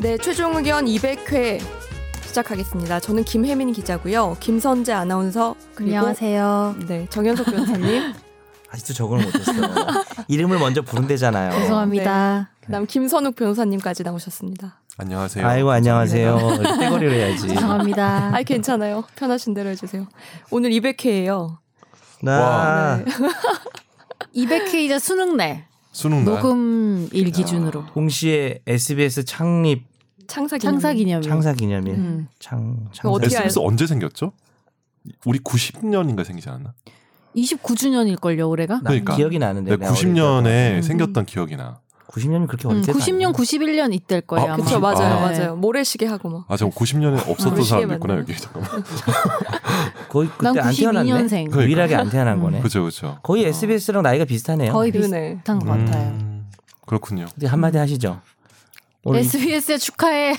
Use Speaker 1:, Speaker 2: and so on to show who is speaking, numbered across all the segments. Speaker 1: 네, 최종 의견 200회 시작하겠습니다. 저는 김혜민 기자고요. 김선재 아나운서 그리고
Speaker 2: 안녕하세요.
Speaker 1: 네, 정현석 변호사님.
Speaker 3: 아직도 적응을 못했어요. 이름을 먼저 부른대잖아요.
Speaker 2: 죄송합니다.
Speaker 1: 그다음 김선욱 변호사님까지 나오셨습니다.
Speaker 4: 안녕하세요.
Speaker 3: 아이고 안녕하세요. 떼거리를
Speaker 2: 네.
Speaker 3: 해야지.
Speaker 2: 죄송합니다.
Speaker 1: 아이 괜찮아요. 편하신 대로 해주세요. 오늘 200회예요. 네.
Speaker 3: 나
Speaker 2: 200회 이제 수능 날
Speaker 4: 수능 날.
Speaker 2: 녹음일 기준으로
Speaker 3: 동시에 SBS 창립
Speaker 1: 창사 기념.
Speaker 2: 창사 기념일.
Speaker 3: 창사 기념일
Speaker 2: 음.
Speaker 3: 창 창사.
Speaker 1: 어떻게
Speaker 3: 기념일.
Speaker 4: SBS 언제 생겼죠? 우리 90년인가 생기지 않았나?
Speaker 2: 29주년일 걸요 올해가.
Speaker 3: 나
Speaker 4: 그러니까.
Speaker 3: 기억이 나는데.
Speaker 4: 네, 90년에
Speaker 2: 음.
Speaker 4: 생겼던 기억이 나.
Speaker 3: 90년이 그렇게
Speaker 2: 음,
Speaker 3: 어릴 때.
Speaker 2: 90년 91년 이때일 거예요.
Speaker 4: 아,
Speaker 2: 아마. 네.
Speaker 1: 그렇죠, 맞아요,
Speaker 4: 아.
Speaker 1: 맞아요. 모래시계 하고 막.
Speaker 4: 아, 저 90년에 없었던
Speaker 1: 아,
Speaker 4: 사람도 있구나
Speaker 1: 맞네.
Speaker 4: 여기 잠깐만.
Speaker 3: 거의
Speaker 2: 난
Speaker 3: 그때 안 태어났네.
Speaker 2: 92년생
Speaker 4: 그러니까.
Speaker 3: 유일하게 안 태어난
Speaker 2: 음.
Speaker 3: 거네.
Speaker 4: 그렇죠, 그렇죠.
Speaker 3: 거의 SBS랑 나이가 비슷하네요.
Speaker 2: 거의 비슷한
Speaker 1: 그러네.
Speaker 2: 것 같아요.
Speaker 4: 음, 그렇군요.
Speaker 3: 근데 한마디 하시죠.
Speaker 2: 음.
Speaker 3: 오늘, 입-
Speaker 2: SBS에 축하해.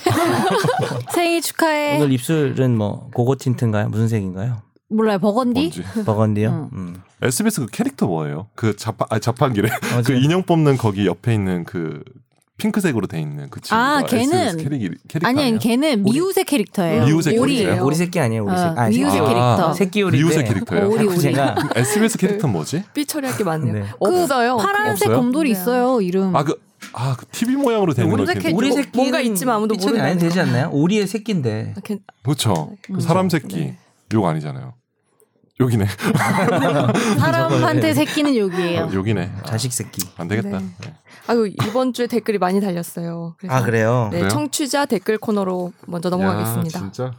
Speaker 2: 생일 축하해.
Speaker 3: 오늘 입술은 뭐 고고 틴트인가요? 무슨 색인가요?
Speaker 2: 몰라요 버건디?
Speaker 4: 뭔지.
Speaker 2: 어.
Speaker 3: 버건디요. 음.
Speaker 4: SBS 그 캐릭터 뭐예요? 그 자판 아 자판기래. 그
Speaker 3: 어제
Speaker 4: 인형 뽑는 거기 옆에 있는 그 핑크색으로 돼 있는 그 친구가
Speaker 2: 아, 걔는-
Speaker 4: SBS 캐릭 캐릭터
Speaker 2: 아니 아니
Speaker 4: 아니야?
Speaker 2: 걔는
Speaker 3: 오리-
Speaker 2: 미우새 캐릭터예요.
Speaker 4: 미우새
Speaker 2: 네. 오리예요.
Speaker 4: 캐릭터예요?
Speaker 3: 오리 새끼 아니에요? 오리 새끼.
Speaker 2: 어, 미우새
Speaker 4: 아.
Speaker 2: 캐릭터.
Speaker 3: 새끼 오리.
Speaker 4: 미우새 캐릭터예요.
Speaker 2: 네.
Speaker 4: 음,
Speaker 2: 오리, 오리.
Speaker 3: 제가
Speaker 4: SBS 캐릭터 는 뭐지?
Speaker 1: 삐처리할 게 많네요.
Speaker 3: 네.
Speaker 1: 없어요.
Speaker 2: 그 파란색
Speaker 4: 없어요?
Speaker 2: 곰돌이
Speaker 1: 네.
Speaker 2: 있어요 이름.
Speaker 4: 아 그 아 그 TV 모양으로 되는
Speaker 3: 오리
Speaker 4: 거
Speaker 1: 새끼-
Speaker 4: 같은데.
Speaker 3: 오리
Speaker 1: 뭐-
Speaker 3: 새끼
Speaker 1: 뭔가 있지만 아무도
Speaker 3: 삐처리 안 해도
Speaker 1: 모른다는
Speaker 3: 되지 않나요? 오리의 새끼인데.
Speaker 1: 아, 괜-
Speaker 4: 그렇죠.
Speaker 1: 음.
Speaker 4: 사람 새끼.
Speaker 1: 네.
Speaker 4: 욕 아니잖아요. 여기네.
Speaker 2: 사람한테 새끼는 여기예요.
Speaker 4: 여기네. 아,
Speaker 3: 자식 새끼.
Speaker 4: 안 되겠다.
Speaker 1: 네.
Speaker 4: 네.
Speaker 1: 아유 이번 주에 댓글이 많이 달렸어요. 그래서
Speaker 3: 아 그래요?
Speaker 1: 네,
Speaker 4: 그래요?
Speaker 1: 청취자 댓글 코너로 먼저 넘어가겠습니다.
Speaker 4: 야, 진짜.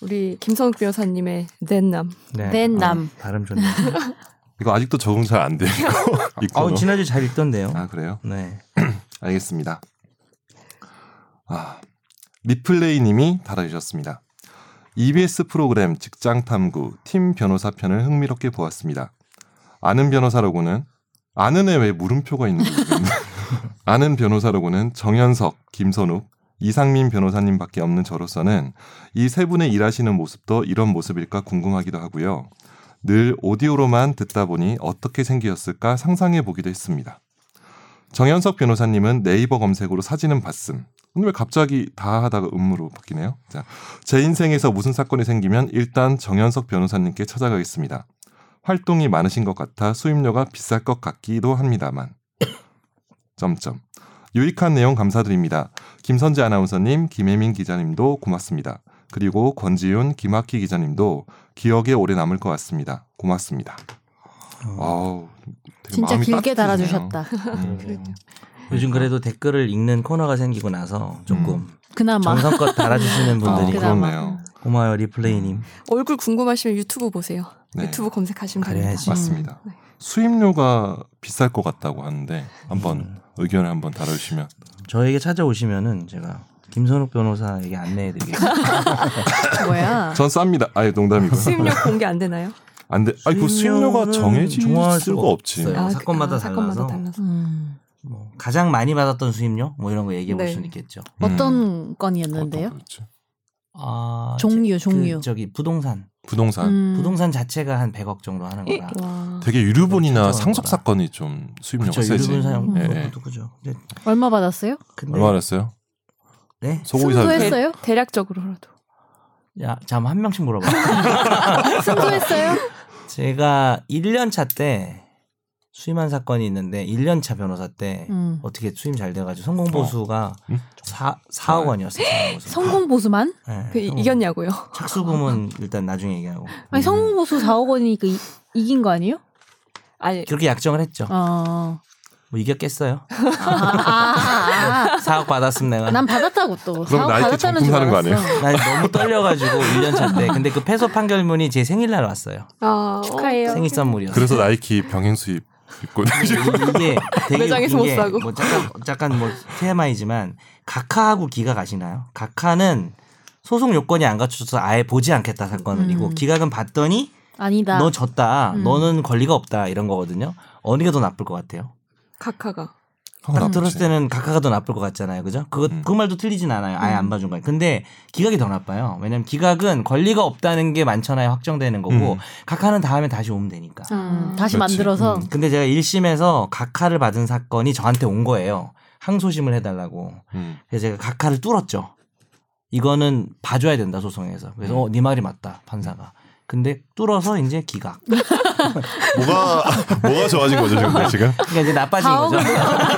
Speaker 1: 우리 김선욱 변호사님의 넷남.
Speaker 3: 네.
Speaker 2: 넷남.
Speaker 3: 아, 발음 좋네.
Speaker 4: 이거 아직도 적응 잘 안 되고 있고.
Speaker 3: 아 지난주 잘 읽던데요.
Speaker 4: 아 그래요?
Speaker 3: 네.
Speaker 4: 알겠습니다. 아 리플레이님이 달아주셨습니다. EBS 프로그램 직장 탐구 팀 변호사 편을 흥미롭게 보았습니다. 아는 변호사라고는 아는 애 왜 물음표가 있는지 모르겠네. 아는 변호사라고는 정현석, 김선욱, 이상민 변호사님밖에 없는 저로서는 이 세 분의 일하시는 모습도 이런 모습일까 궁금하기도 하고요. 늘 오디오로만 듣다 보니 어떻게 생기었을까 상상해 보기도 했습니다. 정현석 변호사님은 네이버 검색으로 사진은 봤음. 근데 왜 갑자기 다 하다가 음으로 바뀌네요? 자, 제 인생에서 무슨 사건이 생기면 일단 정현석 변호사님께 찾아가겠습니다. 활동이 많으신 것 같아 수임료가 비쌀 것 같기도 합니다만. 점점. 유익한 내용 감사드립니다. 김선재 아나운서님, 김혜민 기자님도 고맙습니다. 그리고 권지윤, 김학희 기자님도 기억에 오래 남을 것 같습니다. 고맙습니다.
Speaker 3: 어.
Speaker 4: 아우, 되게
Speaker 2: 진짜
Speaker 4: 마음이
Speaker 2: 길게
Speaker 4: 따뜻해지네요.
Speaker 2: 달아주셨다.
Speaker 4: 음.
Speaker 3: 요즘 그래도 댓글을 읽는 코너가 생기고 나서 조금
Speaker 1: 음.
Speaker 2: 그나마
Speaker 3: 정성껏 달아주시는 분들이
Speaker 4: 아, 그렇네요.
Speaker 2: 음.
Speaker 3: 고마워요 리플레이님.
Speaker 1: 얼굴 궁금하시면 유튜브 보세요.
Speaker 4: 네.
Speaker 1: 유튜브 검색하시면
Speaker 3: 그래야지.
Speaker 1: 됩니다.
Speaker 4: 맞습니다.
Speaker 1: 네.
Speaker 4: 수임료가 비쌀 것 같다고 하는데 한번
Speaker 3: 음.
Speaker 4: 의견을 한번 다뤄주시면
Speaker 3: 저에게 찾아오시면은 제가 김선욱 변호사에게 안내해드리겠습니다.
Speaker 2: 뭐야?
Speaker 4: 전 쌉니다. 아예 농담이고
Speaker 1: 수입료 공개 안 되나
Speaker 4: 안 돼. 아니 그 수임료가
Speaker 3: 수임료는
Speaker 4: 정해질
Speaker 3: 정할
Speaker 4: 수가
Speaker 3: 수가
Speaker 4: 없지.
Speaker 3: 없어요.
Speaker 1: 요
Speaker 3: 사건마다
Speaker 1: 아,
Speaker 3: 달라서.
Speaker 2: 음.
Speaker 3: 뭐 가장 많이 받았던 수임료 뭐 이런 거 얘기해 볼
Speaker 1: 네.
Speaker 3: 수는 있겠죠.
Speaker 2: 어떤 건이었는데요?
Speaker 4: 음. 어떤 거였지?
Speaker 3: 아,
Speaker 2: 종류,
Speaker 3: 그
Speaker 2: 종류.
Speaker 3: 저기 부동산.
Speaker 4: 아, 부동산.
Speaker 2: 음.
Speaker 3: 부동산 자체가 한 100억 정도 하는 거라.
Speaker 1: 와.
Speaker 4: 되게 유류분이나
Speaker 3: 그렇죠.
Speaker 4: 상속 사건이 좀 수임료가
Speaker 3: 그렇죠.
Speaker 4: 세지.
Speaker 3: 유류분
Speaker 2: 음.
Speaker 3: 사용
Speaker 4: 예, 예.
Speaker 3: 그것도 그죠. 근데,
Speaker 2: 얼마 받았어요?
Speaker 3: 근데
Speaker 4: 얼마나 했어요?
Speaker 3: 네?
Speaker 4: 소고기 사.
Speaker 2: 순수했어요? 했어요?
Speaker 1: 대략적으로라도.
Speaker 3: 야, 잠 한 명씩 물어봐.
Speaker 4: 아,
Speaker 2: 승소했어요?
Speaker 4: 그-
Speaker 3: 제가 1년 차 때 수임한 사건이 있는데 1년 차 변호사 때
Speaker 2: 음.
Speaker 3: 어떻게 수임 잘 돼가지고 성공 보수가
Speaker 4: 음?
Speaker 3: 사 4, 4억 원이었어요. 성공 보수.
Speaker 2: 성공 보수만?
Speaker 3: 네,
Speaker 1: 그
Speaker 3: 성공.
Speaker 1: 이겼냐고요.
Speaker 3: 착수금은 일단 나중에 얘기하고
Speaker 4: 음.
Speaker 2: 아니 성공 보수 4억 원이니까 이, 이긴 거 아니에요?
Speaker 1: 아니
Speaker 3: 음. 그렇게 약정을 했죠.
Speaker 2: 어.
Speaker 3: 뭐 이겼겠어요.
Speaker 2: 아, 아, 아,
Speaker 3: 4억 받았음 내가.
Speaker 2: 아. 난 받았다고 또.
Speaker 4: 그럼
Speaker 2: 4억
Speaker 4: 나이트
Speaker 2: 받았다는
Speaker 4: 정품
Speaker 2: 줄
Speaker 4: 사는 거
Speaker 2: 알았어.
Speaker 3: 난 너무 떨려가지고 1년 차때 근데 그 패소 판결문이 제 생일날 왔어요
Speaker 1: 아,
Speaker 2: 축하해요.
Speaker 3: 생일 선물이었어요
Speaker 4: 그래서 나이키 병행 수입
Speaker 3: 음.
Speaker 4: 입고 다니시고.
Speaker 3: 네, 이게 되게
Speaker 1: 매장에서
Speaker 3: 웃긴
Speaker 1: 못
Speaker 3: 게
Speaker 1: 사고.
Speaker 3: 뭐 잠깐 잠깐 뭐 TMI지만 가카하고 기각 아시나요? 가카는 소송 요건이 안 갖춰져서 아예 보지 않겠다 사건이고
Speaker 2: 음.
Speaker 3: 기각은 봤더니
Speaker 2: 아니다.
Speaker 3: 너 졌다
Speaker 2: 음.
Speaker 3: 너는 권리가 없다 이런 거거든요 어느 게 더 나쁠 것 같아요?
Speaker 1: 카카가.
Speaker 3: 딱 들었을 때는 각하가 더 나쁠 것 같잖아요. 그죠? 그거,
Speaker 4: 어, 음.
Speaker 3: 그 말도 틀리진 않아요. 아예
Speaker 2: 음.
Speaker 3: 안 봐준 거예요. 근데 기각이 더 나빠요. 왜냐면 기각은 권리가 없다는 게 만천하에 확정되는 거고,
Speaker 4: 음.
Speaker 3: 각하는 다음에 다시 오면 되니까.
Speaker 2: 음, 다시
Speaker 4: 그렇지.
Speaker 2: 만들어서
Speaker 3: 근데 제가 1심에서 각하를 받은 사건이 저한테 온 거예요. 항소심을 해달라고.
Speaker 4: 음.
Speaker 3: 그래서 제가 각하를 뚫었죠. 이거는 봐줘야 된다 소송에서. 그래서 어, 네 말이 맞다 판사가. 근데 뚫어서 이제 기각.
Speaker 4: 뭐가 뭐가 좋아진 거죠 지금 지금?
Speaker 3: 그러니까 이제 나빠진 거죠.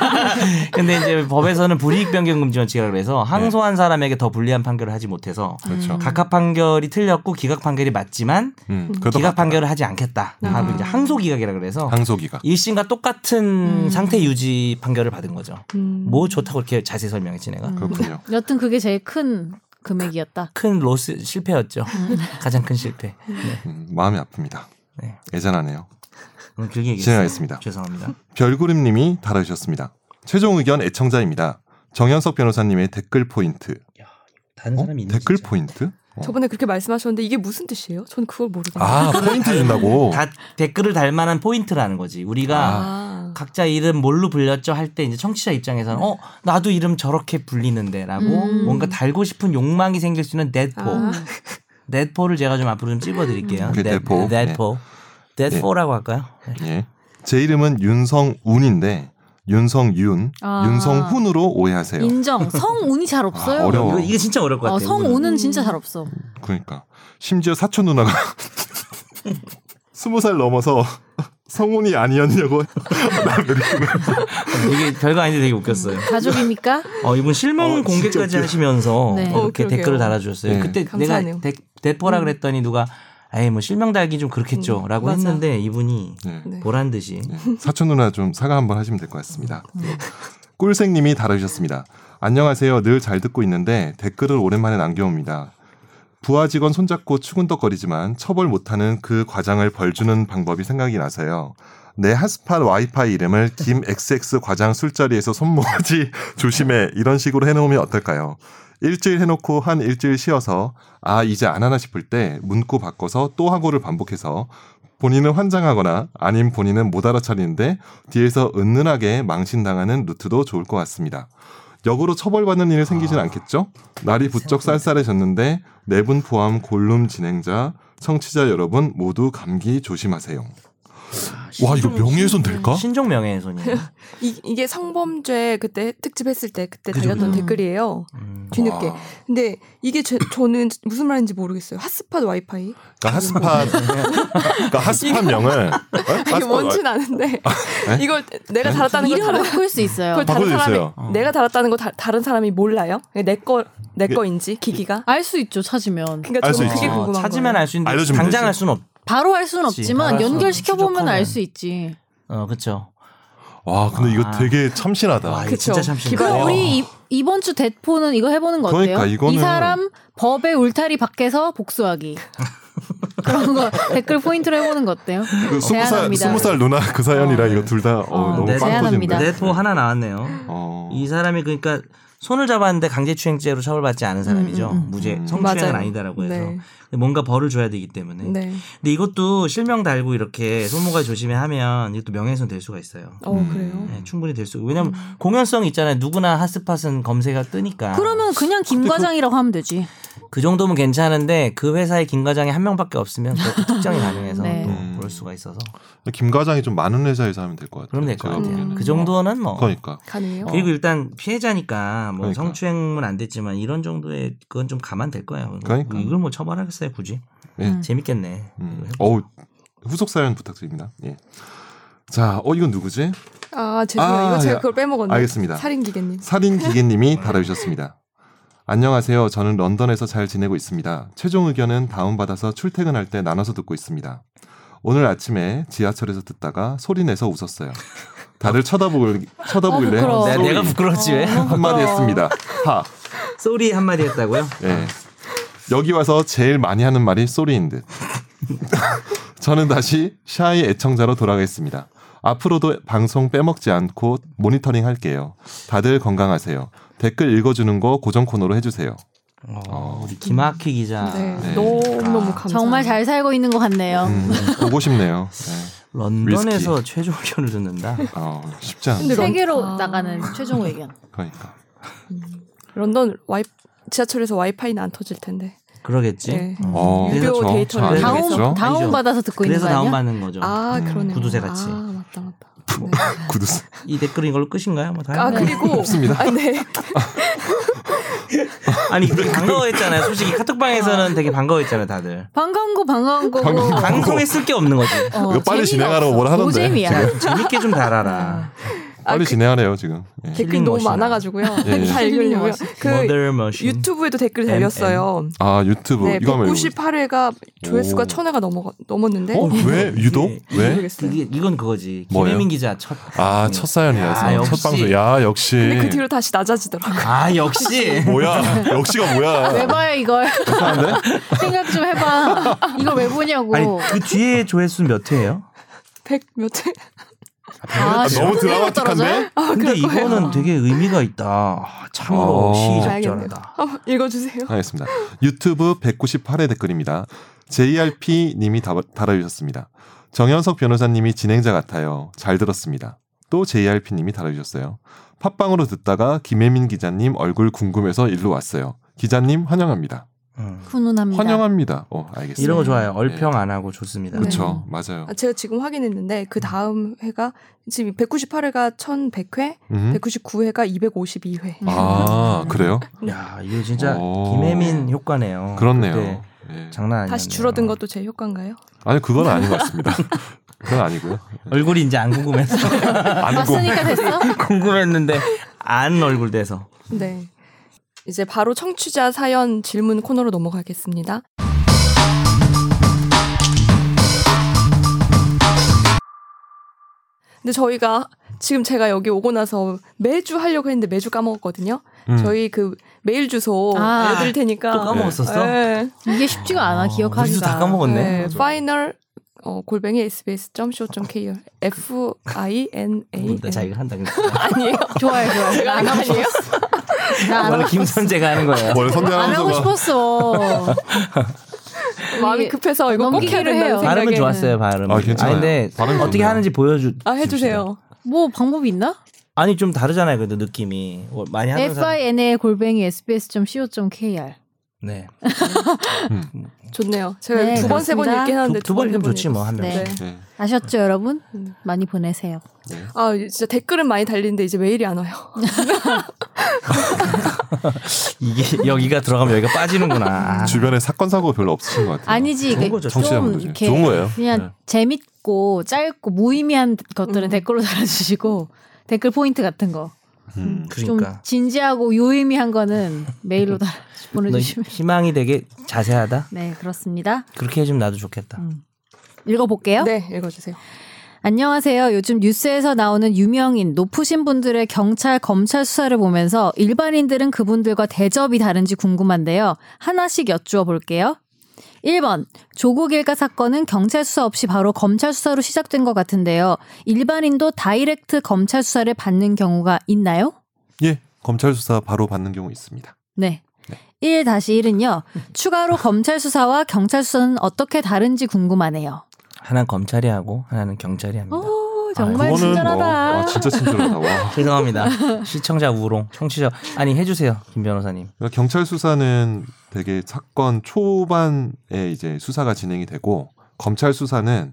Speaker 3: 근데 이제 법에서는 불이익 변경 금지원 지각을 해서 항소한 사람에게 더 불리한 판결을 하지 못해서
Speaker 4: 그렇죠.
Speaker 3: 각하 판결이 틀렸고 기각 판결이 맞지만
Speaker 4: 음.
Speaker 3: 기각 판결을 하지 않겠다 하고
Speaker 1: 아.
Speaker 3: 이제 항소 기각이라 그래서
Speaker 4: 항소기가.
Speaker 3: 일심과 똑같은
Speaker 1: 음.
Speaker 3: 상태 유지 판결을 받은 거죠.
Speaker 1: 음.
Speaker 3: 뭐 좋다고 이렇게 자세히 설명했지 내가.
Speaker 2: 음.
Speaker 4: 그렇군요.
Speaker 2: 여튼 그게 제일 큰 금액이었다.
Speaker 3: 큰 로스 실패였죠.
Speaker 2: 음.
Speaker 3: 가장 큰 실패. 네.
Speaker 4: 음, 마음이 아픕니다.
Speaker 3: 네.
Speaker 4: 애잔하네요.
Speaker 3: 오늘 길게 얘기했어요.
Speaker 4: 진행하겠습니다.
Speaker 3: 죄송합니다.
Speaker 4: 별구름님이 달아주셨습니다. 최종 의견 애청자입니다. 정현석 변호사님의 댓글 포인트.
Speaker 3: 다른
Speaker 4: 어?
Speaker 3: 사람이 있는
Speaker 4: 댓글 포인트? 어.
Speaker 1: 저번에 그렇게 말씀하셨는데 이게 무슨 뜻이에요? 전 그걸 모르겠어요.
Speaker 4: 아 포인트 준다고.
Speaker 3: 다 댓글을 달 만한 포인트라는 거지. 우리가
Speaker 1: 아.
Speaker 3: 각자 이름 뭘로 불렸죠 할 때 이제 청취자 입장에서는 어 나도 이름 저렇게 불리는데라고
Speaker 2: 음.
Speaker 3: 뭔가 달고 싶은 욕망이 생길 수 있는 넷포.
Speaker 1: 아.
Speaker 3: 넷포를 제가 좀 앞으로 좀 찝어드릴게요.
Speaker 4: 오케이, 넷포.
Speaker 3: 넷포. 넷포라고 할까요? 네.
Speaker 4: 예. 제 이름은 윤성운인데 윤성윤,
Speaker 2: 아.
Speaker 4: 윤성훈으로 오해하세요.
Speaker 2: 인정. 성운이 잘 없어요.
Speaker 4: 아, 어려워.
Speaker 3: 이거, 이거 진짜 어려울 것
Speaker 2: 어,
Speaker 3: 같아요. 이거는.
Speaker 4: 음.
Speaker 2: 성운은 진짜 잘 없어.
Speaker 4: 그러니까 심지어 사촌 누나가 스무 살 넘어서 성운이 아니었냐고
Speaker 3: 이게 별거 아닌데 되게 웃겼어요.
Speaker 2: 가족입니까?
Speaker 3: 어 이분 실명
Speaker 4: 어, 진짜
Speaker 3: 공개까지
Speaker 4: 웃겨.
Speaker 3: 하시면서
Speaker 2: 네.
Speaker 1: 어,
Speaker 3: 이렇게
Speaker 1: 그러게요.
Speaker 3: 댓글을 달아주셨어요.
Speaker 4: 네.
Speaker 3: 그때
Speaker 1: 감사하네요.
Speaker 3: 내가 대, 포라 그랬더니 누가 에이 뭐 실명 달기 좀 그렇겠죠라고
Speaker 1: 음, 맞아.
Speaker 3: 했는데 이분이
Speaker 4: 예.
Speaker 1: 네.
Speaker 3: 보란 듯이
Speaker 4: 예. 사촌 누나 좀 사과 한번 하시면 될 것 같습니다. 꿀생님이 다루셨습니다. 안녕하세요. 늘 잘 듣고 있는데 댓글을 오랜만에 남겨옵니다. 부하 직원 손잡고 추근덕거리지만 처벌 못하는 그 과장을 벌주는 방법이 생각이 나서요. 내 핫스팟 와이파이 이름을 김 XX 과장 술자리에서 손모가지 조심해 이런 식으로 해놓으면 어떨까요? 일주일 해놓고 한 일주일 쉬어서 아 이제 안 하나 싶을 때 문구 바꿔서 또 하고를 반복해서 본인은 환장하거나 아님 본인은 못 알아차리는데 뒤에서 은은하게 망신당하는 루트도 좋을 것 같습니다. 역으로 처벌받는 일이 생기진
Speaker 3: 아.
Speaker 4: 않겠죠? 날이 부쩍 쌀쌀해졌는데 네 분 포함 골룸 진행자 청취자 여러분 모두 감기 조심하세요. 와 이거 명예훼손 될까?
Speaker 3: 어? 신종 명예훼손이에요. 어,
Speaker 1: 이, 이게 성범죄 그때 특집 했을 때 그때
Speaker 3: 그죠,
Speaker 1: 달렸던
Speaker 2: 그죠.
Speaker 1: 댓글이에요.
Speaker 3: 음.
Speaker 1: 뒤늦게.
Speaker 4: 와.
Speaker 1: 근데 이게 제- 저는 무슨 말인지 모르겠어요. 핫스팟 와이파이
Speaker 4: 그러니까 핫스팟, 그러니까 핫스팟 명을 어?
Speaker 1: 이게 뭔진 아는데
Speaker 4: 에?
Speaker 1: 이걸 내가 달았다는 걸
Speaker 2: 이름을
Speaker 1: 다른
Speaker 2: 바꿀 수 있어요.
Speaker 1: 그걸 다른
Speaker 4: 바꿔도
Speaker 1: 사람이
Speaker 4: 됐어요.
Speaker 3: 어.
Speaker 1: 내가 달았다는 거 다, 다른 사람이 몰라요? 내 거 내 거인지 기기가.
Speaker 2: 알 수 있죠. 찾으면
Speaker 1: 그러니까
Speaker 4: 알수
Speaker 1: 저는
Speaker 4: 있지.
Speaker 1: 그게
Speaker 3: 어,
Speaker 1: 궁금한 거예요.
Speaker 3: 찾으면 알 수 있는데
Speaker 4: 알려주면
Speaker 3: 당장
Speaker 4: 되지.
Speaker 3: 알 수는 없.
Speaker 2: 바로 알 수는
Speaker 3: 그치,
Speaker 2: 없지만
Speaker 3: 바로 알
Speaker 2: 연결
Speaker 3: 수는
Speaker 2: 시켜 보면
Speaker 3: 추적하면.
Speaker 2: 알 수 있지.
Speaker 3: 어 그렇죠.
Speaker 4: 와 근데 이거
Speaker 3: 아.
Speaker 4: 되게 참신하다.
Speaker 3: 와 이거
Speaker 1: 그쵸.
Speaker 3: 진짜 참
Speaker 2: 그
Speaker 3: 신기해요.
Speaker 4: 어.
Speaker 2: 우리 이, 이번 주 대포는 이거 해보는 거 어때요?
Speaker 4: 그러니까 이거는-
Speaker 2: 이 사람 법의 울타리 밖에서 복수하기. 그런 거 댓글 포인트로 해보는 거 어때요?
Speaker 4: 그 스무 살
Speaker 2: 제안합니다.
Speaker 4: 스무 살 누나 그 사연이라 이거 둘 다
Speaker 2: 어,
Speaker 4: 너무
Speaker 3: 네.
Speaker 4: 빵터진다.
Speaker 2: 제안합니다.
Speaker 3: 네트워 하나 나왔네요.
Speaker 4: 어.
Speaker 3: 이 사람이 그러니까 손을 잡았는데 강제추행죄로 처벌받지 않은
Speaker 2: 음,
Speaker 3: 사람이죠.
Speaker 2: 음, 음.
Speaker 3: 무죄
Speaker 4: 음.
Speaker 3: 성추행은
Speaker 1: 맞아요.
Speaker 3: 아니다라고 해서
Speaker 1: 네.
Speaker 3: 뭔가 벌을 줘야 되기 때문에.
Speaker 1: 네.
Speaker 3: 근데 이것도 실명 달고 이렇게 손모가 조심해 하면 이것도 명예훼손 될 수가 있어요.
Speaker 1: 어
Speaker 4: 음.
Speaker 1: 그래요.
Speaker 3: 네, 충분히 될 수. 왜냐면 공연성 있잖아요. 누구나 핫스팟은 검색이 뜨니까.
Speaker 2: 음. 그러면
Speaker 4: 아,
Speaker 2: 그냥 김 과장이라고 하면 되지.
Speaker 3: 그 정도면 괜찮은데 그 회사에 김 과장이 한 명밖에 없으면 그것도 특정이 가능해서
Speaker 2: 네.
Speaker 3: 또
Speaker 4: 음.
Speaker 3: 그럴 수가 있어서
Speaker 4: 김 과장이 좀 많은 회사에서 하면 될 것 같아요.
Speaker 3: 그럼 될 것
Speaker 4: 제가
Speaker 3: 같아요.
Speaker 2: 음.
Speaker 4: 보기에는.
Speaker 3: 그 정도는 뭐.
Speaker 4: 그러니까
Speaker 1: 가능해요?
Speaker 4: 어.
Speaker 3: 그리고 일단 피해자니까 뭐
Speaker 4: 그러니까.
Speaker 3: 성추행은 안 됐지만 이런 정도의 그건 좀 가만 될 거야.
Speaker 4: 그러니까.
Speaker 3: 이걸 뭐 처벌하겠어요 굳이?
Speaker 4: 예.
Speaker 2: 음.
Speaker 3: 재밌겠네.
Speaker 4: 음.
Speaker 3: 이거
Speaker 4: 어우 후속 사연 부탁드립니다. 예. 자, 어 이건 누구지?
Speaker 1: 아 죄송해요.
Speaker 4: 아,
Speaker 1: 이거
Speaker 4: 야.
Speaker 1: 제가 그걸 빼먹었네.
Speaker 4: 알겠습니다.
Speaker 1: 살인 기계님.
Speaker 4: 살인 기계님이 다뤄주셨습니다. 안녕하세요. 저는 런던에서 잘 지내고 있습니다. 최종 의견은 다운받아서 출퇴근할 때 나눠서 듣고 있습니다. 오늘 아침에 지하철에서 듣다가 소리 내서 웃었어요. 다들 쳐다보길, 쳐다보길래
Speaker 2: 아, 부끄러워.
Speaker 3: 내가,
Speaker 4: 쏘리
Speaker 3: 내가 부끄러웠지 왜?
Speaker 2: 어.
Speaker 4: 한마디 했습니다. 하.
Speaker 3: 쏘리 한마디 했다고요?
Speaker 4: 예. 여기 와서 제일 많이 하는 말이 쏘리인 듯. 저는 다시 샤이 애청자로 돌아가겠습니다. 앞으로도 방송 빼먹지 않고 모니터링 할게요. 다들 건강하세요. 댓글 읽어주는 거 고정 코너로 해주세요.
Speaker 3: 어, 우리 김학휘 기자
Speaker 1: 네.
Speaker 4: 네.
Speaker 1: 너무 너무 감사.
Speaker 2: 정말 잘 살고 있는 것 같네요.
Speaker 4: 음, 보고 싶네요. 네.
Speaker 3: 런던에서 최종 의견을 듣는다.
Speaker 4: 어, 쉽지 않네.
Speaker 1: 근데 런-
Speaker 2: 세계로
Speaker 1: 아.
Speaker 2: 나가는 최종 의견.
Speaker 4: 그러니까.
Speaker 1: 런던 와이 지하철에서 와이파이는 안 터질 텐데.
Speaker 3: 그러겠지.
Speaker 1: 네.
Speaker 3: 음.
Speaker 4: 어,
Speaker 1: 유료
Speaker 4: 그렇죠.
Speaker 1: 데이터를
Speaker 4: 잘
Speaker 1: 다운-
Speaker 4: 알겠죠?
Speaker 2: 다운 받아서 듣고 있는 거
Speaker 3: 그래서
Speaker 2: 아니야?
Speaker 3: 다운받는 거죠.
Speaker 1: 아
Speaker 4: 음,
Speaker 1: 그러네요.
Speaker 3: 구두쇠 같이.
Speaker 1: 아 맞다 맞다.
Speaker 3: 뭐,
Speaker 4: 구두 쓰-
Speaker 3: 이 댓글은 이걸로 끝인가요? 뭐
Speaker 1: 아
Speaker 3: 다음. 아,
Speaker 1: 그리고
Speaker 4: 없습니다.
Speaker 1: 아, 네.
Speaker 3: 아니 반가워했잖아요. 솔직히 카톡방에서는 되게 반가워했잖아요, 다들.
Speaker 2: 반가운 거 반가운 거고.
Speaker 4: 반가운 거. 반가운
Speaker 3: 방송에 쓸 게 없는 거지.
Speaker 2: 어,
Speaker 4: 이거
Speaker 2: 재미가
Speaker 4: 빨리 진행하라고
Speaker 2: 없어.
Speaker 4: 뭐라 하던데,
Speaker 2: 노잼이야.
Speaker 4: 지금.
Speaker 3: 재밌게 좀 달아라.
Speaker 1: 아,
Speaker 4: 빨리
Speaker 1: 그-
Speaker 4: 진행하네요 지금. 예.
Speaker 1: 댓글이 너무
Speaker 3: 힐링머신아.
Speaker 1: 많아가지고요.
Speaker 4: 예.
Speaker 1: 다 읽으려고요. 그
Speaker 3: Mother
Speaker 4: 음.
Speaker 3: Machine.
Speaker 1: 유튜브에도 댓글이 달렸어요.
Speaker 4: 아 유튜브
Speaker 1: 네,
Speaker 4: 이거 하면
Speaker 1: 198회가 조회수가
Speaker 4: 오.
Speaker 1: 1000회가 넘어 넘었는데
Speaker 4: 어, 왜 유독
Speaker 1: 네.
Speaker 4: 왜?
Speaker 1: 모르겠어요.
Speaker 3: 이게 이건 그거지.
Speaker 4: 뭐예요?
Speaker 3: 김혜민 기자 첫.
Speaker 4: 아 첫 사연이라서
Speaker 3: 아, 역시.
Speaker 4: 첫 방송. 야 역시.
Speaker 1: 근데 그 뒤로 다시 낮아지더라고요.
Speaker 3: 아 역시.
Speaker 4: 뭐야 역시가
Speaker 2: 왜
Speaker 4: 뭐야?
Speaker 2: 봐요 이걸? 생각 좀 해봐. 이걸 왜 보냐고.
Speaker 3: 아니 그 뒤에 조회수 몇 회예요?
Speaker 1: 100몇 회.
Speaker 2: 아,
Speaker 4: 너무
Speaker 2: 시원해요,
Speaker 4: 드라마틱한데?
Speaker 3: 근데
Speaker 1: 아, 그럴 거예요.
Speaker 3: 이거는 되게 의미가 있다. 아, 참으로
Speaker 4: 어.
Speaker 3: 시적절하다.
Speaker 1: 한번 읽어주세요.
Speaker 4: 하겠습니다. 유튜브 198회 댓글입니다. JRP 님이 다- 달아주셨습니다. 정현석 변호사님이 진행자 같아요. 잘 들었습니다. 또 JRP 님이 달아주셨어요. 팟빵으로 듣다가 김혜민 기자님 얼굴 궁금해서 일로 왔어요. 기자님 환영합니다.
Speaker 3: 음.
Speaker 2: 훈훈합니다.
Speaker 4: 환영합니다. 어
Speaker 3: 이런
Speaker 4: 알겠습니다.
Speaker 3: 거 좋아요. 얼평 안 하고 좋습니다.
Speaker 1: 네. 그쵸.
Speaker 4: 그렇죠, 맞아요.
Speaker 1: 아, 제가 지금 확인했는데 그 다음 회가 지금 198회가 1100회,
Speaker 4: 음.
Speaker 1: 199회가 252회.
Speaker 4: 아 그래요?
Speaker 3: 야 이거 진짜
Speaker 4: 오.
Speaker 3: 김혜민 효과네요.
Speaker 4: 어. 그렇네요.
Speaker 3: 그때
Speaker 4: 예.
Speaker 3: 장난 아니야.
Speaker 1: 다시 줄어든 것도 제 효과인가요?
Speaker 4: 아니 그건 아닌 것 같습니다. 그건 아니고요.
Speaker 3: 얼굴이 이제 안 궁금해서
Speaker 4: 안 궁.
Speaker 2: 봤으니까 됐어?
Speaker 3: 궁금했는데 안 얼굴 돼서.
Speaker 1: 네. 이제 바로 청취자 사연 질문 코너로 넘어가겠습니다. 근데 저희가 지금 제가 여기 오고 나서 매주 하려고 했는데 매주 까먹었거든요.
Speaker 4: 음.
Speaker 1: 저희 그 메일 주소
Speaker 2: 아,
Speaker 1: 알려드릴 테니까.
Speaker 3: 또 까먹었었어?
Speaker 1: 네.
Speaker 2: 이게 쉽지가 않아 기억하기가.
Speaker 3: 우리도 다 까먹었네.
Speaker 1: 네.
Speaker 4: 맞아.
Speaker 1: final 어, 골뱅이 sbs.show.kr f i n a
Speaker 3: 나 네, 자기가 한다.
Speaker 1: 아니에요.
Speaker 2: 좋아요 좋아요. 안 하고
Speaker 1: 아니에요.
Speaker 3: 원래
Speaker 2: 나안
Speaker 3: 김선재가 하는 거예요.
Speaker 4: 원래 선대
Speaker 2: 하고
Speaker 4: 아나운서가
Speaker 2: 싶었어.
Speaker 1: 마음이 급해서 이거 꼭 해야
Speaker 2: 넘기기로 해요.
Speaker 1: 된다는
Speaker 3: 발음은
Speaker 1: 생각에
Speaker 3: 좋았어요. 발음.
Speaker 4: 아, 괜찮아요.
Speaker 3: 근데
Speaker 4: 발음이
Speaker 3: 어떻게
Speaker 4: 좋네요.
Speaker 3: 하는지 보여주.
Speaker 1: 아 해주세요.
Speaker 2: 뭐 방법이 있나?
Speaker 3: 아니 좀 다르잖아요. 그래도 느낌이 뭐 많이 하는
Speaker 2: f
Speaker 3: 사람.
Speaker 2: i n a 골뱅이 sbs.co.kr
Speaker 3: 네.
Speaker 1: 좋네요. 제가
Speaker 2: 네,
Speaker 1: 두 번 세 번
Speaker 2: 그렇습니다.
Speaker 1: 읽긴 하는데
Speaker 3: 두 번 좀 좋지 뭐 하면.
Speaker 2: 네.
Speaker 4: 예.
Speaker 2: 아셨죠 여러분?
Speaker 1: 음.
Speaker 2: 많이 보내세요.
Speaker 1: 아 진짜 댓글은 많이 달리는데 이제 메일이 안 와요.
Speaker 3: 이게 여기가 들어가면 여기가 빠지는구나. 아,
Speaker 4: 주변에 사건 사고가 별로 없으신 것 같아요.
Speaker 2: 아니지
Speaker 3: 좋은
Speaker 2: 이게
Speaker 3: 거죠.
Speaker 2: 좀
Speaker 4: 청취자분들
Speaker 2: 이렇게
Speaker 4: 중에. 좋은 거예요.
Speaker 2: 그냥
Speaker 4: 네.
Speaker 2: 재밌고 짧고 무의미한 것들은
Speaker 1: 음.
Speaker 2: 댓글로 달아주시고 댓글 포인트 같은 거.
Speaker 4: 음.
Speaker 2: 좀
Speaker 3: 그러니까.
Speaker 2: 진지하고 유의미한 거는 메일로 달아
Speaker 3: 너
Speaker 2: 보내주시면.
Speaker 3: 희망이 되게 자세하다.
Speaker 2: 네 그렇습니다.
Speaker 3: 그렇게 해주면 나도 좋겠다.
Speaker 2: 음. 읽어볼게요.
Speaker 1: 네 읽어주세요.
Speaker 2: 안녕하세요. 요즘 뉴스에서 나오는 유명인, 높으신 분들의 경찰, 검찰 수사를 보면서 일반인들은 그분들과 대접이 다른지 궁금한데요. 하나씩 여쭈어 볼게요. 1번. 조국 일가 사건은 경찰 수사 없이 바로 검찰 수사로 시작된 것 같은데요. 일반인도 다이렉트 검찰 수사를 받는 경우가 있나요?
Speaker 4: 예, 검찰 수사 바로 받는 경우 있습니다.
Speaker 2: 네. 1-1은요. 추가로 검찰 수사와 경찰 수사는 어떻게 다른지 궁금하네요.
Speaker 3: 하나는 검찰이 하고 하나는 경찰이 합니다.
Speaker 2: 오, 정말
Speaker 3: 아이고.
Speaker 2: 친절하다.
Speaker 4: 아, 진짜 그러니까 친절하다. 와.
Speaker 3: 죄송합니다. 시청자 우롱, 청취자 아니 해주세요, 김 변호사님.
Speaker 4: 그러니까 경찰 수사는 되게 사건 초반에 이제 수사가 진행이 되고 검찰 수사는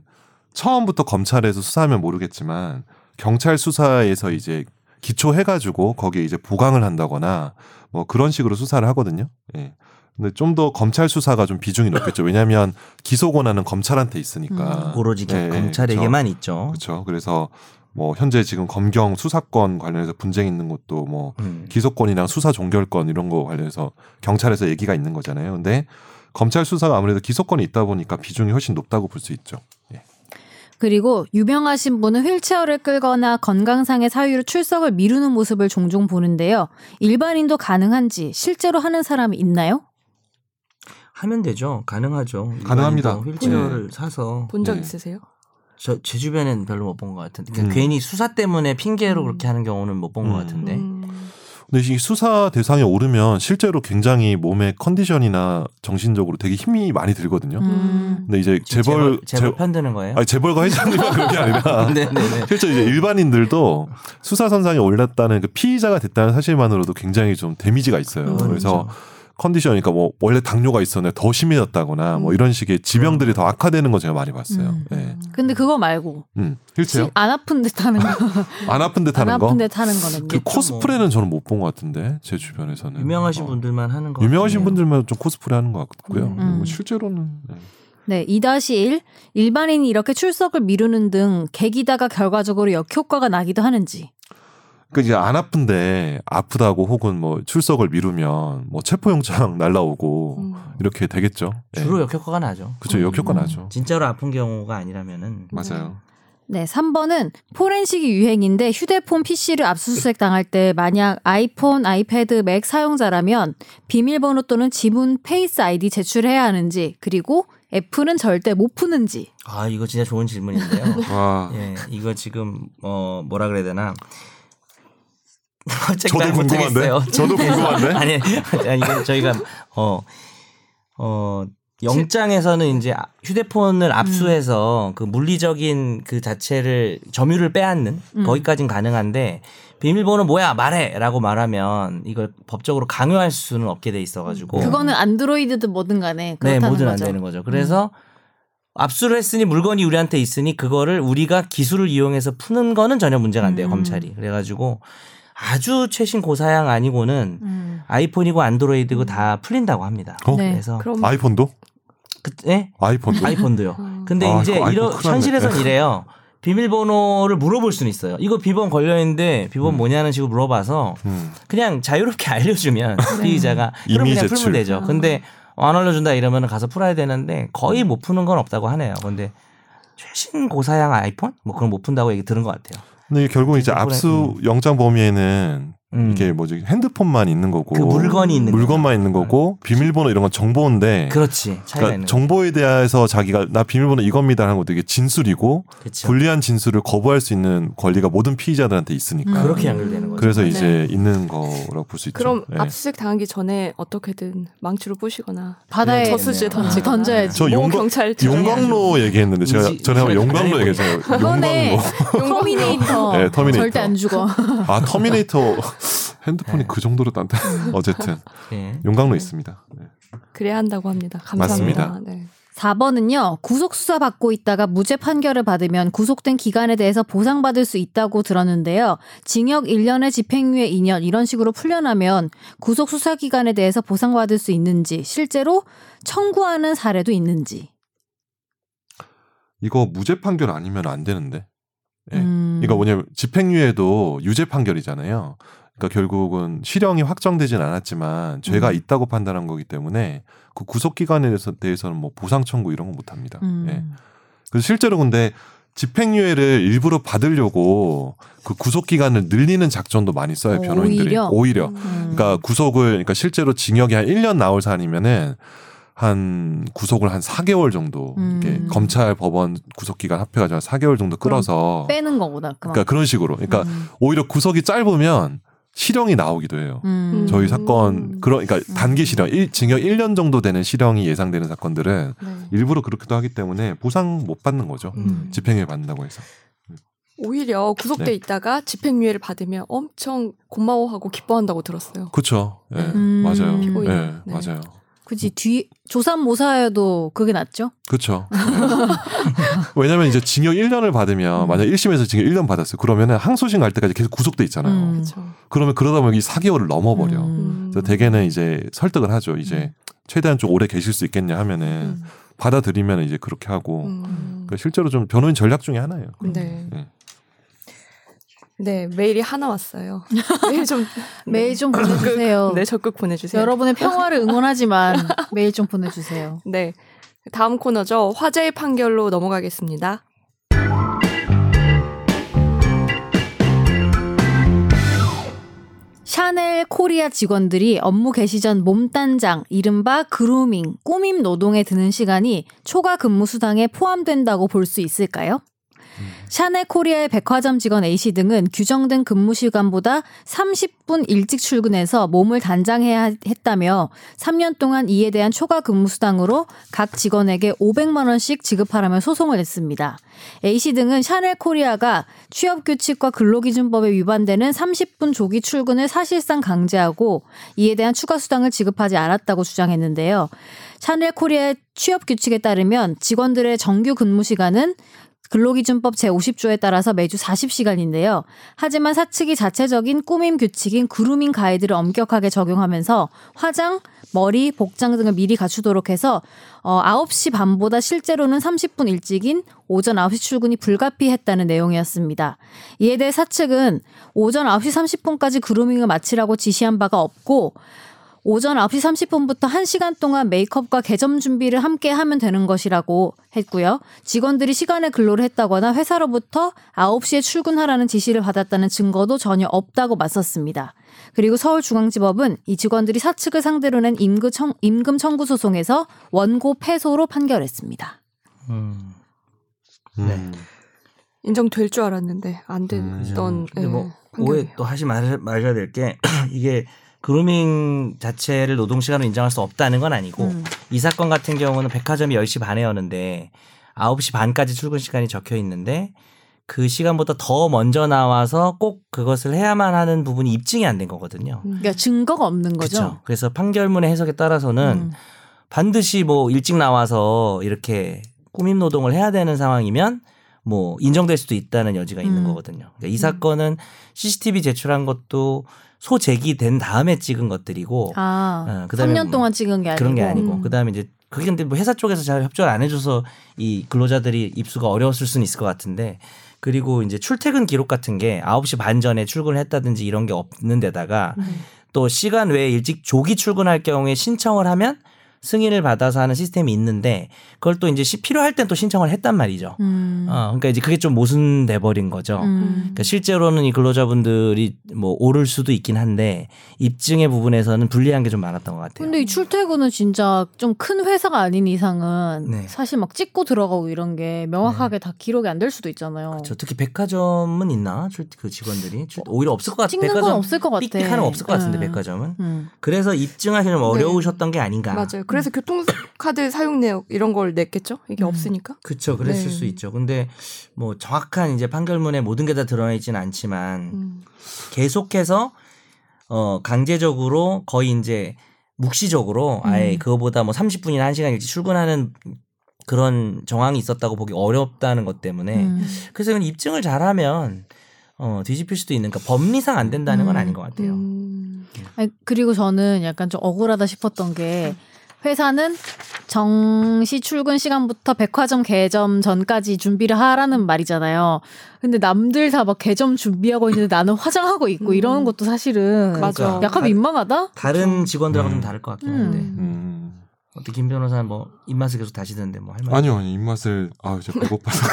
Speaker 4: 처음부터 검찰에서 수사하면 모르겠지만 경찰 수사에서 이제 기초해가지고 거기에 이제 보강을 한다거나 뭐 그런 식으로 수사를 하거든요. 예. 근데 좀 더 검찰 수사가 좀 비중이 높겠죠. 왜냐하면 기소 권한은 검찰한테 있으니까.
Speaker 2: 음,
Speaker 3: 오로지
Speaker 4: 예, 예,
Speaker 3: 검찰에게만 있죠.
Speaker 4: 그렇죠. 그래서 뭐 현재 지금 검경 수사권 관련해서 분쟁 있는 것도 뭐
Speaker 3: 음.
Speaker 4: 기소권이랑 수사 종결권 이런 거 관련해서 경찰에서 얘기가 있는 거잖아요. 근데 검찰 수사가 아무래도 기소권이 있다 보니까 비중이 훨씬 높다고 볼 수 있죠.
Speaker 2: 그리고 유명하신 분은 휠체어를 끌거나 건강상의 사유로 출석을 미루는 모습을 종종 보는데요. 일반인도 가능한지 실제로 하는 사람이 있나요?
Speaker 3: 하면 되죠. 가능하죠.
Speaker 4: 가능합니다.
Speaker 3: 일반인도 휠체어를 사서
Speaker 1: 본 적
Speaker 4: 네.
Speaker 1: 있으세요?
Speaker 3: 저, 제 주변엔 별로 못 본 것 같은데 그러니까
Speaker 4: 음.
Speaker 3: 괜히 수사 때문에 핑계로
Speaker 1: 음.
Speaker 3: 그렇게 하는 경우는 못 본 것
Speaker 4: 음.
Speaker 3: 같은데
Speaker 1: 음,
Speaker 4: 근데 이 수사 대상에 오르면 실제로 굉장히 몸의 컨디션이나 정신적으로 되게 힘이 많이 들거든요.
Speaker 2: 음.
Speaker 4: 근데 이제
Speaker 3: 지금
Speaker 4: 재벌
Speaker 3: 재벌
Speaker 4: 재,
Speaker 3: 편드는 거예요.
Speaker 4: 아니 재벌과 회장님만 그런 게 아니라
Speaker 3: 네네네.
Speaker 4: 실제 이제 일반인들도 수사 선상에 올랐다는 그 피의자가 됐다는 사실만으로도 굉장히 좀 데미지가 있어요.
Speaker 3: 음.
Speaker 4: 그래서 컨디션이니까 뭐 원래 당뇨가 있었는데 더 심해졌다거나 뭐
Speaker 2: 음.
Speaker 4: 이런 식의 지병들이 더 악화되는 거 제가 많이 봤어요.
Speaker 2: 음.
Speaker 4: 예.
Speaker 2: 근데 그거 말고
Speaker 4: 음. 휠체어?
Speaker 2: 지- 안 아픈 듯 하는 거.
Speaker 4: 안 아픈 듯
Speaker 2: 안
Speaker 4: 하는 거?
Speaker 2: 아픈 듯 하는 거는
Speaker 4: 그
Speaker 3: 뭐.
Speaker 4: 코스프레는 저는 못 본 것 같은데 제 주변에서는
Speaker 3: 유명하신
Speaker 4: 어.
Speaker 3: 분들만 하는 거.
Speaker 4: 유명하신
Speaker 3: 같아요.
Speaker 4: 분들만 좀 코스프레 하는 것 같고요.
Speaker 3: 음.
Speaker 4: 그리고 실제로는 예.
Speaker 2: 네, 2-1 일반인이 이렇게 출석을 미루는 등 계기다가 결과적으로 역효과가 나기도 하는지.
Speaker 4: 그 이제 안 아픈데 아프다고 혹은 뭐 출석을 미루면 뭐 체포영장
Speaker 1: 음.
Speaker 4: 날라오고 이렇게 되겠죠. 예.
Speaker 3: 주로 역효과가 나죠.
Speaker 4: 그쵸 역효과
Speaker 2: 음.
Speaker 4: 나죠.
Speaker 3: 진짜로 아픈 경우가 아니라면은
Speaker 4: 맞아요.
Speaker 2: 네, 3번은 포렌식이 유행인데 휴대폰 PC를 압수수색 당할 때 만약 아이폰, 아이패드, 맥 사용자라면 비밀번호 또는 지문 페이스 아이디 제출해야 하는지, 그리고 애플은 절대 못 푸는지.
Speaker 3: 아 이거 진짜 좋은 질문인데요.
Speaker 2: 네.
Speaker 4: 와
Speaker 3: 예, 이거 지금 어 뭐라 그래야 되나?
Speaker 4: 저도
Speaker 3: 잘
Speaker 4: 궁금한데?
Speaker 3: 못하겠어요.
Speaker 4: 저도 궁금한데?
Speaker 3: 아니, 아니 이거 저희가 어 어, 영장에서는 이제 아,
Speaker 2: 음.
Speaker 3: 휴대폰을 압수해서 그 물리적인 그 자체를 점유를 빼앗는
Speaker 2: 음.
Speaker 3: 거기까진 가능한데 비밀번호 뭐야 말해라고 말하면 이걸 법적으로 강요할 수는 없게 돼 있어가지고
Speaker 2: 그거는 안드로이드든 뭐든 간에
Speaker 3: 네,
Speaker 2: 그렇다는
Speaker 3: 뭐든 안
Speaker 2: 거죠.
Speaker 3: 되는 거죠. 그래서 압수를 했으니 물건이 우리한테 있으니 그거를 우리가 기술을 이용해서 푸는 거는 전혀 문제가 안 돼요,
Speaker 2: 음.
Speaker 3: 검찰이. 그래가지고 아주 최신 고사양 아니고는
Speaker 2: 음.
Speaker 3: 아이폰이고 안드로이드고 다 풀린다고 합니다.
Speaker 4: 음. 어?
Speaker 2: 네.
Speaker 3: 그래서
Speaker 1: 그럼 어,
Speaker 4: 아이폰도
Speaker 3: 그, 예?
Speaker 4: 아이폰도
Speaker 3: 아이폰도요. 근데
Speaker 4: 아,
Speaker 3: 이제
Speaker 4: 이거 아이폰
Speaker 3: 이런
Speaker 4: 큰일 났네.
Speaker 3: 현실에선 이래요. 비밀번호를 물어볼 수는 있어요. 이거 비번 걸려 있는데 비번 뭐냐는 식으로 물어봐서
Speaker 4: 음.
Speaker 3: 그냥 자유롭게 알려주면 피의자가 그럼
Speaker 4: 이미
Speaker 3: 그냥
Speaker 4: 제출.
Speaker 3: 풀면 되죠. 근데 안 알려준다 이러면 가서 풀어야 되는데 거의 못 푸는 건 없다고 하네요. 근데 최신 고사양 아이폰 뭐 그런 못 푼다고 얘기 들은 것 같아요.
Speaker 4: 근데 이게 결국 이제
Speaker 3: 핸드폰에-
Speaker 4: 압수 영장 범위에는
Speaker 3: 음.
Speaker 4: 이게 뭐지 핸드폰만 있는 거고
Speaker 3: 그 물건이 있는 음.
Speaker 4: 물건만 있는 거고 비밀번호 이런 건 정보인데
Speaker 3: 그렇지 차이가
Speaker 4: 그러니까
Speaker 3: 있는
Speaker 4: 정보에 대해서 자기가 나 비밀번호 이겁니다 하는 것도 이게 진술이고
Speaker 3: 그렇죠.
Speaker 4: 불리한 진술을 거부할 수 있는 권리가 모든 피의자들한테 있으니까
Speaker 2: 음.
Speaker 3: 그렇게 연결되는 거죠. 네.
Speaker 4: 그래서 이제 있는 거라고 볼 수 있죠.
Speaker 1: 그럼
Speaker 4: 예.
Speaker 1: 압수수색 당하기 전에 어떻게든 망치로 부시거나
Speaker 2: 바다에
Speaker 1: 네, 저수지에 던지
Speaker 2: 던져야지.
Speaker 4: 저
Speaker 1: 모
Speaker 4: 용광-
Speaker 1: 경찰청
Speaker 4: 용광로 얘기했는데 제가
Speaker 3: 인지-
Speaker 4: 전에 한번
Speaker 3: 인지가
Speaker 4: 용광로
Speaker 3: 다르네.
Speaker 4: 얘기했잖아요.
Speaker 2: 이번에
Speaker 4: 용광로.
Speaker 2: 터미네이터.
Speaker 4: 네, 터미네이터.
Speaker 2: 어, 절대 안 죽어.
Speaker 4: 아 터미네이터 핸드폰이 그 정도로 딴데
Speaker 3: 음.
Speaker 4: 어쨌든
Speaker 3: 예.
Speaker 4: 용광로 있습니다. 네.
Speaker 1: 그래야 한다고 합니다. 감사합니다.
Speaker 4: 맞습니다.
Speaker 1: 네.
Speaker 2: 4번은요, 구속수사 받고 있다가 무죄 판결을 받으면 구속된 기간에 대해서 보상받을 수 있다고 들었는데요. 징역 1년에 집행유예 2년, 이런 식으로 풀려나면 구속수사 기간에 대해서 보상받을 수 있는지, 실제로 청구하는 사례도 있는지.
Speaker 4: 이거 무죄 판결 아니면 안 되는데. 예.
Speaker 2: 음.
Speaker 4: 이거 뭐냐면 집행유예도 유죄 판결이잖아요. 그러니까 결국은 실형이 확정되진 않았지만 죄가
Speaker 2: 음.
Speaker 4: 있다고 판단한 거기 때문에 그 구속 기간에 대해서 대해서는 뭐 보상 청구 이런 건 못 합니다.
Speaker 2: 음.
Speaker 4: 예. 그래서 실제로 근데 집행유예를 일부러 받으려고 그 구속 기간을 늘리는 작전도 많이 써요
Speaker 2: 어,
Speaker 4: 변호인들이
Speaker 2: 오히려?
Speaker 4: 오히려
Speaker 2: 음.
Speaker 4: 그러니까 구속을 그러니까 실제로 징역이 한 1년 나올 사안이면은 한 구속을 한 4개월 정도
Speaker 2: 음.
Speaker 4: 이렇게 검찰 법원 구속 기간 합해 가지고 한 4개월 정도 끌어서
Speaker 2: 빼는 거구나. 그만.
Speaker 4: 그러니까 그런 식으로 그러니까
Speaker 2: 음.
Speaker 4: 오히려 구속이 짧으면 실형이 나오기도 해요.
Speaker 2: 음.
Speaker 4: 저희 사건 그러 그러니까 단기 실형 일- 징역 1년 정도 되는 실형이 예상되는 사건들은
Speaker 1: 네.
Speaker 4: 일부러 그렇게도 하기 때문에 보상 못 받는 거죠.
Speaker 3: 음.
Speaker 4: 집행유예 받는다고 해서.
Speaker 1: 오히려 구속돼
Speaker 4: 네.
Speaker 1: 있다가 집행유예를 받으면 엄청 고마워하고 기뻐한다고 들었어요.
Speaker 4: 그렇죠. 예.
Speaker 2: 음.
Speaker 4: 맞아요.
Speaker 1: 피고인.
Speaker 4: 예,
Speaker 1: 네.
Speaker 4: 맞아요.
Speaker 2: 그지 뒤 조산 모사여도 그게 낫죠.
Speaker 4: 그렇죠. 왜냐면 하 이제 징역 1년을 받으면
Speaker 2: 음.
Speaker 4: 만약 1심에서 징역 1년 받았어요. 그러면은 항소심 갈 때까지 계속 구속돼 있잖아요.
Speaker 2: 음.
Speaker 1: 그렇죠.
Speaker 4: 그러면 그러다 보면 이 4개월을 넘어버려.
Speaker 2: 음.
Speaker 4: 그래서 대개는 이제 설득을 하죠.
Speaker 3: 음.
Speaker 4: 이제 최대한 좀 오래 계실 수 있겠냐 하면은
Speaker 1: 음.
Speaker 4: 받아들이면 이제 그렇게 하고
Speaker 1: 음.
Speaker 4: 그러니까 실제로 좀 변호인 전략 중에 하나예요.
Speaker 1: 네.
Speaker 4: 예.
Speaker 1: 네 메일이 하나 왔어요. 메일 좀
Speaker 2: 메일 좀 보내주세요.
Speaker 1: 네 적극 보내주세요.
Speaker 2: 여러분의 평화를 응원하지만 메일 좀 보내주세요.
Speaker 1: 네 다음 코너죠. 화제의 판결로 넘어가겠습니다.
Speaker 2: 샤넬 코리아 직원들이 업무 개시 전 몸단장, 이른바 그루밍, 꾸밈 노동에 드는 시간이 초과 근무 수당에 포함된다고 볼 수 있을까요? 샤넬 코리아의 백화점 직원 A씨 등은 규정된 근무 시간보다 30분 일찍 출근해서 몸을 단장해야 했다며 3년 동안 이에 대한 초과 근무 수당으로 각 직원에게 500만 원씩 지급하라며 소송을 냈습니다. A씨 등은 샤넬 코리아가 취업 규칙과 근로기준법에 위반되는 30분 조기 출근을 사실상 강제하고 이에 대한 추가 수당을 지급하지 않았다고 주장했는데요. 샤넬 코리아의 취업 규칙에 따르면 직원들의 정규 근무 시간은 근로기준법 제50조에 따라서 매주 40시간인데요. 하지만 사측이 자체적인 꾸밈 규칙인 그루밍 가이드를 엄격하게 적용하면서 화장, 머리, 복장 등을 미리 갖추도록 해서 어, 9시 반보다 실제로는 30분 일찍인 오전 9시 출근이 불가피했다는 내용이었습니다. 이에 대해 사측은 오전 9시 30분까지 그루밍을 마치라고 지시한 바가 없고 오전 9시 30분부터 1시간 동안 메이크업과 개점 준비를 함께 하면 되는 것이라고 했고요. 직원들이 시간에 근로를 했다거나 회사로부터 9시에 출근하라는 지시를 받았다는 증거도 전혀 없다고 맞섰습니다. 그리고 서울중앙지법은 이 직원들이 사측을 상대로 낸 임금, 청, 임금 청구 소송에서 원고 패소로 판결했습니다.
Speaker 3: 음.
Speaker 4: 음.
Speaker 3: 네.
Speaker 1: 인정될 줄 알았는데 안 됐던
Speaker 4: 음,
Speaker 1: 예,
Speaker 3: 근데 뭐 오해
Speaker 1: 판결이에요.
Speaker 3: 또 하지 말, 마셔야 될 게 이게 그루밍 자체를 노동 시간으로 인정할 수 없다는 건 아니고
Speaker 2: 음.
Speaker 3: 이 사건 같은 경우는 백화점이 10시 반에 여는데 9시 반까지 출근 시간이 적혀 있는데 그 시간보다 더 먼저 나와서 꼭 그것을 해야만 하는 부분이 입증이 안 된 거거든요.
Speaker 1: 음.
Speaker 2: 그러니까 증거가 없는 거죠.
Speaker 3: 그렇죠. 그래서 판결문의 해석에 따라서는
Speaker 2: 음.
Speaker 3: 반드시 뭐 일찍 나와서 이렇게 꾸밈 노동을 해야 되는 상황이면 뭐 인정될 수도 있다는 여지가 있는
Speaker 2: 음.
Speaker 3: 거거든요. 그러니까 이 사건은 CCTV 제출한 것도 소 제기된 다음에 찍은 것들이고
Speaker 2: 아,
Speaker 3: 어, 그다음에
Speaker 2: 3년
Speaker 3: 뭐
Speaker 2: 동안 찍은 게 아니고.
Speaker 3: 그런 게 아니고
Speaker 1: 음.
Speaker 3: 그다음에 이제 그게 근데 뭐 회사 쪽에서 잘 협조를 안 해줘서 이 근로자들이 입수가 어려웠을 수는 있을 것 같은데 그리고 이제 출퇴근 기록 같은 게 9시 반 전에 출근을 했다든지 이런 게 없는 데다가
Speaker 2: 음.
Speaker 3: 또 시간 외에 일찍 조기 출근할 경우에 신청을 하면 승인을 받아서 하는 시스템이 있는데 그걸 또 이제 시- 필요할 땐 또 신청을 했단 말이죠.
Speaker 2: 음.
Speaker 3: 어, 그러니까 이제 그게 좀 모순돼 버린 거죠.
Speaker 2: 음.
Speaker 3: 그러니까 실제로는 이 근로자분들이 뭐 오를 수도 있긴 한데 입증의 부분에서는 불리한 게 좀 많았던 것 같아요.
Speaker 2: 근데 이 출퇴근은 진짜 좀 큰 회사가 아닌 이상은
Speaker 3: 네.
Speaker 2: 사실 막 찍고 들어가고 이런 게 명확하게 다 기록이 안 될 수도 있잖아요.
Speaker 3: 저 특히 백화점은 있나? 출, 그 직원들이 출- 오히려 없을 것 같아.
Speaker 2: 뭐, 찍는 건 없을 것 같아. 네.
Speaker 3: 삑삑하는 없을 것 같은데
Speaker 2: 음.
Speaker 3: 백화점은.
Speaker 2: 음.
Speaker 3: 그래서 입증하기 좀 어려우셨던 게 아닌가.
Speaker 1: 맞아요. 그래서 교통카드 사용 내역 이런 걸 냈겠죠? 이게
Speaker 2: 음.
Speaker 1: 없으니까.
Speaker 3: 그렇죠. 그랬을
Speaker 1: 네.
Speaker 3: 수 있죠. 근데 뭐 정확한 이제 판결문에 모든 게 다 드러나 있지는 않지만
Speaker 1: 음.
Speaker 3: 계속해서 어 강제적으로 거의 이제 묵시적으로 아예
Speaker 2: 음.
Speaker 3: 그거보다 뭐 30분이나 1시간 일찍 출근하는 그런 정황이 있었다고 보기 어렵다는 것 때문에
Speaker 2: 음.
Speaker 3: 그래서 이건 입증을 잘하면 어 뒤집힐 수도 있는 그러니까 법리상 안 된다는 건
Speaker 2: 음.
Speaker 3: 아닌 것 같아요.
Speaker 1: 음.
Speaker 2: 아니, 그리고 저는 약간 좀 억울하다 싶었던 게 회사는 정시 출근 시간부터 백화점 개점 전까지 준비를 하라는 말이잖아요. 근데 남들 다 막 개점 준비하고 있는데 나는 화장하고 있고
Speaker 1: 음.
Speaker 2: 이러는 것도 사실은
Speaker 1: 맞아.
Speaker 2: 약간 민망하다.
Speaker 3: 그러니까 다른 직원들하고 좀
Speaker 4: 음.
Speaker 3: 다를 것 같긴
Speaker 2: 음.
Speaker 3: 한데
Speaker 4: 음.
Speaker 3: 어떻게 김 변호사는 뭐 입맛을 계속 다시는데 뭐 할말
Speaker 4: 아니요, 아니, 입맛을 아 이제 배고파서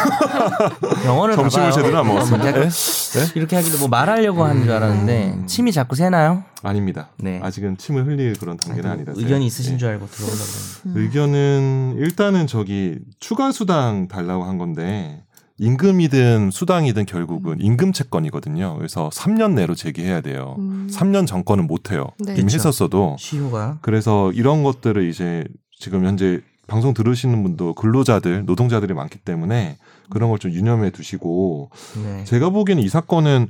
Speaker 3: 영어를
Speaker 4: 점심을
Speaker 3: 봐봐요.
Speaker 4: 제대로 안 먹었습니다.
Speaker 3: 약간
Speaker 4: 네?
Speaker 3: 이렇게 하길래 뭐 말하려고 하는 줄 알았는데
Speaker 4: 음.
Speaker 3: 침이 자꾸 새나요?
Speaker 4: 아닙니다.
Speaker 3: 네.
Speaker 4: 아직은 침을 흘릴 그런 단계는
Speaker 3: 아이고,
Speaker 4: 아니다.
Speaker 3: 의견이 있으신
Speaker 4: 예.
Speaker 3: 줄 알고 들어오려고 그랬는데.
Speaker 2: 음.
Speaker 4: 의견은 일단은 저기 추가 수당 달라고 한 건데 임금이든 수당이든 결국은 임금 채권이거든요. 그래서 3년 내로 제기해야 돼요.
Speaker 1: 음. 음.
Speaker 4: 3년 전권은 못 해요.
Speaker 1: 네.
Speaker 4: 이미
Speaker 3: 그쵸.
Speaker 4: 했었어도
Speaker 3: 시효가
Speaker 4: 그래서 이런 것들을 이제 지금 현재 방송 들으시는 분도 근로자들, 노동자들이 많기 때문에 그런 걸 좀 유념해 두시고
Speaker 3: 네.
Speaker 4: 제가 보기에는 이 사건은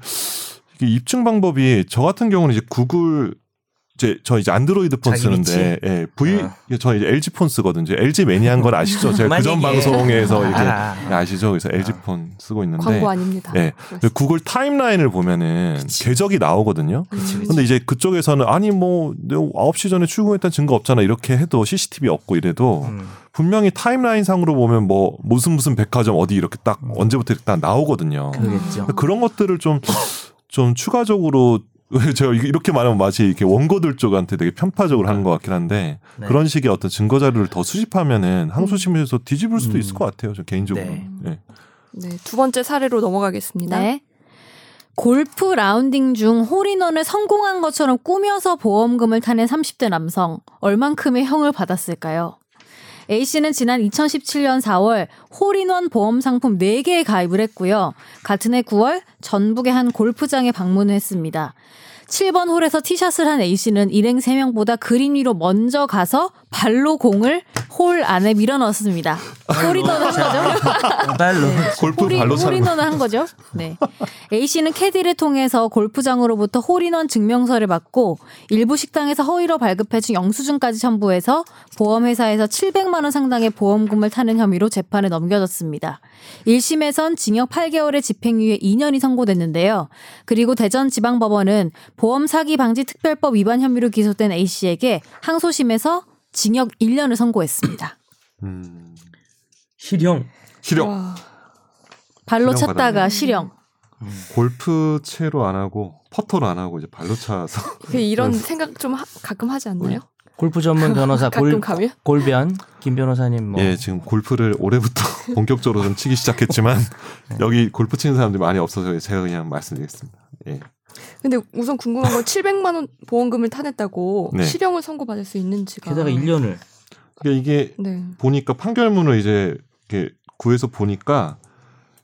Speaker 4: 이게 입증 방법이 저 같은 경우는 이제 구글 이제 저 이제 안드로이드 폰
Speaker 3: 자기
Speaker 4: 쓰는데 예, V
Speaker 3: 아.
Speaker 4: 저 이제 LG 폰 쓰거든요. 이제 LG 매니아인 걸 아시죠? 제가
Speaker 3: 그만
Speaker 4: 그전
Speaker 3: 얘기해.
Speaker 4: 방송에서 이렇게
Speaker 3: 알아.
Speaker 4: 아시죠? 그래서 LG 폰 쓰고 있는데
Speaker 3: 네.
Speaker 1: 광고 아닙니다.
Speaker 4: 예.
Speaker 1: 그래서-
Speaker 4: 구글 타임라인을 보면은
Speaker 3: 그치.
Speaker 4: 궤적이 나오거든요.
Speaker 3: 그치,
Speaker 1: 음.
Speaker 3: 그치.
Speaker 4: 근데 이제 그쪽에서는 아니 뭐 내가 9시 전에 출근했다는 증거 없잖아 이렇게 해도 CCTV 없고 이래도
Speaker 3: 음.
Speaker 4: 분명히 타임라인 상으로 보면 뭐 무슨 무슨 백화점 어디 이렇게 딱 언제부터 이렇게 딱 나오거든요.
Speaker 3: 음. 그러겠죠.
Speaker 4: 그런 것들을 좀 좀 추가적으로 제가 이게 이렇게 말하면 마치 이렇게 원고들 쪽한테 되게 편파적으로 하는 것 같긴 한데
Speaker 3: 네.
Speaker 4: 그런 식의 어떤 증거 자료를 더 수집하면은 항소심에서 뒤집을 수도
Speaker 3: 음.
Speaker 4: 있을 것 같아요. 저 개인적으로.
Speaker 3: 네.
Speaker 4: 예.
Speaker 1: 네, 두 번째 사례로 넘어가겠습니다.
Speaker 2: 네. 골프 라운딩 중 홀인원을 성공한 것처럼 꾸며서 보험금을 타낸 30대 남성 얼만큼의 형을 받았을까요? A 씨는 지난 2017년 4월 홀인원 보험 상품 4개에 가입을 했고요. 같은 해 9월 전북의 한 골프장에 방문을 했습니다. 7번 홀에서 티샷을 한 A 씨는 일행 3명보다 그린 위로 먼저 가서 발로 공을 홀 안에 밀어 넣었습니다. 홀인원을 한 거죠?
Speaker 3: 발로
Speaker 4: 그 골프
Speaker 2: 홀인-
Speaker 4: 발로 차는
Speaker 2: 홀인원을 한 거죠. 네. A 씨는 캐디를 통해서 골프장으로부터 홀인원 증명서를 받고 일부 식당에서 허위로 발급해준 영수증까지 첨부해서 보험회사에서 700만 원 상당의 보험금을 타는 혐의로 재판에 넘겨졌습니다. 1심에선 징역 8개월의 집행유예 2년이 선고됐는데요. 그리고 대전지방법원은 보험 사기 방지 특별법 위반 혐의로 기소된 A 씨에게 항소심에서 징역 1년을 선고했습니다.
Speaker 4: 음,
Speaker 3: 실형.
Speaker 4: 실형
Speaker 3: 어.
Speaker 1: 와,
Speaker 2: 발로
Speaker 4: 실형
Speaker 2: 쳤다가
Speaker 4: 받았네.
Speaker 2: 실형.
Speaker 4: 골프 채로 안 하고 퍼터로 안 하고 이제 발로 차서
Speaker 1: 그 이런 생각 좀 하- 가끔 하지 않나요?
Speaker 3: 골프 전문 변호사
Speaker 1: 가끔
Speaker 3: 골,
Speaker 1: 가면?
Speaker 3: 골변 김 변호사님 뭐
Speaker 4: 예 지금 골프를 올해부터 본격적으로 좀 치기 시작했지만
Speaker 3: 네.
Speaker 4: 여기 골프 치는 사람들이 많이 없어서 제가 그냥 말씀드리겠습니다. 예.
Speaker 1: 근데 우선 궁금한 건 700만 원 보험금을 타냈다고
Speaker 4: 네.
Speaker 1: 실형을 선고받을 수 있는지가
Speaker 3: 게다가 1년을
Speaker 4: 그러니까 이게
Speaker 1: 네.
Speaker 4: 보니까 판결문을 이제 이렇게 구해서 보니까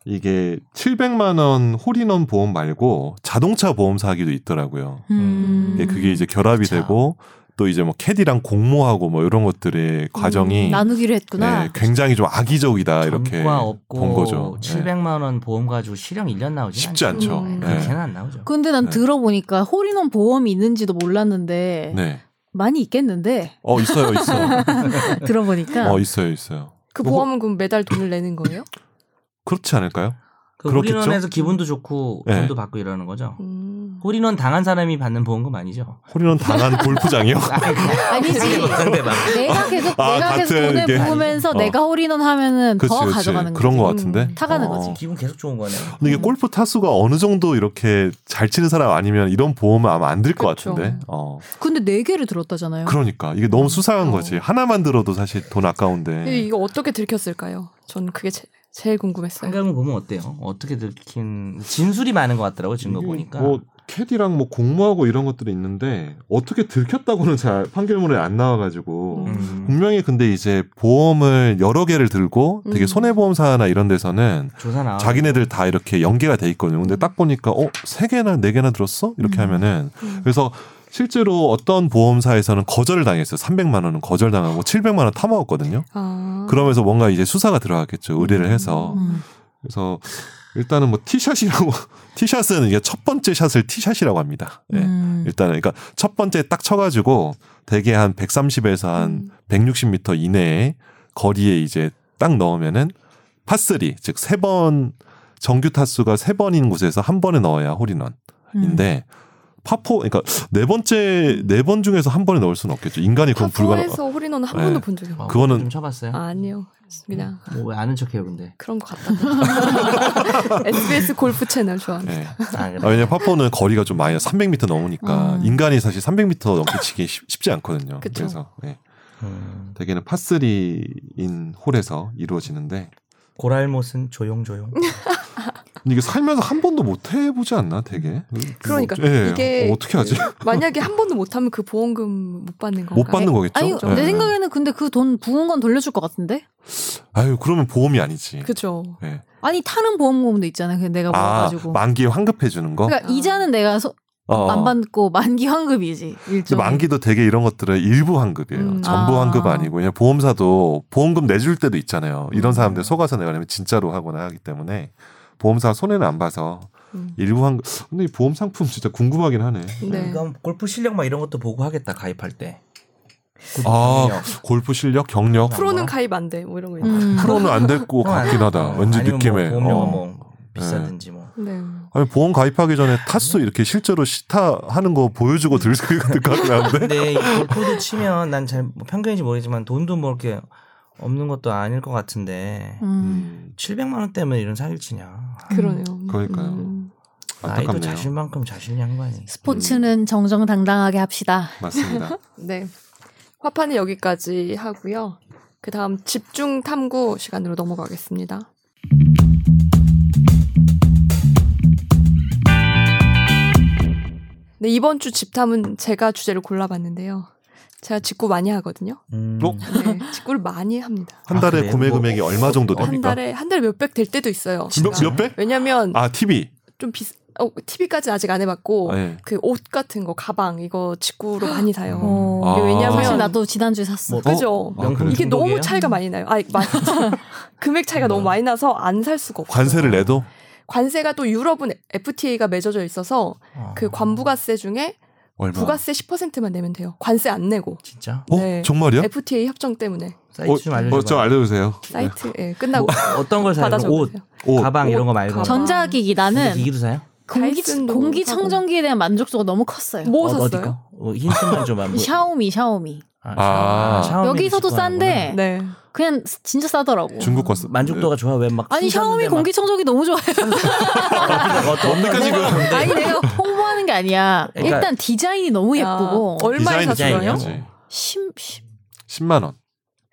Speaker 4: 이게 700만 원 홀인원 보험 말고 자동차 보험 사기도 있더라고요.
Speaker 3: 음.
Speaker 4: 예, 그게 이제 결합이
Speaker 3: 그쵸.
Speaker 4: 되고 또 이제 뭐 캐디랑 공모하고 뭐 이런 것들의 과정이
Speaker 2: 나누기로 음, 했구나.
Speaker 4: 예, 굉장히 좀 아, 악의적이다 이렇게
Speaker 3: 전과 없고
Speaker 4: 본 거죠. 예.
Speaker 3: 700만 원 보험 가지고 실형 1년 나오지
Speaker 4: 쉽지 않죠.
Speaker 1: 음.
Speaker 4: 예.
Speaker 3: 그렇게는 안 나오죠.
Speaker 2: 근데 난
Speaker 4: 네.
Speaker 2: 들어보니까 홀인원 보험이 있는지도 몰랐는데
Speaker 4: 네.
Speaker 2: 많이 있겠는데
Speaker 4: 어 있어요, 있어.
Speaker 2: 들어보니까
Speaker 4: 어 있어요, 있어요.
Speaker 1: 그
Speaker 4: 뭐-
Speaker 1: 보험은 그럼 매달 돈을 내는 거예요?
Speaker 4: 그렇지 않을까요?
Speaker 3: 그
Speaker 4: 그렇겠죠?
Speaker 3: 홀인원에서 기분도 좋고
Speaker 4: 네.
Speaker 3: 돈도 받고 이러는 거죠.
Speaker 1: 음.
Speaker 3: 홀인원 당한 사람이 받는 보험금 아니죠?
Speaker 4: 홀인원 당한 골프장이요?
Speaker 2: 아니지
Speaker 3: 상대방.
Speaker 2: 내가 계속
Speaker 4: 아,
Speaker 2: 내가 계속
Speaker 4: 같은
Speaker 2: 돈을
Speaker 4: 이게-
Speaker 2: 모으면서
Speaker 4: 어.
Speaker 2: 내가 홀인원 하면은
Speaker 4: 그렇지,
Speaker 2: 더
Speaker 4: 그렇지.
Speaker 2: 가져가는
Speaker 4: 그런
Speaker 2: 거지.
Speaker 4: 것 같은데.
Speaker 1: 음.
Speaker 2: 타가는
Speaker 4: 어.
Speaker 2: 거지.
Speaker 3: 기분 계속 좋은 거네요.
Speaker 4: 근데 이게
Speaker 2: 음.
Speaker 4: 골프 타수가 어느 정도 이렇게 잘 치는 사람 아니면 이런 보험은 아마 안 들 것
Speaker 1: 그쵸.
Speaker 4: 같은데. 어.
Speaker 2: 근데 네 개를 들었다잖아요.
Speaker 4: 그러니까 이게 너무 수상한
Speaker 1: 어.
Speaker 4: 거지. 하나만 들어도 사실 돈
Speaker 1: 근데
Speaker 3: 네.
Speaker 4: 아까운데.
Speaker 1: 이거 어떻게 들켰을까요? 전 그게 제, 제일 궁금했어요.
Speaker 3: 한강을 보면 어때요? 어떻게 들킨 진술이 많은 것 같더라고 증거 보니까.
Speaker 4: 뭐 캐디랑 뭐 공모하고 이런 것들이 있는데 어떻게 들켰다고는 잘 판결문에 안 나와가지고
Speaker 1: 음.
Speaker 4: 분명히 근데 이제 보험을 여러 개를 들고 되게
Speaker 1: 음.
Speaker 4: 손해보험사나 이런 데서는
Speaker 3: 조사 나.
Speaker 4: 아. 자기네들 다 이렇게 연계가 돼 있거든요. 근데
Speaker 1: 음.
Speaker 4: 딱 보니까 어세 개나 네 개나 들었어 이렇게
Speaker 2: 음.
Speaker 4: 하면은
Speaker 1: 음.
Speaker 4: 그래서 실제로 어떤 보험사에서는 거절을 당했어요. 300만 원은 거절당하고 700만 원 타먹었거든요.
Speaker 1: 아.
Speaker 4: 그러면서 뭔가 이제 수사가 들어갔겠죠. 의뢰를 해서
Speaker 2: 음.
Speaker 4: 그래서 일단은 뭐 티샷이라고 티샷은 이게 첫 번째 샷을 티샷이라고 합니다. 예.
Speaker 2: 음.
Speaker 4: 일단은 그러니까 첫 번째 딱 쳐가지고 대개 한 130에서 한
Speaker 1: 음.
Speaker 4: 160m 이내에 거리에 이제 딱 넣으면은 파스리 즉 세 번 정규 타수가 세 번인 곳에서 한 번에 넣어야 홀인원인데
Speaker 2: 음.
Speaker 1: 음.
Speaker 4: 파포 그러니까 네 번째 네 번 중에서 한 번에 넣을 수는 없겠죠 인간이 그건 불가능
Speaker 1: 파포에서 홀인원 한
Speaker 4: 네.
Speaker 1: 번도 본 적이 없어요.
Speaker 4: 그거는-
Speaker 3: 좀 쳐봤어요.
Speaker 1: 아, 아니요. 그냥
Speaker 3: 뭐 왜 아는 척해요, 근데.
Speaker 1: 그런 것 같다. SBS 골프 채널 좋아합니다.
Speaker 4: 예.
Speaker 3: 아,
Speaker 4: 아, 왜냐면 파포는 거리가 좀 많이 300m 넘으니까
Speaker 2: 음.
Speaker 4: 인간이 사실 300m 넘게 치기 쉽- 쉽지 않거든요
Speaker 1: 그쵸.
Speaker 4: 래서 예.
Speaker 3: 음,
Speaker 4: 대개는 파스리인 홀에서 이루어지는데
Speaker 3: 고랄못은 조용조용.
Speaker 4: 근데 이게 살면서 한 번도 못 해보지 않나 되게
Speaker 1: 그러니까
Speaker 4: 뭐, 예,
Speaker 1: 이게-
Speaker 4: 어, 어떻게 하지
Speaker 1: 만약에 한 번도 못 하면 그 보험금 못 받는 건가요?
Speaker 4: 못 받는 거겠죠
Speaker 2: 아니
Speaker 1: 그렇죠.
Speaker 2: 내
Speaker 4: 예.
Speaker 2: 생각에는 근데 그 돈 부은 건 돌려줄 것 같은데.
Speaker 4: 아유 그러면 보험이 아니지
Speaker 1: 그죠.
Speaker 4: 예.
Speaker 2: 아니 타는 보험금도 있잖아. 그 내가
Speaker 4: 아
Speaker 2: 모아가지고.
Speaker 4: 만기에 환급해 주는 거
Speaker 2: 그러니까
Speaker 1: 아.
Speaker 2: 이자는 내가 소-
Speaker 4: 어,
Speaker 2: 안
Speaker 4: 어.
Speaker 2: 받고 만기 환급이지
Speaker 4: 근데
Speaker 2: 일종.
Speaker 4: 만기도 되게 이런 것들은 일부 환급이에요.
Speaker 1: 음.
Speaker 4: 전부
Speaker 2: 아.
Speaker 4: 환급 아니고 그냥 보험사도 보험금 내줄 때도 있잖아요. 이런
Speaker 1: 음.
Speaker 4: 사람들 속아서 내가면 진짜로 하거나 하기 때문에 보험사 손해는 안 봐서
Speaker 1: 음.
Speaker 4: 일부 환급. 근데 이 보험 상품 진짜 궁금하긴 하네.
Speaker 1: 네.
Speaker 3: 그러니까 골프 실력 막 이런 것도 보고 하겠다 가입할 때.
Speaker 4: 아
Speaker 3: 네, 경력.
Speaker 4: 골프 실력 경력
Speaker 1: 프로는 가입 안 돼. 뭐 이런 거 있죠.
Speaker 2: 음.
Speaker 4: 프로는 안 될 것뭐 같긴 하다. 왠지
Speaker 3: 어, 아니면
Speaker 4: 느낌에.
Speaker 3: 뭐 보험료가
Speaker 4: 어.
Speaker 3: 뭐 비싸든지 뭐.
Speaker 1: 네.
Speaker 4: 아니 보험 가입하기 전에 타수 이렇게 실제로 시타하는 거 보여주고 들을것같은데
Speaker 3: 근데 이 골프도 치면 난 잘 편견인지 모르지만 돈도 뭐 이렇게 없는 것도 아닐 것 같은데
Speaker 2: 음.
Speaker 3: 700만 원 때문에 이런 사기를 치냐.
Speaker 1: 그러네요.
Speaker 4: 그러니까요.
Speaker 1: 음.
Speaker 3: 나이도
Speaker 4: 안타깝네요.
Speaker 3: 자신만큼 자신이 한 거 아니.
Speaker 2: 스포츠는 정정당당하게 합시다.
Speaker 4: 맞습니다.
Speaker 1: 네. 화판은 여기까지 하고요. 그 다음 집중 탐구 시간으로 넘어가겠습니다. 네, 이번 주 집탐은 제가 주제를 골라봤는데요. 제가 직구 많이 하거든요.
Speaker 3: 음.
Speaker 4: 어?
Speaker 1: 네, 직구를 많이 합니다.
Speaker 4: 한
Speaker 3: 아,
Speaker 4: 달에
Speaker 3: 그래요?
Speaker 4: 구매
Speaker 3: 뭐-
Speaker 4: 금액이 얼마 정도 됩니까?
Speaker 1: 한 달에 한 달에 몇백 될 때도 있어요.
Speaker 2: 아,
Speaker 4: 몇, 몇 배?
Speaker 1: 왜냐면
Speaker 4: 아 TV.
Speaker 1: 좀 비싸. 어, TV까지 아직 안 해봤고
Speaker 4: 아, 예.
Speaker 1: 그 옷 같은 거 가방 이거 직구로 많이 사요.
Speaker 2: 어,
Speaker 4: 아.
Speaker 1: 왜냐면-
Speaker 2: 사실 나도 지난주에 샀어.
Speaker 3: 뭐,
Speaker 1: 그죠?
Speaker 4: 아, 그래요?
Speaker 1: 이게 너무
Speaker 3: 중독이에요?
Speaker 1: 차이가 많이 나요. 아, 많이 금액 차이가 너무 많이 나서 안 살 수가 없어요.
Speaker 4: 관세를 내도
Speaker 1: 관세가 또 유럽은 FTA가 맺어져 있어서
Speaker 3: 아,
Speaker 1: 그 관부가세 중에
Speaker 4: 얼마?
Speaker 1: 부가세 10%만 내면 돼요. 관세 안 내고.
Speaker 3: 진짜
Speaker 4: 어?
Speaker 1: 네.
Speaker 4: 정말이요?
Speaker 1: FTA 협정 때문에
Speaker 3: 사이트 좀 알려줘.
Speaker 4: 어, 좀 알려주세요.
Speaker 1: 사이트 예, 끝나고
Speaker 3: 어떤 걸 사요?
Speaker 1: 받아
Speaker 3: 그럼 옷,
Speaker 1: 적으세요.
Speaker 4: 옷.
Speaker 3: 가방 이런 거 말고.
Speaker 1: 어, 전-
Speaker 2: 전자기기
Speaker 3: 근데
Speaker 2: 나는
Speaker 3: 기기도 사요?
Speaker 2: 공기
Speaker 1: 다이슨도
Speaker 2: 공기
Speaker 1: 사고.
Speaker 2: 청정기에 대한 만족도가 너무 컸어요.
Speaker 1: 뭐
Speaker 3: 어, 어디
Speaker 1: 샀어요?
Speaker 3: 거? 어, 힌트만 좀한 번.
Speaker 2: 샤오미 샤오미
Speaker 4: 아.
Speaker 3: 샤오미
Speaker 2: 여기서도
Speaker 3: 직구 하는구나.
Speaker 2: 싼데
Speaker 1: 네.
Speaker 2: 그냥 진짜 싸더라고.
Speaker 4: 중국 거. 쓰-
Speaker 3: 만족도가 좋아 왜막
Speaker 2: 아니 샤오미 공기청정기 너무 좋아요.
Speaker 3: 뭡니까
Speaker 4: 뭐 그러니까 지금?
Speaker 1: 네.
Speaker 2: 아니 내가 홍보하는 게 아니야.
Speaker 3: 그러니까-
Speaker 2: 일단 디자인이 너무 예쁘고
Speaker 1: 아, 얼마에
Speaker 4: 네. 디자인
Speaker 1: 샀어요?
Speaker 3: 디자인이요?
Speaker 4: 네.
Speaker 2: 심- 심-
Speaker 4: 10만 원,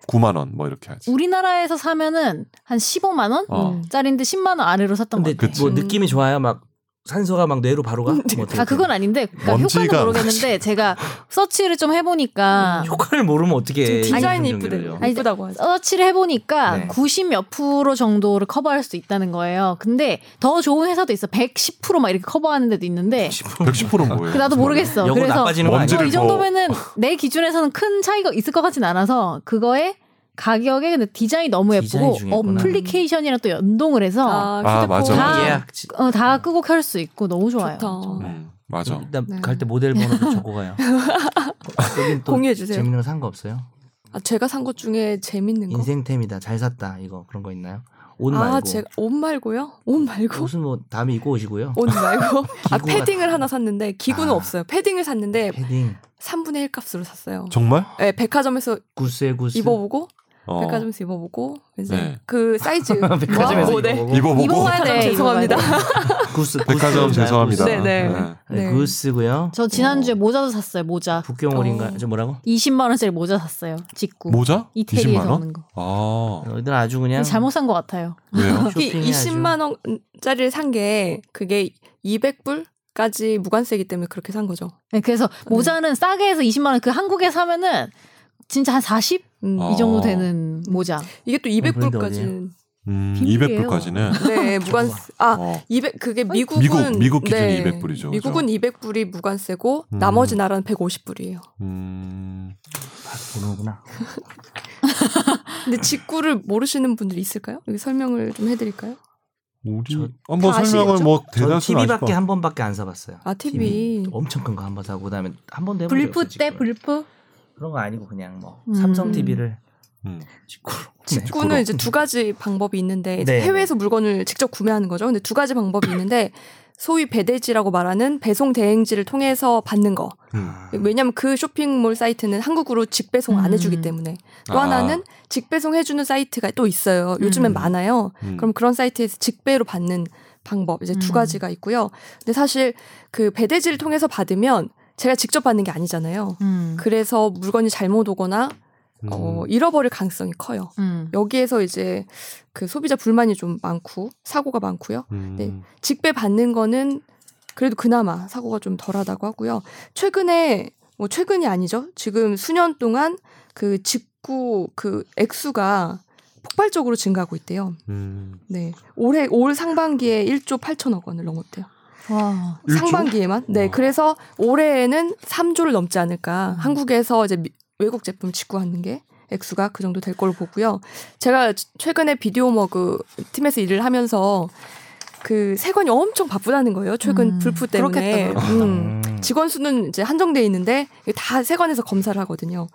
Speaker 4: 9만 원 뭐 이렇게 하지.
Speaker 2: 우리나라에서 사면은 한 15만 원
Speaker 4: 어.
Speaker 1: 음.
Speaker 2: 짜린데 10만 원 아래로 샀던 것
Speaker 3: 근데
Speaker 2: 같아.
Speaker 3: 뭐
Speaker 1: 음.
Speaker 3: 느낌이 좋아요 막 산소가 막 뇌로 바로 가? 뭐 어떻게
Speaker 2: 아 그건 아닌데 그러니까
Speaker 4: 먼지가
Speaker 2: 효과는 모르겠는데 제가 서치를 좀 해보니까
Speaker 3: 효과를 모르면
Speaker 1: 지금
Speaker 3: 어떻게
Speaker 1: 디자인이 이쁘대요.
Speaker 2: 아니,
Speaker 1: 이쁘다고 하죠.
Speaker 2: 서치를 해보니까
Speaker 3: 네.
Speaker 2: 90 몇 프로 정도를 커버할 수 있다는 거예요. 근데 더 좋은 회사도 있어. 110%막 이렇게 커버하는 데도 있는데
Speaker 4: 110%는 뭐예요?
Speaker 2: 그 나도 모르겠어.
Speaker 3: 영어
Speaker 2: 그래서
Speaker 3: 나빠지는 거
Speaker 4: 먼지-
Speaker 3: 아니야?
Speaker 2: 어,
Speaker 4: 찌를
Speaker 2: 이
Speaker 4: 더-
Speaker 2: 정도면은 내 기준에서는 큰 차이가 있을 것 같진 않아서 그거에 가격에 근데 디자인이 너무
Speaker 3: 디자인이
Speaker 2: 예쁘고
Speaker 3: 중요했구나.
Speaker 2: 어플리케이션이랑 또 연동을 해서
Speaker 1: 아,
Speaker 4: 아, 맞아.
Speaker 1: 휴대폰.
Speaker 2: 다-
Speaker 3: 예약 지-
Speaker 2: 어, 다 끄고 켤 수 있고 너무 좋아요.
Speaker 1: 좋다.
Speaker 4: 음, 맞아.
Speaker 3: 일단
Speaker 1: 네.
Speaker 3: 갈 때 모델 번호도 적고 가요. 여긴 또
Speaker 1: 공유해 주세요.
Speaker 3: 재밌는 거 산 거 없어요?
Speaker 1: 아, 제가 산 것 중에 재밌는 거.
Speaker 3: 인생템이다. 잘 샀다. 이거 그런 거 있나요? 옷 말고.
Speaker 1: 아, 제가 옷 말고요? 옷 말고?
Speaker 3: 옷은 뭐 다음에 입고 오시고요.
Speaker 1: 옷 말고 아
Speaker 3: 기구가-
Speaker 1: 패딩을 하나 샀는데 기구는
Speaker 3: 아. 네.
Speaker 1: 없어요. 패딩을 샀는데
Speaker 3: 패딩,
Speaker 1: 3분의 1 값으로 샀어요.
Speaker 4: 정말?
Speaker 1: 네, 백화점에서
Speaker 3: 구스에 구스.
Speaker 1: 입어보고
Speaker 4: 어.
Speaker 1: 백화점에서 입어보고 이제
Speaker 4: 네.
Speaker 1: 그 사이즈
Speaker 3: 백화점에서
Speaker 1: 뭐, 네.
Speaker 3: 입어보고.
Speaker 4: 입어보고
Speaker 2: 입어봐야 돼.
Speaker 1: 죄송합니다.
Speaker 2: 입어봐야 돼.
Speaker 3: 구스.
Speaker 4: 백화점
Speaker 3: 구스인가요?
Speaker 4: 죄송합니다.
Speaker 3: 구스.
Speaker 1: 네, 네.
Speaker 3: 네.
Speaker 1: 네.
Speaker 3: 구스고요.
Speaker 2: 저 지난주에 모자도 샀어요. 모자.
Speaker 3: 북경오리인가?
Speaker 1: 어.
Speaker 3: 저 뭐라고?
Speaker 2: 20만 원짜리 모자 샀어요. 직구.
Speaker 4: 모자? 20만
Speaker 2: 뭐, 이태리에서
Speaker 4: 원?
Speaker 2: 오는 거.
Speaker 4: 아
Speaker 3: 너희들 아주 그냥
Speaker 2: 잘못 산 것 같아요.
Speaker 4: 왜요?
Speaker 1: 이
Speaker 3: 쇼핑해야죠.
Speaker 1: 20만 원짜리를 산 게 그게 200불까지 무관세기 때문에 그렇게 산 거죠.
Speaker 2: 네, 그래서 모자는 싸게 해서 20만 원 그 한국에 사면은 진짜 한 40?
Speaker 1: 음.
Speaker 4: 어.
Speaker 2: 이 정도 되는 모자.
Speaker 1: 이게 또
Speaker 3: 브랜드
Speaker 1: 200불까지는
Speaker 4: 음,
Speaker 2: 비밀이에요.
Speaker 4: 200불까지는.
Speaker 1: 네 무관세 아
Speaker 4: 어.
Speaker 1: 200 그게 미국은
Speaker 4: 미국 미국 기준
Speaker 1: 네,
Speaker 4: 200불이죠.
Speaker 1: 미국은 200불이 무관세고
Speaker 4: 음.
Speaker 1: 나머지 나라는 150불이에요.
Speaker 4: 음,
Speaker 3: 아, 모르는구나.
Speaker 1: 근데 직구를 모르시는 분들 있을까요? 여기 설명을 좀 해드릴까요?
Speaker 4: 우리
Speaker 3: 저-
Speaker 4: 한번
Speaker 1: 다
Speaker 4: 설명을
Speaker 1: 아시겠죠?
Speaker 4: 뭐
Speaker 3: 저
Speaker 4: 대다수
Speaker 3: TV밖에 한 번밖에 안 사봤어요.
Speaker 1: 아 TV
Speaker 3: 엄청 큰 거 한 번 사고 그다음에 한 번도 해본
Speaker 2: 불프
Speaker 3: 적이
Speaker 2: 때
Speaker 3: 없어요,
Speaker 2: 불프?
Speaker 3: 지금. 그런 거 아니고 그냥 뭐
Speaker 2: 음.
Speaker 3: 삼성 TV를
Speaker 4: 음.
Speaker 3: 직구로.
Speaker 1: 직구는 이제 두 가지 방법이 있는데 이제
Speaker 3: 네.
Speaker 1: 해외에서 물건을 직접 구매하는 거죠. 근데 두 가지 방법이 있는데 소위 배대지라고 말하는 배송 대행지를 통해서 받는 거.
Speaker 4: 음.
Speaker 1: 왜냐하면 그 쇼핑몰 사이트는 한국으로 직배송 안 해주기
Speaker 2: 음.
Speaker 1: 때문에 또
Speaker 4: 아.
Speaker 1: 하나는 직배송 해주는 사이트가 또 있어요. 요즘엔
Speaker 2: 음.
Speaker 1: 많아요.
Speaker 4: 음.
Speaker 1: 그럼 그런 사이트에서 직배로 받는 방법 이제 두
Speaker 2: 음.
Speaker 1: 가지가 있고요. 근데 사실 그 배대지를 통해서 받으면 제가 직접 받는 게 아니잖아요.
Speaker 2: 음.
Speaker 1: 그래서 물건이 잘못 오거나
Speaker 4: 음.
Speaker 1: 어, 잃어버릴 가능성이 커요.
Speaker 2: 음.
Speaker 1: 여기에서 이제 그 소비자 불만이 좀 많고 사고가 많고요.
Speaker 4: 음.
Speaker 1: 네. 직배 받는 거는 그래도 그나마 사고가 좀 덜하다고 하고요. 최근에 뭐 최근이 아니죠. 지금 수년 동안 그 직구 그 액수가 폭발적으로 증가하고 있대요.
Speaker 4: 음.
Speaker 1: 네. 올해 올 상반기에 1조 8천억 원을 넘었대요.
Speaker 2: 와.
Speaker 4: 일조?
Speaker 1: 상반기에만. 네.
Speaker 4: 와.
Speaker 1: 그래서 올해에는 3조를 넘지 않을까.
Speaker 2: 음.
Speaker 1: 한국에서 이제 미- 외국 제품 직구하는 게 액수가 그 정도 될 걸로 보고요. 제가 치- 최근에 비디오 뭐 머그 팀에서 일을 하면서 그 세관이 엄청 바쁘다는 거예요. 최근
Speaker 2: 음,
Speaker 1: 불프 때문에.
Speaker 2: 그렇겠다.
Speaker 3: 네.
Speaker 1: 음. 직원 수는 이제 한정돼 있는데 이게 다 세관에서 검사를 하거든요.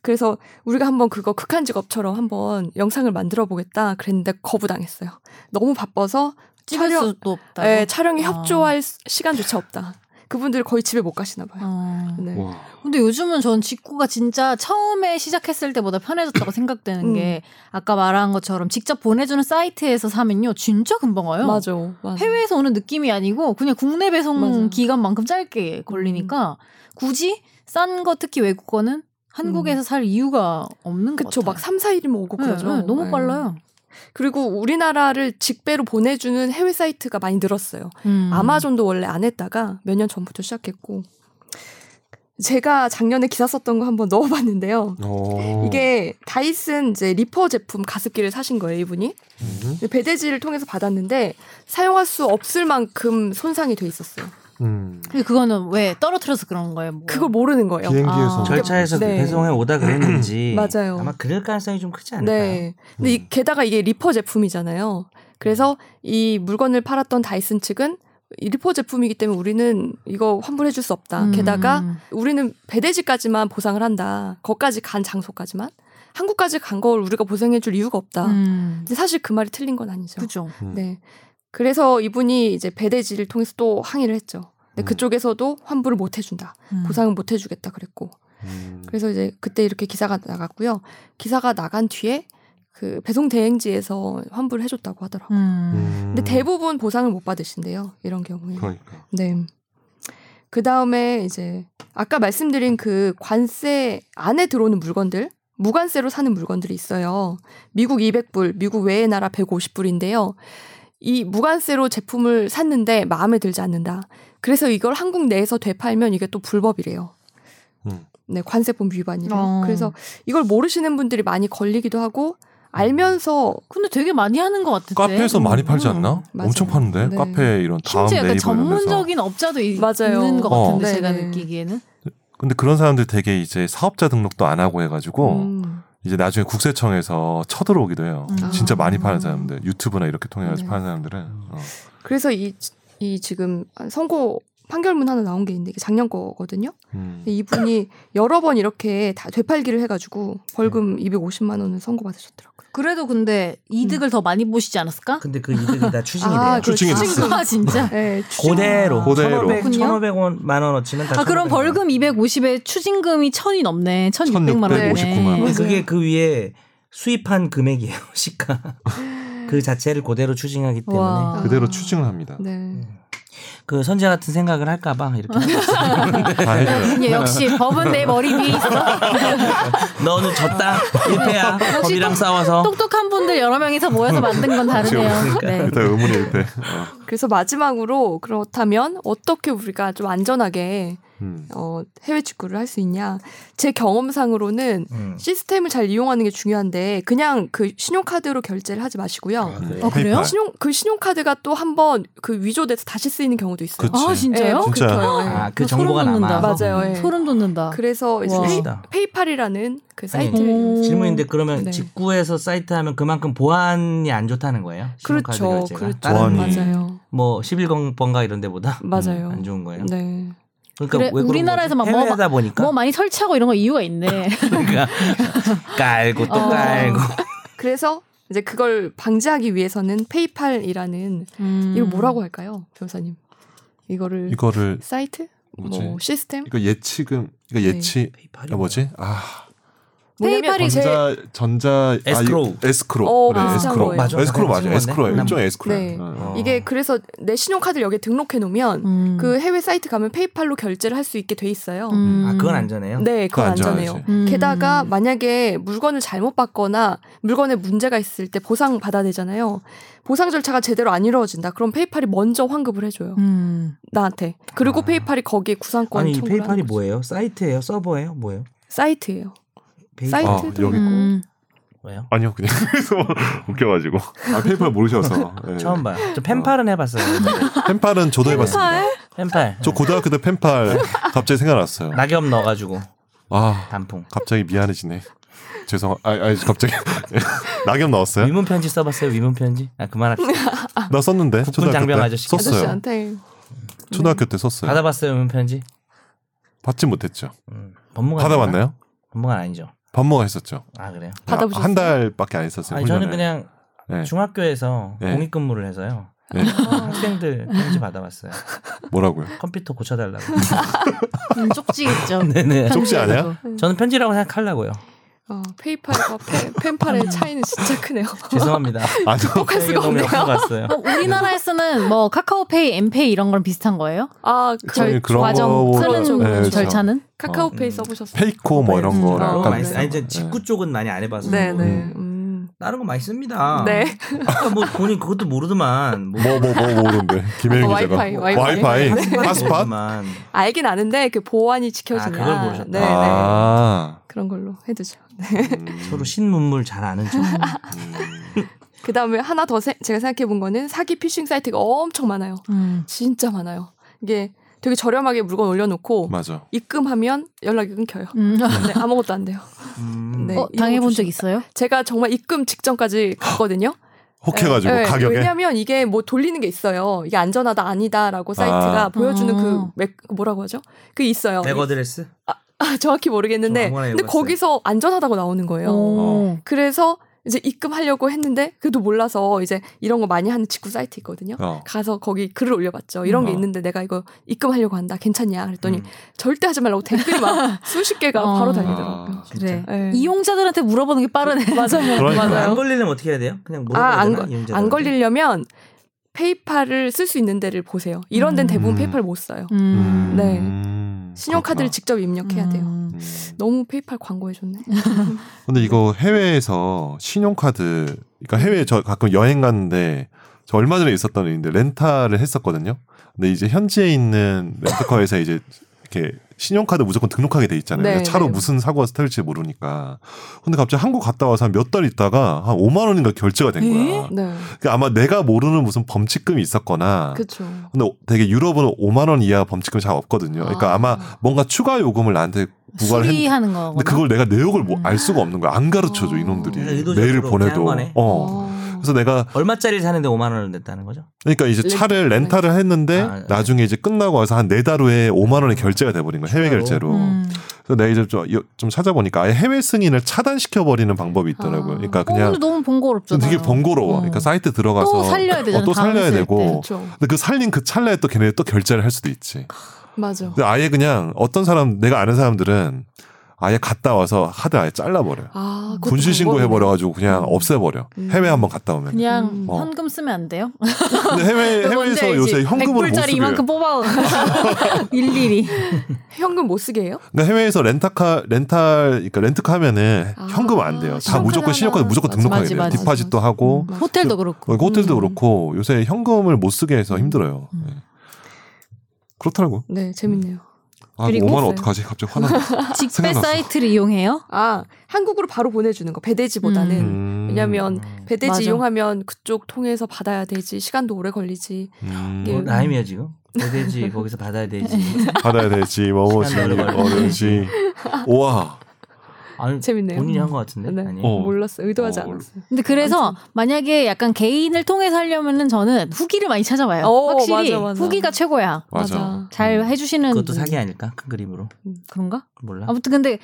Speaker 1: 그래서 우리가 한번 그거 극한 직업처럼 한번 영상을 만들어 보겠다 그랬는데 거부당했어요. 너무 바빠서
Speaker 2: 찍을
Speaker 1: 촬영-
Speaker 2: 수도 없다.
Speaker 1: 예, 촬영에
Speaker 2: 아.
Speaker 1: 협조할 수- 시간조차 없다. 그분들 거의 집에 못 가시나 봐요.
Speaker 2: 아.
Speaker 1: 네.
Speaker 3: 음.
Speaker 4: 와.
Speaker 2: 어. 근데 요즘은 전 직구가 진짜 처음에 시작했을 때보다 편해졌다고 생각되는
Speaker 1: 음.
Speaker 2: 게 아까 말한 것처럼 직접 보내주는 사이트에서 사면요 진짜 금방 와요.
Speaker 1: 맞아, 맞아.
Speaker 2: 해외에서 오는 느낌이 아니고 그냥 국내 배송
Speaker 1: 음. 맞아.
Speaker 2: 기간만큼 짧게 걸리니까 굳이 싼 거 특히 외국 거는 한국에서 살 이유가 없는 것
Speaker 1: 그쵸,
Speaker 2: 같아요.
Speaker 1: 막 3, 4일이면 오고
Speaker 2: 네,
Speaker 1: 그러죠.
Speaker 2: 네, 너무
Speaker 1: 예.
Speaker 2: 빨라요.
Speaker 1: 그리고 우리나라를 직배로 보내주는 해외 사이트가 음.
Speaker 2: 음.
Speaker 1: 많이 늘었어요. 아마존도 원래 안 했다가 몇 년 전부터 시작했고 제가 작년에 기사 썼던 거 한번 넣어봤는데요.
Speaker 4: 오.
Speaker 1: 이게 다이슨 이제 리퍼 제품 가습기를 사신 거예요, 이분이.
Speaker 4: 음.
Speaker 1: 근데 배대지를 통해서 받았는데 사용할 수 없을 만큼 손상이 돼 있었어요.
Speaker 4: 음.
Speaker 2: 근데 그거는 왜 떨어뜨려서 그런 거예요? 뭐.
Speaker 1: 그걸 모르는 거예요.
Speaker 4: 비행기에서
Speaker 2: 아.
Speaker 3: 절차에서 그
Speaker 1: 네.
Speaker 3: 배송해 오다 그랬는지
Speaker 1: 맞아요.
Speaker 3: 아마 그럴 가능성이 좀 크지 않을까요?
Speaker 1: 네. 근데 이- 게다가 이게 리퍼 제품이잖아요. 그래서 이 물건을 팔았던 다이슨 측은 이 리퍼 제품이기 때문에 우리는 이거 환불해 줄 수 없다.
Speaker 2: 음.
Speaker 1: 게다가 우리는 배대지까지만 보상을 한다. 거까지 간 장소까지만 한국까지 간 걸 우리가 보상해 줄 이유가 없다.
Speaker 2: 음.
Speaker 1: 근데 사실 아. 그 말이 틀린 건 아니죠.
Speaker 2: 그죠.
Speaker 1: 네. 그래서 이분이 이제 배대지를 통해서 또 항의를 했죠. 근데
Speaker 4: 음.
Speaker 1: 그쪽에서도 환불을 못 해준다.
Speaker 2: 음.
Speaker 1: 보상은 못 해주겠다 그랬고.
Speaker 4: 음.
Speaker 1: 그래서 이제 그때 이렇게 기사가 나갔고요. 기사가 나간 뒤에 그 배송 대행지에서 환불을 해줬다고 하더라고요.
Speaker 2: 음.
Speaker 4: 음.
Speaker 1: 근데 대부분 보상을 못 받으신대요. 이런 경우에.
Speaker 4: 그러니까.
Speaker 1: 네. 그 다음에 이제 아까 말씀드린 그 관세 안에 들어오는 물건들, 무관세로 사는 물건들이 있어요. 미국 200불, 미국 외의 나라 150불인데요. 이 무관세로 제품을 샀는데 마음에 들지 않는다. 그래서 이걸 한국 내에서 되팔면 이게 또 불법이래요.
Speaker 4: 음.
Speaker 1: 네, 관세법 위반이래요.
Speaker 2: 어.
Speaker 1: 그래서 이걸 모르시는 분들이 많이 걸리기도 하고 알면서
Speaker 2: 근데 되게 많이 하는 것 같은데.
Speaker 4: 카페에서 많이 팔지
Speaker 2: 네. 음.
Speaker 4: 않나?
Speaker 1: 맞아요.
Speaker 4: 엄청 파는데
Speaker 1: 네.
Speaker 4: 카페 이런 다음
Speaker 2: 심지어 약간
Speaker 4: 네이버 이런 데서.
Speaker 2: 전문적인 업자도 이-
Speaker 1: 맞아요.
Speaker 2: 있는 것
Speaker 4: 어.
Speaker 2: 같은데 제가
Speaker 1: 네네.
Speaker 2: 느끼기에는.
Speaker 4: 근데 그런 사람들 되게 이제 사업자 등록도 안 하고 해가지고
Speaker 1: 음,
Speaker 4: 이제 나중에 국세청에서 쳐들어오기도 해요.
Speaker 2: 음.
Speaker 4: 진짜
Speaker 1: 아.
Speaker 4: 많이 파는 사람들 유튜브나 이렇게 통해서
Speaker 1: 네.
Speaker 4: 파는 사람들은 어.
Speaker 1: 그래서 이, 이 지금 선고 판결문 하나 나온 게 있는데 이게 작년 거거든요.
Speaker 4: 음.
Speaker 1: 근데 이분이 여러 번 이렇게 다 되팔기를 해가지고 벌금
Speaker 3: 네.
Speaker 1: 250만 원을 선고받으셨더라고요.
Speaker 2: 그래도 근데 이득을 더 많이 보시지 않았을까?
Speaker 3: 근데 그 이득이 다 추징이 돼요.
Speaker 1: 아, 그렇죠.
Speaker 4: 추징이
Speaker 1: 추징.
Speaker 4: 됐어.
Speaker 2: 친구가 진짜.
Speaker 1: 네, 추-
Speaker 3: 고대로
Speaker 4: 고대로.
Speaker 3: 1,500,
Speaker 2: 그렇군요.
Speaker 3: 1,500만 원어치는 다
Speaker 2: 아 그럼
Speaker 3: 1,500만
Speaker 2: 벌금 250에 추징금이 1000이 넘네. 1600만 원이네.
Speaker 4: 1659만 원.
Speaker 3: 원.
Speaker 1: 맞아요.
Speaker 3: 그게 그 위에 수입한 금액이에요. 시가 그 자체를 그대로 추징하기 때문에
Speaker 1: 와.
Speaker 4: 그대로 추징을 합니다.
Speaker 3: 음.
Speaker 1: 네.
Speaker 3: 그 선제 같은 생각을 할까봐 이렇게
Speaker 4: 다 해줘요.
Speaker 2: 예, 역시 법은 내 머리 위에 있어.
Speaker 3: 너는 졌다 1패야 법이랑 싸워서
Speaker 2: 똑똑한 분들 여러 명이서 모여서 만든 건 다르네요. 네.
Speaker 4: 일단 의문의 일패. 어.
Speaker 1: 그래서 마지막으로 그렇다면 어떻게 우리가 좀 안전하게
Speaker 4: 음.
Speaker 1: 어, 해외 직구를 할 수 있냐? 제 경험상으로는
Speaker 3: 음.
Speaker 1: 시스템을 잘 이용하는 게 중요한데 그냥 그 신용카드로 결제를 하지 마시고요.
Speaker 3: 아,
Speaker 4: 네.
Speaker 2: 어,
Speaker 3: 네.
Speaker 2: 그래요?
Speaker 1: 신용 그 신용카드가 또 한번 그 위조돼서 다시 쓰이는 경우도 있어요.
Speaker 4: 그치.
Speaker 2: 아 진짜요?
Speaker 4: 진짜.
Speaker 1: 그렇죠. 예.
Speaker 3: 아, 그
Speaker 2: 소름
Speaker 3: 정보가 남아
Speaker 2: 돋는다.
Speaker 1: 맞아요. 예.
Speaker 2: 소름 돋는다.
Speaker 1: 그래서 이제
Speaker 2: 와. 음.
Speaker 1: 페이,
Speaker 3: 진짜.
Speaker 1: 페이팔이라는 그
Speaker 3: 아니,
Speaker 1: 사이트를
Speaker 2: 오.
Speaker 3: 질문인데 그러면
Speaker 1: 네.
Speaker 3: 직구에서 사이트 하면 그만큼 보안이 안 좋다는 거예요? 신용카드
Speaker 1: 그렇죠.
Speaker 3: 결제가?
Speaker 1: 그렇죠.
Speaker 3: 다른
Speaker 4: 보안이.
Speaker 1: 맞아요.
Speaker 3: 뭐 11번가 이런 데보다
Speaker 1: 맞아요.
Speaker 3: 음, 안 좋은 거예요.
Speaker 1: 네.
Speaker 3: 그러니까
Speaker 2: 그래,
Speaker 3: 왜 그런
Speaker 2: 우리나라에서
Speaker 3: 거지?
Speaker 2: 막 뭐-
Speaker 3: 해외다 보니까
Speaker 2: 뭐 많이 설치하고 이런 거 이유가 있네.
Speaker 3: 그러니까 깔고 또
Speaker 2: 어.
Speaker 3: 깔고
Speaker 1: 그래서 이제 그걸 방지하기 위해서는 페이팔이라는
Speaker 2: 음.
Speaker 1: 이거 뭐라고 할까요, 변호사님? 이거를
Speaker 4: 이거를
Speaker 1: 사이트?
Speaker 4: 뭐지?
Speaker 1: 뭐 시스템?
Speaker 4: 이거 예치금 이거 예치 아, 뭐지? 아
Speaker 1: 뭐냐면
Speaker 2: 페이팔이
Speaker 1: 제-
Speaker 4: 전자 전자
Speaker 3: 에스크로우.
Speaker 4: 아, 에스크로
Speaker 1: 어,
Speaker 4: 그래
Speaker 1: 비슷한
Speaker 4: 에스크로
Speaker 1: 거예요.
Speaker 3: 맞아.
Speaker 4: 에스크로 맞아
Speaker 3: 그런
Speaker 4: 에스크로
Speaker 3: 건데.
Speaker 4: 일종 에스크로
Speaker 1: 네.
Speaker 4: 어.
Speaker 1: 이게 그래서 내 신용카드를 여기에 등록해 놓으면
Speaker 2: 음.
Speaker 1: 그 해외 사이트 가면 페이팔로 결제를 할 수 있게 돼 있어요.
Speaker 2: 음.
Speaker 3: 아 그건 안전해요.
Speaker 1: 네, 그건
Speaker 4: 그거
Speaker 1: 안전해요.
Speaker 4: 안전하지.
Speaker 2: 음.
Speaker 1: 게다가 만약에 물건을 잘못 받거나 물건에 문제가 있을 때 보상 받아야 되잖아요. 보상 절차가 제대로 안 이루어진다. 그럼 페이팔이 먼저 환급을 해줘요.
Speaker 2: 음.
Speaker 1: 나한테. 그리고
Speaker 3: 아.
Speaker 1: 페이팔이 거기에 구상권
Speaker 3: 아니 이
Speaker 1: 청구를 하는
Speaker 3: 페이팔이
Speaker 1: 거죠.
Speaker 3: 뭐예요? 사이트예요? 서버예요? 뭐예요?
Speaker 1: 사이트예요.
Speaker 3: 페이팔
Speaker 4: 아,
Speaker 1: 사이트도
Speaker 4: 여기
Speaker 1: 있고.
Speaker 2: 음.
Speaker 3: 뭐예요?
Speaker 4: 아니요 그냥 그래서 웃겨가지고 아 페이팔 모르셔서 예.
Speaker 3: 처음 봐요. 저 펜팔은 해봤어요.
Speaker 4: 펜팔은 저도 해봤습니다.
Speaker 3: 펜팔.
Speaker 4: 저 고등학교 때 펜팔 갑자기 생각났어요.
Speaker 3: 낙엽 넣어가지고
Speaker 4: 아
Speaker 3: 단풍.
Speaker 4: 갑자기 미안해지네. 죄송 아, 아 갑자기 낙엽 나왔어요?
Speaker 3: 위문 편지 써봤어요? 위문 편지? 아 그만합시다.
Speaker 4: 네. 나 썼는데 초등학교
Speaker 3: 장병
Speaker 4: 때
Speaker 3: 아저씨. 음.
Speaker 4: 썼어요.
Speaker 1: 아저씨한테
Speaker 4: 초등학교 때 썼어요.
Speaker 3: 받아봤어요 위문 편지?
Speaker 4: 받지 못했죠.
Speaker 3: 음, 법무관
Speaker 4: 받아봤나요?
Speaker 3: 법무관 아니죠.
Speaker 4: 반모가 했었죠.
Speaker 3: 아 그래요?
Speaker 1: 받아보셨어요?
Speaker 4: 한 달밖에 안 했었어요.
Speaker 3: 아니 저는
Speaker 4: 훈련을.
Speaker 3: 그냥
Speaker 4: 네.
Speaker 3: 중학교에서
Speaker 4: 네.
Speaker 3: 공익근무를 해서요.
Speaker 4: 네.
Speaker 1: 아. 어,
Speaker 3: 학생들 편지 받아봤어요.
Speaker 4: 뭐라고요?
Speaker 3: 컴퓨터 고쳐달라고.
Speaker 2: 음, 쪽지겠죠.
Speaker 3: 네네.
Speaker 4: 쪽지 아니야?
Speaker 3: 저는 편지라고 생각하려고요.
Speaker 1: 어, 페이팔과 페, 펜팔의 차이는 진짜 크네요.
Speaker 3: 죄송합니다.
Speaker 4: 아, 저-
Speaker 1: 극복할 수가
Speaker 3: 너무
Speaker 1: 없네요.
Speaker 3: 갔어요.
Speaker 2: 어, 우리나라에서는 뭐 카카오페이, 엠페이 이런 거랑 비슷한 거예요?
Speaker 1: 아, 그
Speaker 4: 저희
Speaker 1: 절-
Speaker 4: 그런
Speaker 1: 과정
Speaker 4: 거-
Speaker 1: 쓰는
Speaker 2: 쓰는
Speaker 4: 네, 그렇죠.
Speaker 2: 절차는?
Speaker 1: 카카오페이
Speaker 3: 음.
Speaker 1: 써보셨어요?
Speaker 4: 페이코 뭐 이런
Speaker 1: 음.
Speaker 4: 거랑
Speaker 1: 아,
Speaker 3: 너무
Speaker 4: 약간
Speaker 3: 많이
Speaker 1: 네.
Speaker 3: 쓰-
Speaker 4: 비슷한
Speaker 3: 아니
Speaker 4: 거.
Speaker 3: 이제 직구 쪽은 많이 안 해봐서.
Speaker 1: 네네.
Speaker 4: 음.
Speaker 1: 음.
Speaker 3: 다른 거 많이 씁니다.
Speaker 1: 네.
Speaker 3: 아까 뭐 본인 그것도 모르더만. 뭐
Speaker 4: 뭐 뭐 뭐 모르는데 김혜인
Speaker 1: 어,
Speaker 4: 기자가
Speaker 1: 와이파이, 와이파이. 네.
Speaker 4: 와이파이
Speaker 3: 핫스팟도
Speaker 4: 핫스팟
Speaker 3: 모르더만.
Speaker 1: 알긴 아는데 그 보완이 지켜지는.
Speaker 3: 아, 그걸 모르셨다.
Speaker 1: 네, 네.
Speaker 5: 아.
Speaker 1: 그런 걸로 해두죠.
Speaker 5: 음.
Speaker 3: 서로 신문물 잘 아는 척.
Speaker 5: 음.
Speaker 1: 그 다음에 하나 더 세- 제가 생각해 본 거는 사기 피싱 사이트가 엄청 많아요.
Speaker 2: 음.
Speaker 1: 진짜 많아요. 이게 되게 저렴하게 물건 올려놓고
Speaker 4: 음.
Speaker 5: 맞아.
Speaker 1: 입금하면 연락이 끊겨요.
Speaker 2: 음.
Speaker 1: 네, 아무것도 안 돼요.
Speaker 3: 음.
Speaker 1: 네.
Speaker 2: 어, 당해본 적 있어요?
Speaker 1: 제가 정말 입금 직전까지 갔거든요.
Speaker 4: 혹해가지고
Speaker 1: 네, 네.
Speaker 4: 가격에
Speaker 1: 왜냐하면 이게 뭐 돌리는 게 있어요. 이게 안전하다 아니다라고 사이트가
Speaker 4: 아.
Speaker 1: 보여주는
Speaker 2: 아.
Speaker 3: 음.
Speaker 1: 그 맥- 뭐라고 하죠? 그 있어요.
Speaker 3: 백어드레스?
Speaker 1: 아, 정확히
Speaker 3: 저
Speaker 1: 모르겠는데
Speaker 3: 네, 뭐 아무거나
Speaker 1: 근데
Speaker 3: 읽어봤어요.
Speaker 1: 거기서 안전하다고 나오는 거예요.
Speaker 2: 오.
Speaker 1: 그래서 이제 입금하려고 했는데 그래도 몰라서 이제 이런 거 많이 하는 직구 사이트 있거든요.
Speaker 5: 어.
Speaker 1: 가서 거기 글을 올려봤죠. 이런 게
Speaker 5: 어.
Speaker 1: 있는데 내가 이거 입금하려고 한다. 괜찮냐? 그랬더니
Speaker 3: 음.
Speaker 1: 절대 하지 말라고 댓글이 막 수십 개가 바로
Speaker 2: 어.
Speaker 4: 아.
Speaker 1: 달리더라고요.
Speaker 2: 그래.
Speaker 1: 네.
Speaker 2: 이용자들한테 물어보는 게 빠르네. 맞아요.
Speaker 4: 그러니까.
Speaker 3: 안
Speaker 1: 맞아요.
Speaker 3: 걸리려면 어떻게 해야 돼요? 그냥 물어봐야
Speaker 1: 아, 안,
Speaker 3: 되나?
Speaker 1: 걸-
Speaker 3: 이용자들한테?
Speaker 1: 안 걸리려면 페이팔을 쓸 수 있는 데를 보세요. 이런 데는 대부분
Speaker 5: 음.
Speaker 1: 페이팔 못 써요.
Speaker 2: 음.
Speaker 1: 네.
Speaker 5: 음,
Speaker 1: 신용카드를
Speaker 5: 그렇구나.
Speaker 1: 직접 입력해야 돼요.
Speaker 2: 음.
Speaker 5: 음.
Speaker 1: 너무 페이팔 광고해줬네.
Speaker 4: 아. 근데 이거 해외에서 신용카드, 그러니까 해외에 저 가끔 여행 갔는데 저 얼마 전에 있었던 일인데 렌탈을 했었거든요. 근데 이제 현지에 있는 렌트카 회사 이제 이렇게 신용카드 무조건 등록하게 돼 있잖아요.
Speaker 1: 네,
Speaker 4: 차로
Speaker 1: 네.
Speaker 4: 무슨 사고가 터질지 모르니까. 근데 갑자기 한국 갔다 와서 한 몇 달 있다가 한 5만 원인가 결제가 된 거야.
Speaker 1: 네,
Speaker 4: 그러니까 아마 내가 모르는 무슨 범칙금이 있었거나.
Speaker 1: 그렇죠.
Speaker 4: 근데 되게 유럽은 5만 원 이하 범칙금이 잘 없거든요. 그러니까
Speaker 1: 아.
Speaker 4: 아마 뭔가 추가 요금을 나한테 부과를 했,
Speaker 2: 수리하는 거구나.
Speaker 4: 근데 그걸 내가 내역을 뭐
Speaker 2: 음. 아,
Speaker 4: 알 수가 없는 거야. 안 가르쳐줘
Speaker 1: 어.
Speaker 3: 그러니까
Speaker 4: 이놈들이
Speaker 3: 의도적으로
Speaker 4: 메일을
Speaker 3: 그냥 한
Speaker 4: 보내도.
Speaker 3: 거네.
Speaker 4: 어.
Speaker 1: 아.
Speaker 4: 그래서 내가
Speaker 3: 얼마짜리 사는데 5만 원을 냈다는 거죠?
Speaker 4: 그러니까 이제
Speaker 1: 렌-
Speaker 4: 차를 렌탈을 했는데
Speaker 3: 아, 네.
Speaker 4: 나중에 이제 끝나고 와서 한 네 달 후에 5만 원이 결제가 돼버린 거야. 해외
Speaker 3: 추가로.
Speaker 4: 결제로.
Speaker 2: 음.
Speaker 4: 그래서 내가 이제 좀, 여- 좀 찾아보니까 아예 해외 승인을 차단시켜 버리는 방법이 있더라고요.
Speaker 1: 아.
Speaker 4: 그러니까
Speaker 2: 어, 근데
Speaker 4: 그냥
Speaker 2: 너무 번거롭잖아요.
Speaker 4: 되게
Speaker 2: 어.
Speaker 4: 번거로워. 그러니까 사이트 들어가서
Speaker 2: 또 살려야 되잖아,
Speaker 4: 어, 또
Speaker 2: 다음
Speaker 4: 살려야
Speaker 2: 쓸
Speaker 4: 되고.
Speaker 2: 때.
Speaker 1: 그렇죠.
Speaker 4: 근데 그 살린 그 찰나에 또 걔네 또 결제를 할 수도 있지.
Speaker 1: 맞아.
Speaker 4: 근데 아예 그냥 어떤 사람 내가 아는 사람들은 아예 갔다 와서 하드 아예 잘라버려. 요
Speaker 1: 아, 그것도
Speaker 4: 분실 신고
Speaker 1: 방법이네.
Speaker 4: 해버려가지고 그냥 없애버려.
Speaker 1: 음.
Speaker 4: 해외 한번 갔다 오면.
Speaker 2: 그냥
Speaker 1: 음.
Speaker 4: 어.
Speaker 2: 현금 쓰면 안 돼요?
Speaker 4: 근데 해외 해외에서 요새 현금으로 못
Speaker 2: 100불짜리
Speaker 4: 쓰게.
Speaker 2: 이만큼 뽑아 일일이.
Speaker 1: 현금 못 쓰게 해요?
Speaker 4: 그러니까 해외에서 렌터카 렌탈 그러니까 렌트카 하면은
Speaker 1: 아,
Speaker 4: 현금 안 돼요. 다
Speaker 1: 신용카드
Speaker 4: 무조건 신용카드
Speaker 1: 하나.
Speaker 4: 무조건
Speaker 1: 맞아,
Speaker 4: 등록하게
Speaker 2: 맞아,
Speaker 4: 돼요.
Speaker 2: 맞아,
Speaker 4: 디파짓도 하고
Speaker 1: 음.
Speaker 2: 호텔도 그렇고.
Speaker 4: 어, 이거 호텔도
Speaker 1: 음.
Speaker 4: 그렇고 요새 현금을 못 쓰게 해서 힘들어요.
Speaker 2: 음.
Speaker 4: 예. 그렇더라고.
Speaker 1: 네, 재밌네요.
Speaker 4: 아,
Speaker 1: 그리고
Speaker 4: 5만 원
Speaker 1: 없어요.
Speaker 4: 어떡하지? 갑자기 화나.
Speaker 2: 직배
Speaker 4: 생각났어.
Speaker 2: 사이트를 이용해요?
Speaker 1: 아, 한국으로 바로 보내주는 거, 배대지보다는.
Speaker 4: 음.
Speaker 1: 왜냐면
Speaker 3: 음.
Speaker 1: 배대지
Speaker 2: 맞아.
Speaker 1: 이용하면 그쪽 통해서 받아야 되지, 시간도 오래 걸리지.
Speaker 4: 음.
Speaker 1: 예.
Speaker 3: 뭐 라임이야 지금? 되지 거기서 받아야 되지.
Speaker 4: 받아야 되지. 뭐뭐지.
Speaker 3: 시간 걸려.
Speaker 4: 뭐든지. 우와.
Speaker 3: 아니
Speaker 1: 재밌네요.
Speaker 3: 본인이 한 것 같은데.
Speaker 1: 네.
Speaker 3: 아니.
Speaker 4: 어.
Speaker 1: 몰랐어요. 의도하지
Speaker 4: 어,
Speaker 1: 않았어요.
Speaker 2: 근데 그래서 만약에 약간 개인을 통해서 하려면은 저는 후기를 많이 찾아봐요.
Speaker 1: 오,
Speaker 2: 확실히
Speaker 1: 맞아, 맞아.
Speaker 2: 후기가 최고야.
Speaker 4: 맞아.
Speaker 1: 맞아.
Speaker 4: 음.
Speaker 2: 잘 해주시는
Speaker 3: 그것도
Speaker 2: 분.
Speaker 3: 사기 아닐까? 큰 그림으로
Speaker 2: 그런가?
Speaker 3: 몰라.
Speaker 1: 음.
Speaker 2: 아무튼 근데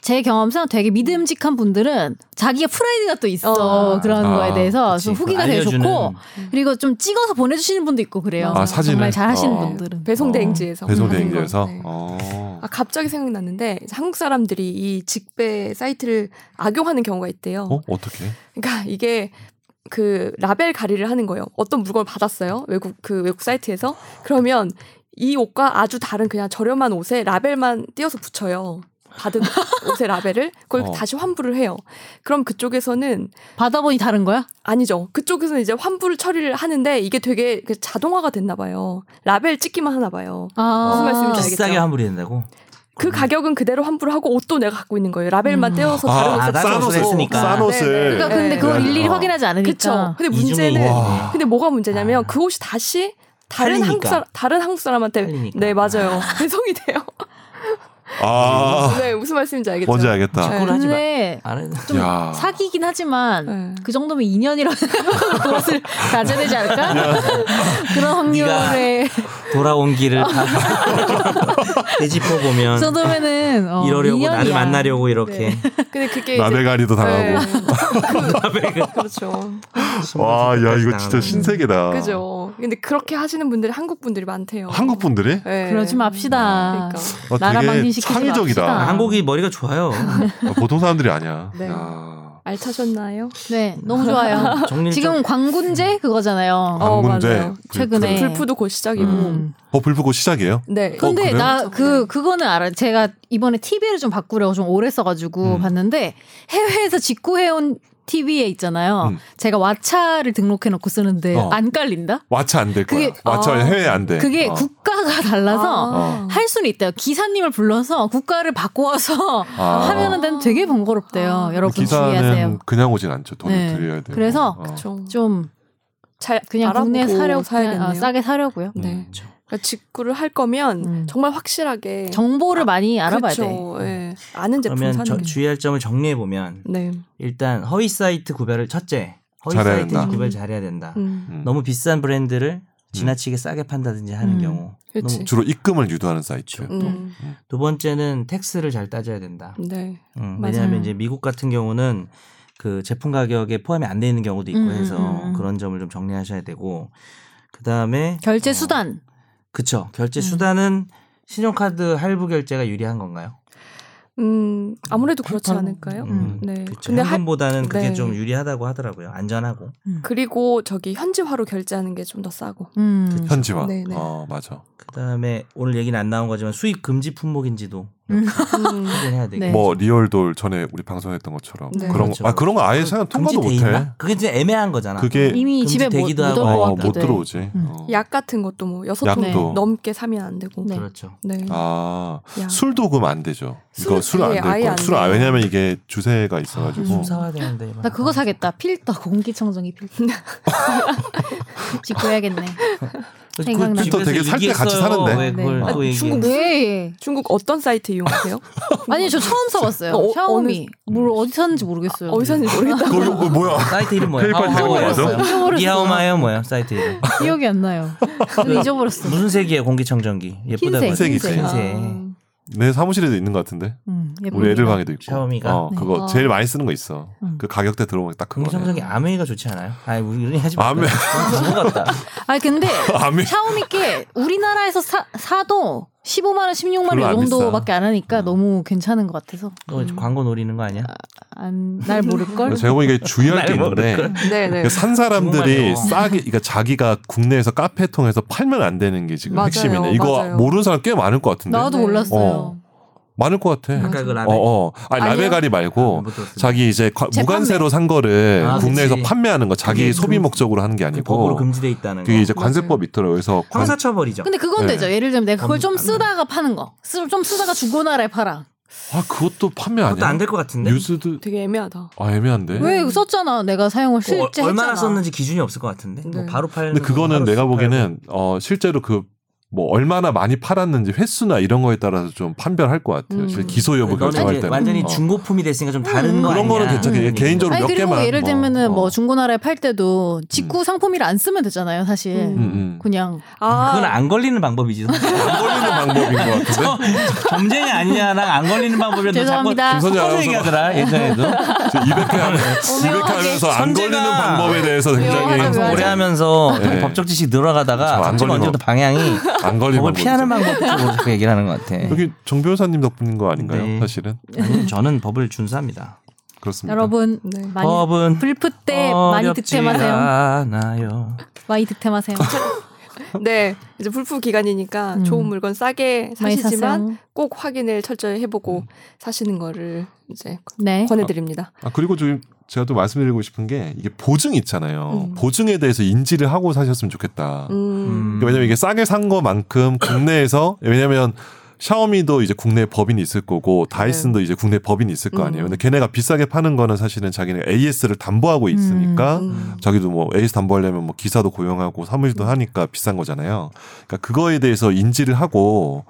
Speaker 2: 제 경험상 되게 믿음직한 분들은 자기의 프라이드가 또 있어
Speaker 1: 어.
Speaker 2: 그런
Speaker 4: 아,
Speaker 2: 거에 대해서
Speaker 3: 그치.
Speaker 2: 좀 후기가
Speaker 3: 그거
Speaker 2: 되게
Speaker 3: 알려주는
Speaker 2: 좋고 그리고 좀 찍어서 보내주시는 분도 있고 그래요.
Speaker 1: 아, 사진을?
Speaker 2: 정말 잘 하시는
Speaker 4: 어.
Speaker 2: 분들은.
Speaker 1: 배송 대행지에서.
Speaker 4: 어, 배송
Speaker 1: 받은
Speaker 4: 대행지에서.
Speaker 1: 거. 네.
Speaker 4: 어.
Speaker 1: 아, 갑자기 생각났는데 이제 한국 사람들이 이 직배 사이트를 악용하는 경우가 있대요.
Speaker 4: 어? 어떻게?
Speaker 1: 그러니까 이게 그 라벨 가리를 하는 거예요. 어떤 물건을 받았어요. 외국 그 외국 사이트에서. 그러면 이 옷과 아주 다른 그냥 저렴한 옷에 라벨만 띄어서 붙여요. 받은 옷의 라벨을 그걸
Speaker 4: 어.
Speaker 1: 다시 환불을 해요. 그럼 그쪽에서는
Speaker 2: 받아보니 다른 거야?
Speaker 1: 아니죠. 그쪽에서는 이제 환불 처리를 하는데 이게 되게 그 자동화가 됐나 봐요. 라벨 찍기만 하나 봐요.
Speaker 2: 아.
Speaker 1: 무슨 말씀인지 알겠죠?
Speaker 3: 비싸게 환불이 된다고.
Speaker 1: 그 가격은 그대로 환불하고 옷도 내가 갖고 있는 거예요. 라벨만
Speaker 2: 음.
Speaker 1: 떼어서
Speaker 4: 아,
Speaker 1: 다른
Speaker 3: 아,
Speaker 1: 옷을
Speaker 3: 다른
Speaker 1: 붙이고.
Speaker 3: 옷을 했으니까.
Speaker 4: 싼
Speaker 1: 네,
Speaker 4: 옷을.
Speaker 1: 네.
Speaker 2: 그러니까 근데 그걸
Speaker 4: 네.
Speaker 3: 어.
Speaker 2: 일일이 확인하지
Speaker 1: 그쵸.
Speaker 2: 않으니까.
Speaker 1: 근데
Speaker 3: 이중에
Speaker 1: 문제는 네,
Speaker 4: 와.
Speaker 1: 근데 뭐가 문제냐면
Speaker 3: 아.
Speaker 1: 그 옷이 다시 다른
Speaker 3: 팔리니까.
Speaker 1: 한국 사람 다른 한국 사람한테
Speaker 3: 팔리니까.
Speaker 1: 네 맞아요 배송이 돼요.
Speaker 4: 아.
Speaker 1: 네 무슨 말씀인지 알겠죠.
Speaker 4: 뭔지 알겠다.
Speaker 1: 네.
Speaker 3: 그걸 하지 마.
Speaker 2: 근데
Speaker 3: 알아.
Speaker 2: 좀
Speaker 4: 야.
Speaker 2: 사기긴 하지만
Speaker 1: 네.
Speaker 2: 그 정도면 2년이라고 그것을 가져야 되지 않을까? 그런 확률에
Speaker 3: 음. 돌아온 길을 다 되짚어
Speaker 2: 그
Speaker 3: 보면
Speaker 2: 정도면은 어,
Speaker 3: 이러려고
Speaker 2: 2년이야.
Speaker 3: 나를 만나려고 이렇게.
Speaker 1: 근데 그게 이제-
Speaker 4: 나베가리도
Speaker 1: 네.
Speaker 4: 당하고.
Speaker 1: 그, 그렇죠.
Speaker 4: 와, 야, 이거 진짜
Speaker 3: 당하는.
Speaker 4: 신세계다.
Speaker 1: 그죠. 근데 그렇게 하시는 분들이 한국 분들이 많대요.
Speaker 4: 한국 분들이?
Speaker 1: 네.
Speaker 2: 그러지 맙시다.
Speaker 1: 그러니까.
Speaker 4: 어,
Speaker 2: 나라
Speaker 4: 되게
Speaker 2: 망신시키지 맙시다.
Speaker 4: 창의적이다.
Speaker 3: 아, 한국이 머리가 좋아요.
Speaker 4: 어, 보통 사람들이 아니야.
Speaker 1: 네.
Speaker 4: 야.
Speaker 1: 알차셨나요?
Speaker 2: 네, 너무 좋아요.
Speaker 3: 정리
Speaker 2: 지금 광군제 그거잖아요.
Speaker 1: 어,
Speaker 4: 안군제
Speaker 1: 맞아요.
Speaker 2: 최근에. 네.
Speaker 1: 불프도 곧 시작이고.
Speaker 2: 음.
Speaker 4: 어 불프고 시작이에요?
Speaker 1: 네.
Speaker 2: 근데
Speaker 4: 그래요?
Speaker 2: 나 그 그거는 알아. 요 제가 이번에 TV를 좀 바꾸려고 좀 오래 써가지고
Speaker 4: 음.
Speaker 2: 봤는데 해외에서 직구해온 TV에 있잖아요.
Speaker 4: 음.
Speaker 2: 제가 왓챠를 등록해놓고 쓰는데
Speaker 4: 어.
Speaker 2: 안 깔린다?
Speaker 4: 왓챠 안 될 거야.
Speaker 2: 그게-
Speaker 4: 왓챠
Speaker 1: 아.
Speaker 4: 해외 안 돼.
Speaker 2: 그게
Speaker 4: 어.
Speaker 2: 국가가 달라서
Speaker 4: 어.
Speaker 2: 할 수는 있대요. 기사님을 불러서 국가를 바꿔와서
Speaker 4: 아. 그
Speaker 2: 하면은 난 되게 번거롭대요.
Speaker 1: 아.
Speaker 2: 여러분 주의하세요.
Speaker 4: 기사는 그냥 오진 않죠. 돈을
Speaker 2: 네.
Speaker 4: 드려야 돼요.
Speaker 2: 그래서
Speaker 4: 어.
Speaker 1: 그렇죠.
Speaker 2: 좀
Speaker 1: 잘
Speaker 2: 그냥
Speaker 1: 알아보고
Speaker 2: 국내 사려고 그냥,
Speaker 1: 사야겠네요.
Speaker 2: 아, 싸게 사려고요.
Speaker 1: 네.
Speaker 4: 음.
Speaker 1: 그러니까 직구를 할 거면
Speaker 2: 음.
Speaker 1: 정말 확실하게
Speaker 2: 정보를 많이 알아봐야 돼.
Speaker 1: 네. 그렇죠. 예. 아는 제품
Speaker 3: 그러면
Speaker 1: 사는
Speaker 3: 저-
Speaker 1: 게.
Speaker 3: 주의할 점을 정리해 보면
Speaker 1: 네.
Speaker 3: 일단 허위 사이트 구별을 첫째 허위
Speaker 4: 잘해야
Speaker 3: 사이트
Speaker 4: 된다.
Speaker 3: 구별 잘해야 된다.
Speaker 1: 음.
Speaker 4: 음.
Speaker 3: 너무 비싼 브랜드를 지나치게 싸게 판다든지 하는
Speaker 2: 음.
Speaker 3: 경우.
Speaker 1: 그치.
Speaker 3: 너무-
Speaker 4: 주로 입금을 유도하는 사이트.
Speaker 1: 네. 음.
Speaker 3: 두 번째는 텍스를 잘 따져야 된다.
Speaker 1: 네.
Speaker 3: 음,
Speaker 1: 맞아요.
Speaker 3: 왜냐하면 이제 미국 같은 경우는 그 제품 가격에 포함이 안 돼 있는 경우도 있고
Speaker 2: 음,
Speaker 3: 해서
Speaker 2: 음, 음.
Speaker 3: 그런 점을 좀 정리하셔야 되고 그 다음에
Speaker 4: 어.
Speaker 2: 결제 수단.
Speaker 3: 그쵸 결제
Speaker 2: 음.
Speaker 3: 수단은 신용카드 할부 결제가 유리한 건가요?
Speaker 1: 음, 아무래도 그렇지
Speaker 3: 팔팔-
Speaker 1: 않을까요?
Speaker 3: 음,
Speaker 1: 네.
Speaker 3: 그쵸.
Speaker 1: 근데 할-
Speaker 3: 현금보다는 그게
Speaker 1: 네.
Speaker 3: 좀 유리하다고 하더라고요. 안전하고.
Speaker 1: 그리고 저기 현지화로 결제하는 게 좀 더 싸고.
Speaker 2: 음.
Speaker 4: 현지화.
Speaker 1: 네, 네.
Speaker 4: 그 어 맞아.
Speaker 3: 그다음에 오늘 얘기는 안 나온 거지만 수익 금지 품목인지도
Speaker 2: 음.
Speaker 1: 음.
Speaker 3: 확인해야 되고.
Speaker 2: 네.
Speaker 4: 뭐 리얼돌 전에 우리 방송했던 것처럼
Speaker 1: 네.
Speaker 4: 그런
Speaker 3: 그렇죠.
Speaker 4: 거, 아 그런 거 아예 생각 통과도
Speaker 3: 금지돼
Speaker 4: 못해.
Speaker 3: 있나? 그게 진짜 애매한 거잖아.
Speaker 4: 그게
Speaker 2: 음. 이미
Speaker 3: 금지
Speaker 2: 집에 못, 못
Speaker 3: 되기도 하고.
Speaker 4: 어,
Speaker 2: 올것
Speaker 4: 못
Speaker 2: 같기도 해.
Speaker 4: 들어오지.
Speaker 2: 음.
Speaker 4: 어.
Speaker 1: 약 같은 것도 뭐 여섯 통
Speaker 4: 약도.
Speaker 1: 넘게 사면 안 되고.
Speaker 2: 네.
Speaker 3: 그렇죠.
Speaker 1: 네.
Speaker 4: 아
Speaker 1: 야.
Speaker 4: 술 도금 안 되죠. 이거
Speaker 1: 술은
Speaker 4: 술안
Speaker 1: 아예-
Speaker 4: 될
Speaker 1: 아예
Speaker 4: 거예요.
Speaker 1: 안
Speaker 4: 술안
Speaker 1: 돼요.
Speaker 4: 왜냐면 이게 주세가 있어가지고
Speaker 3: 좀 사와야 되는데.
Speaker 2: 음. 나 그거 사겠다. 필터 공기청정기 필터. 짓고 해야겠네.
Speaker 3: 그
Speaker 2: 생각나.
Speaker 3: 집에서
Speaker 4: 또 되게 살때 같이
Speaker 3: 얘기했어요.
Speaker 4: 사는데.
Speaker 3: 왜 그걸
Speaker 2: 네.
Speaker 1: 아,
Speaker 3: 또 얘기해.
Speaker 1: 중국
Speaker 2: 왜?
Speaker 1: 중국 어떤 사이트 이용하세요?
Speaker 2: 아니 저 처음 써봤어요.
Speaker 1: 어, 어,
Speaker 2: 샤오미. 뭘 어디 샀는지 모르겠어요.
Speaker 1: 어디서는지 모르겠다.
Speaker 4: 거기 어, 뭐야?
Speaker 3: 사이트 이름 뭐예요?
Speaker 4: 페이팔
Speaker 2: 잊어버렸어. 잊어버렸어.
Speaker 3: 이하오마요 뭐예요? 사이트 이름.
Speaker 2: 기억이 안 나요. 음. 근데 잊어버렸어.
Speaker 3: 무슨 색이에요? 공기청정기. 예쁘다고.
Speaker 2: 흰색,
Speaker 3: 하지.
Speaker 4: 흰색.
Speaker 3: 흰색.
Speaker 1: 아,
Speaker 4: 내 사무실에도 있는 것 같은데.
Speaker 2: 음,
Speaker 4: 우리 애들
Speaker 2: 예쁩니다.
Speaker 4: 방에도 있고.
Speaker 3: 샤오미가?
Speaker 4: 어,
Speaker 2: 네.
Speaker 4: 그거
Speaker 1: 아.
Speaker 4: 제일 많이 쓰는 거 있어.
Speaker 2: 음.
Speaker 4: 그 가격대 들어오면 딱 그거.
Speaker 3: 공기청정기 아메이가 좋지 않아요? 아니 우리 이런 얘기 하지 마.
Speaker 4: 아메.
Speaker 3: 그거 같다.
Speaker 2: 아니 근데
Speaker 4: 아메.
Speaker 2: 샤오미 게 우리나라에서 사, 사도 15만 원, 16만 원
Speaker 4: 별로 안
Speaker 2: 이 정도밖에 안 하니까
Speaker 4: 음.
Speaker 2: 너무 괜찮은 것 같아서
Speaker 3: 너 지금 광고 노리는 거 아니야?
Speaker 2: 안 날 모를 걸.
Speaker 4: 제가 보니까 주의할 게
Speaker 3: 날
Speaker 4: 있는데
Speaker 3: 모를
Speaker 1: 네, 네.
Speaker 4: 그산
Speaker 3: 정말요.
Speaker 4: 사람들이 싸게 그러니까 자기가 국내에서 카페 통해서 팔면 안 되는 게 지금
Speaker 1: 맞아요,
Speaker 4: 핵심이네. 이거
Speaker 1: 맞아요.
Speaker 4: 모르는 사람 꽤 많을 것 같은데.
Speaker 2: 나도
Speaker 1: 네.
Speaker 2: 몰랐어요.
Speaker 4: 어. 많을 것 같아.
Speaker 3: 아까 그 라벨.
Speaker 4: 어, 어. 아니
Speaker 1: 그러니까 아니요.
Speaker 4: 라벨가리 말고 자기 이제 거-
Speaker 2: 재판매.
Speaker 4: 무관세로 산 거를
Speaker 3: 아,
Speaker 4: 국내에서
Speaker 3: 그치.
Speaker 4: 판매하는 거 자기
Speaker 3: 그게
Speaker 4: 소비
Speaker 3: 금-
Speaker 4: 목적으로 하는 게
Speaker 3: 그
Speaker 4: 아니고
Speaker 3: 법으로 금지돼 있다는 거.
Speaker 4: 그게 이제
Speaker 1: 맞아요.
Speaker 4: 관세법 있더라고요. 그래서 관-
Speaker 3: 황사 처벌이죠.
Speaker 2: 근데 그건
Speaker 4: 네.
Speaker 2: 되죠. 예를 들면 내가 그걸 좀
Speaker 3: 안 돼.
Speaker 2: 쓰다가 파는 거. 쓰- 좀 쓰다가 중고나라에 팔아.
Speaker 4: 아 그것도 판매
Speaker 3: 그것도
Speaker 4: 아니야?
Speaker 3: 안 될 것 같은데.
Speaker 4: 뉴스도
Speaker 1: 되게 애매하다.
Speaker 4: 아 애매한데.
Speaker 2: 왜 썼잖아. 내가 사용을
Speaker 3: 어,
Speaker 2: 실제
Speaker 3: 얼마나
Speaker 2: 그 했잖아.
Speaker 3: 썼는지 기준이 없을 것 같은데. 뭐
Speaker 1: 네.
Speaker 3: 바로 팔는.
Speaker 4: 근데 그거는
Speaker 3: 거,
Speaker 4: 내가
Speaker 3: 바로
Speaker 4: 보기에는 어 실제로 그 뭐 얼마나 많이 팔았는지 횟수나 이런 거에 따라서 좀 판별할 것 같아요.
Speaker 1: 음.
Speaker 4: 실 기소 여부
Speaker 3: 너는
Speaker 4: 결정할
Speaker 3: 이제
Speaker 4: 때는
Speaker 3: 완전히
Speaker 4: 어.
Speaker 3: 중고품이 됐으니까 좀 다른
Speaker 2: 음,
Speaker 3: 거
Speaker 4: 그런
Speaker 3: 아니야?
Speaker 4: 거는 괜찮게
Speaker 3: 음.
Speaker 4: 개인적으로
Speaker 2: 아니
Speaker 4: 몇
Speaker 2: 그리고
Speaker 4: 개만
Speaker 2: 예를
Speaker 4: 뭐,
Speaker 2: 들면은 뭐
Speaker 4: 어.
Speaker 2: 중고나라에 팔 때도 직구 상품이라 안 쓰면 되잖아요, 사실.
Speaker 1: 음.
Speaker 4: 음, 음.
Speaker 2: 그냥
Speaker 1: 아,
Speaker 3: 그건 안 걸리는 방법이지.
Speaker 4: 안 걸리는 방법인 것 같은데.
Speaker 3: 점쟁이 아니냐랑 안 걸리는 방법이면 너 자꾸
Speaker 2: 죄송합니다.
Speaker 4: 김선재
Speaker 3: 섞어서
Speaker 4: 아나운서
Speaker 3: 얘기하더라 예전에도.
Speaker 4: 200회 하면서, 200회 하면서 안
Speaker 3: 선재가
Speaker 4: 걸리는 방법에 대해서
Speaker 2: 묘하다,
Speaker 4: 굉장히
Speaker 2: 묘하다.
Speaker 3: 방송 오래 하면서
Speaker 4: 네.
Speaker 3: 법적 지식
Speaker 4: 참,
Speaker 3: 늘어가다가
Speaker 4: 안
Speaker 3: 갑자기
Speaker 4: 걸리는
Speaker 3: 언제부터
Speaker 4: 거.
Speaker 3: 방향이
Speaker 4: 안 걸리는
Speaker 3: 법을
Speaker 4: 방법.
Speaker 3: 피하는 방법 쪽으로 자꾸 얘기를 하는 것 같아.
Speaker 4: 여기 정 변호사님 덕분인 거 아닌가요?
Speaker 3: 네.
Speaker 4: 사실은
Speaker 3: 아니, 저는 법을 준수합니다.
Speaker 4: 그렇습니다.
Speaker 2: 여러분
Speaker 1: 네.
Speaker 2: 많이
Speaker 3: 법은
Speaker 2: 불프 때 많이
Speaker 3: 어렵지 아.
Speaker 2: 득템하세요.
Speaker 3: 않아요.
Speaker 2: 많이 득템하세요.
Speaker 1: 네. 이제 불프 기간이니까
Speaker 2: 음.
Speaker 1: 좋은 물건 싸게
Speaker 2: 많이
Speaker 1: 사시지만
Speaker 2: 샀어요.
Speaker 1: 꼭 확인을 철저히 해보고 사시는 거를 이제
Speaker 2: 네.
Speaker 1: 권해드립니다.
Speaker 4: 아 그리고 지금 제가 또 말씀드리고 싶은 게 이게 보증 있잖아요.
Speaker 1: 음.
Speaker 4: 보증에 대해서 인지를 하고 사셨으면 좋겠다.
Speaker 1: 음,
Speaker 3: 음.
Speaker 4: 그러니까 왜냐면 이게 싸게 산 거만큼 국내에서 왜냐면 샤오미도 이제 국내 법인이 있을 거고 다이슨도 이제 국내 법인이 있을 거
Speaker 1: 음.
Speaker 4: 아니에요. 근데 걔네가 비싸게 파는 거는 사실은 자기네가 AS를 담보하고 있으니까
Speaker 1: 음.
Speaker 4: 자기도 뭐 AS 담보하려면 뭐 기사도 고용하고 사무실도 하니까 비싼 거잖아요. 그러니까 그거에 대해서 인지를 하고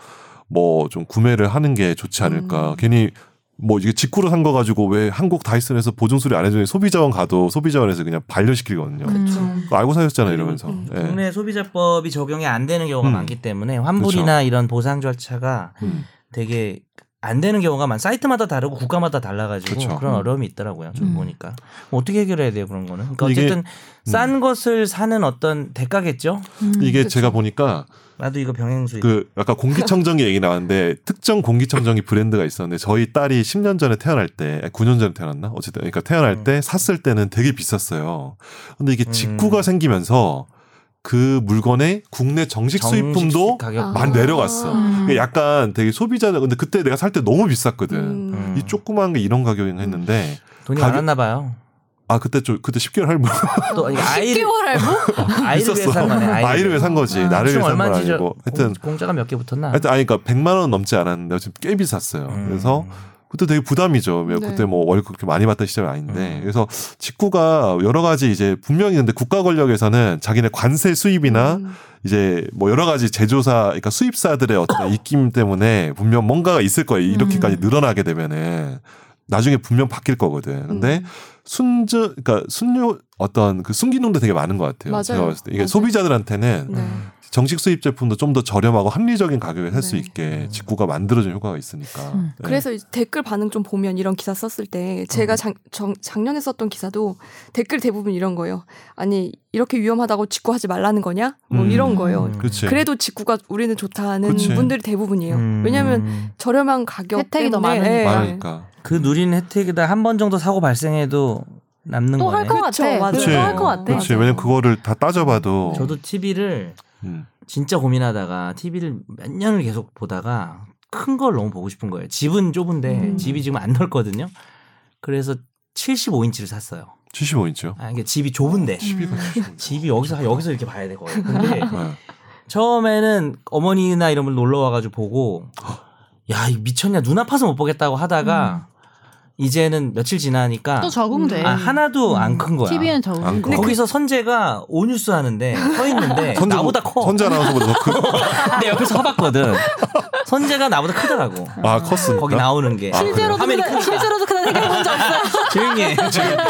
Speaker 4: 뭐 좀 구매를 하는 게 좋지 않을까.
Speaker 1: 음.
Speaker 4: 괜히 뭐 이게 직구로 산 거 가지고 왜 한국 다이슨에서 보증 수리 안 해주는 소비자원 가도 소비자원에서 그냥 반려시키거든요.
Speaker 1: 그쵸.
Speaker 2: 음.
Speaker 4: 알고 사셨잖아요 이러면서.
Speaker 1: 음.
Speaker 4: 예.
Speaker 3: 국내 소비자법이 적용이 안 되는 경우가
Speaker 4: 음. 그렇죠.
Speaker 3: 많기 때문에 환불이나 이런 보상 절차가
Speaker 4: 음.
Speaker 3: 되게 안 되는 경우가 많. 사이트마다 다르고 국가마다 달라가지고
Speaker 4: 그쵸.
Speaker 3: 그런 어려움이 있더라고요. 좀
Speaker 2: 음.
Speaker 3: 보니까 뭐 어떻게 해결해야 돼요 그런 거는. 그러니까
Speaker 4: 이게- 음.
Speaker 3: 어쨌든 싼 것을 사는 어떤 대가겠죠.
Speaker 2: 음.
Speaker 4: 이게
Speaker 1: 그쵸.
Speaker 4: 제가 보니까
Speaker 3: 나도 이거 병행수.
Speaker 4: 그 아까 공기청정기 얘기 나왔는데 특정 공기청정기 브랜드가 있었는데 저희 딸이 10년 전에 태어날 때 아니, 9년 전에 태어났나 어쨌든 그러니까
Speaker 3: 음.
Speaker 4: 태어날 때 샀을 때는 되게 비쌌어요. 근데 이게 직구가
Speaker 3: 음.
Speaker 4: 생기면서 그 물건의 국내 정식, 수입품도
Speaker 1: 아.
Speaker 3: 가격
Speaker 4: 많이 내려갔어.
Speaker 2: 음.
Speaker 4: 그러니까 약간 되게 소비자 근데 그때 내가 살 때 너무 비쌌거든.
Speaker 1: 음.
Speaker 4: 이 조그만 게 이런 가격이 했는데
Speaker 3: 돈이
Speaker 4: 가격-
Speaker 3: 많았나 봐요.
Speaker 4: 아 그때 좀 그때 10개월 할부
Speaker 1: 어.
Speaker 3: 또 아니, 아이를
Speaker 2: 10개월 할부?
Speaker 3: 아이를 위해
Speaker 4: 있었어.
Speaker 3: 산 거네. 아이를,
Speaker 4: 아이를 왜 산 거지? 나를 위해 산건
Speaker 3: 얼마인지 어. 저-
Speaker 4: 아니고. 하여튼-
Speaker 3: 공, 공짜가 몇 개 붙었나?
Speaker 4: 하여튼 아니 그러니까 100만 원 넘지 않았는데 지금 꽤 비쌌어요.
Speaker 3: 음.
Speaker 4: 그래서 그때 되게 부담이죠.
Speaker 1: 네.
Speaker 4: 그때 뭐 월급 그렇게 많이 받던 시절이 아닌데.
Speaker 3: 음.
Speaker 4: 그래서 직구가 여러 가지 이제 분명히 근데 국가 권력에서는 자기네 관세 수입이나
Speaker 1: 음.
Speaker 4: 이제 뭐 여러 가지 제조사 그러니까 수입사들의 어떤 입김 때문에 분명 뭔가가 있을 거예요. 이렇게까지
Speaker 2: 음.
Speaker 4: 늘어나게 되면은 나중에 분명 바뀔 거거든. 근데
Speaker 1: 음.
Speaker 4: 순저 그러니까 순요 어떤 그 숨기능도 되게 많은 것 같아요.
Speaker 1: 맞아요.
Speaker 4: 제가 봤을 때 이게
Speaker 1: 맞아요.
Speaker 4: 소비자들한테는
Speaker 1: 네.
Speaker 4: 정식 수입 제품도 좀 더 저렴하고 합리적인 가격에 살 수
Speaker 1: 네.
Speaker 4: 있게 직구가 만들어준 효과가 있으니까.
Speaker 2: 음.
Speaker 4: 네. 음.
Speaker 1: 그래서 이제 댓글 반응 좀 보면 이런 기사 썼을 때 제가 작, 작년에 썼던 기사도 댓글 대부분 이런 거예요. 아니 이렇게 위험하다고 직구하지 말라는 거냐? 뭐
Speaker 4: 음.
Speaker 1: 이런 거예요.
Speaker 4: 그렇지.
Speaker 1: 그래도 직구가 우리는 좋다는
Speaker 4: 그치.
Speaker 1: 분들이 대부분이에요.
Speaker 3: 음.
Speaker 1: 왜냐하면 저렴한 가격
Speaker 2: 혜택이 더
Speaker 1: 때문에
Speaker 2: 많으니까.
Speaker 1: 예.
Speaker 4: 많으니까.
Speaker 3: 그 누린 혜택이다 한 번 정도 사고 발생해도 남는
Speaker 2: 또 할
Speaker 3: 거네.
Speaker 2: 것
Speaker 1: 그쵸,
Speaker 2: 같아.
Speaker 1: 맞아요.
Speaker 2: 또 할 것 같아.
Speaker 1: 네.
Speaker 4: 그렇지.
Speaker 1: 맞아요.
Speaker 4: 왜냐면 그거를 다 따져봐도.
Speaker 3: 저도 TV를
Speaker 4: 음.
Speaker 3: 진짜 고민하다가 TV를 몇 년을 계속 보다가 큰 걸 너무 보고 싶은 거예요. 집은 좁은데
Speaker 1: 음.
Speaker 3: 집이 지금 안 넓거든요. 그래서 75인치를 샀어요.
Speaker 4: 75인치요.
Speaker 3: 아, 이게 집이 좁은데.
Speaker 2: 음.
Speaker 4: 12가 75인치.
Speaker 3: 집이 여기서 여기서 이렇게 봐야 되거든요. 근데
Speaker 4: 네.
Speaker 3: 처음에는 어머니나 이런 분 놀러 와가지고 보고 야이 미쳤냐 눈 아파서 못 보겠다고 하다가
Speaker 2: 음.
Speaker 3: 이제는 며칠 지나니까
Speaker 6: 또 적응돼.
Speaker 3: 아, 하나도
Speaker 2: 음.
Speaker 3: 안 큰 거야.
Speaker 6: TV는 적응.
Speaker 4: 안 커.
Speaker 3: 거기서 선재가 오뉴스 하는데 서 있는데
Speaker 4: 선제-
Speaker 3: 네, 나보다 커.
Speaker 4: 선제 아나운서보다 더 크.
Speaker 3: 내 옆에서 서봤거든. 선재가 나보다 크더라고.
Speaker 4: 아 컸습니까?
Speaker 3: 거기 나오는 게.
Speaker 2: 실제로도
Speaker 3: 화면이
Speaker 2: 그냥, 실제로도 그냥 생각해본 적 없어요.
Speaker 3: 조용히 해.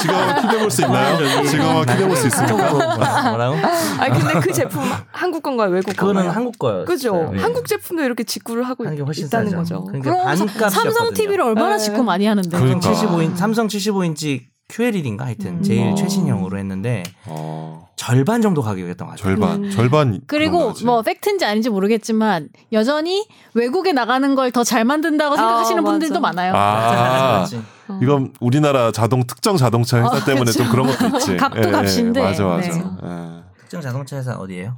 Speaker 4: 지금 한번 키대볼 수 있나요? 지금 한번 키대볼 수 있습니까?
Speaker 3: 뭐라고?
Speaker 1: 아니 근데 그 제품 한국 건가요 외국
Speaker 3: 그거는
Speaker 1: 건가요?
Speaker 3: 한국 거예요.
Speaker 1: 그죠.
Speaker 3: 네.
Speaker 1: 한국 제품도 이렇게 직구를 하고
Speaker 3: 하는 게 훨씬
Speaker 1: 있다는
Speaker 3: 싸죠.
Speaker 1: 거죠.
Speaker 3: 그러니까
Speaker 2: 그럼
Speaker 3: 반값
Speaker 2: 삼성 TV를
Speaker 1: 네.
Speaker 2: 얼마나 직구 많이 하는데.
Speaker 4: 그러니까.
Speaker 3: 75인 삼성 75인치 QLED인가 하여튼
Speaker 2: 음.
Speaker 3: 제일
Speaker 4: 어.
Speaker 3: 최신형으로 했는데
Speaker 4: 어,
Speaker 3: 절반 정도 가격이었던 것 같아요.
Speaker 4: 절반,
Speaker 1: 음.
Speaker 4: 절반. 그런
Speaker 2: 그리고
Speaker 4: 거지.
Speaker 2: 뭐 팩트인지 아닌지 모르겠지만 여전히 외국에 나가는 걸 더 잘 만든다고 생각하시는
Speaker 1: 아,
Speaker 2: 분들도
Speaker 1: 맞아.
Speaker 2: 많아요.
Speaker 4: 아,
Speaker 1: 어.
Speaker 4: 이건 우리나라 자동 특정 자동차 회사
Speaker 2: 아,
Speaker 4: 때문에
Speaker 2: 그쵸.
Speaker 4: 좀 그런 것도 있지.
Speaker 2: 값도
Speaker 4: 예, 예,
Speaker 2: 값인데.
Speaker 4: 맞아, 맞아.
Speaker 2: 네.
Speaker 4: 예.
Speaker 3: 특정 자동차 회사 어디예요?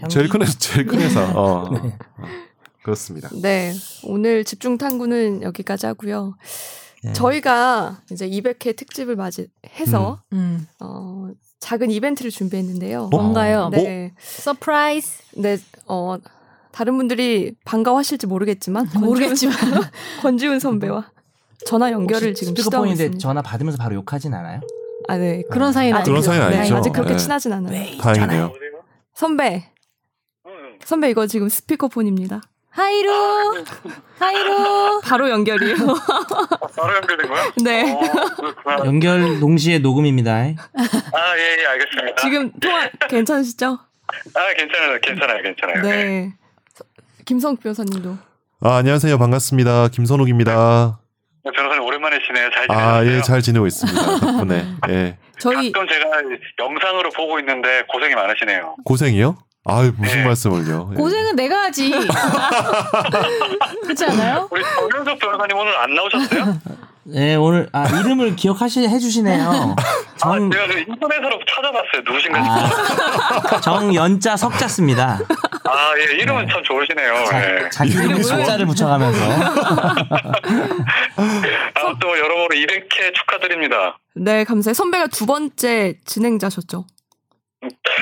Speaker 3: 향기? 네.
Speaker 4: 제일 큰 회사, 제일 큰 회사. 어. 어. 그렇습니다.
Speaker 1: 네 오늘 집중 탐구는 여기까지 하고요.
Speaker 3: 네.
Speaker 1: 저희가 이제 200회 특집을 맞이해서
Speaker 2: 음.
Speaker 1: 어, 작은 이벤트를 준비했는데요.
Speaker 2: 뭔가요?
Speaker 4: 뭐?
Speaker 1: 네,
Speaker 2: 서프라이즈.
Speaker 1: 네, 어, 다른 분들이 반가워하실지 모르겠지만 권지훈-
Speaker 2: 아, 모르겠지만.
Speaker 1: 권지훈 선배와 전화 연결을
Speaker 3: 혹시
Speaker 1: 지금 시도하고
Speaker 3: 스피커폰인데
Speaker 1: 있습니다.
Speaker 3: 전화 받으면서 바로 욕하진 않아요?
Speaker 1: 아, 네.
Speaker 2: 그런 사이
Speaker 1: 아직
Speaker 4: 그런
Speaker 1: 그-
Speaker 4: 사이는
Speaker 1: 네,
Speaker 4: 아니죠.
Speaker 1: 아직 그렇게
Speaker 4: 네.
Speaker 1: 친하진 않아요.
Speaker 4: 다행이네요.
Speaker 1: 선배, 선배 이거 지금 스피커폰입니다.
Speaker 2: 하이루. 하이루.
Speaker 1: 바로 연결이에요.
Speaker 7: 아, 바로 연결된 거요?
Speaker 1: 네.
Speaker 7: 어, 그렇구나.
Speaker 3: 연결 동시에 녹음입니다.
Speaker 7: 아, 예, 예, 알겠습니다.
Speaker 1: 지금 통화 괜찮으시죠?
Speaker 7: 아, 괜찮아요, 괜찮아요, 괜찮아요.
Speaker 1: 네. 서- 김성욱 변호사님도.
Speaker 4: 아, 안녕하세요. 반갑습니다. 김선욱입니다.
Speaker 7: 네, 변호사님 오랜만이시네요. 잘
Speaker 4: 아,
Speaker 7: 지내셨어요?
Speaker 4: 예, 잘 지내고 있습니다. 덕분에. 예.
Speaker 1: 저희
Speaker 7: 가끔 제가 영상으로 보고 있는데 고생이 많으시네요.
Speaker 4: 고생이요? 아유, 무슨
Speaker 7: 네.
Speaker 4: 말씀을요. 예.
Speaker 2: 고생은 내가 하지. 그렇지 않아요?
Speaker 7: 우리 정현석 변호사님 오늘 안 나오셨어요?
Speaker 3: 네 오늘 아 이름을 기억하시 해주시네요.
Speaker 7: 아,
Speaker 3: 정
Speaker 7: 제가 그 인터넷으로 찾아봤어요. 누구신가? 아,
Speaker 3: 아, 정연자 석자입니다.
Speaker 7: 예, 이름은 참 좋으시네요. 예.
Speaker 3: 자기 이름에 숫자를 붙여가면서
Speaker 7: 아무튼 여러모로 200회 축하드립니다.
Speaker 1: 네 감사해요. 선배가 두 번째 진행자셨죠?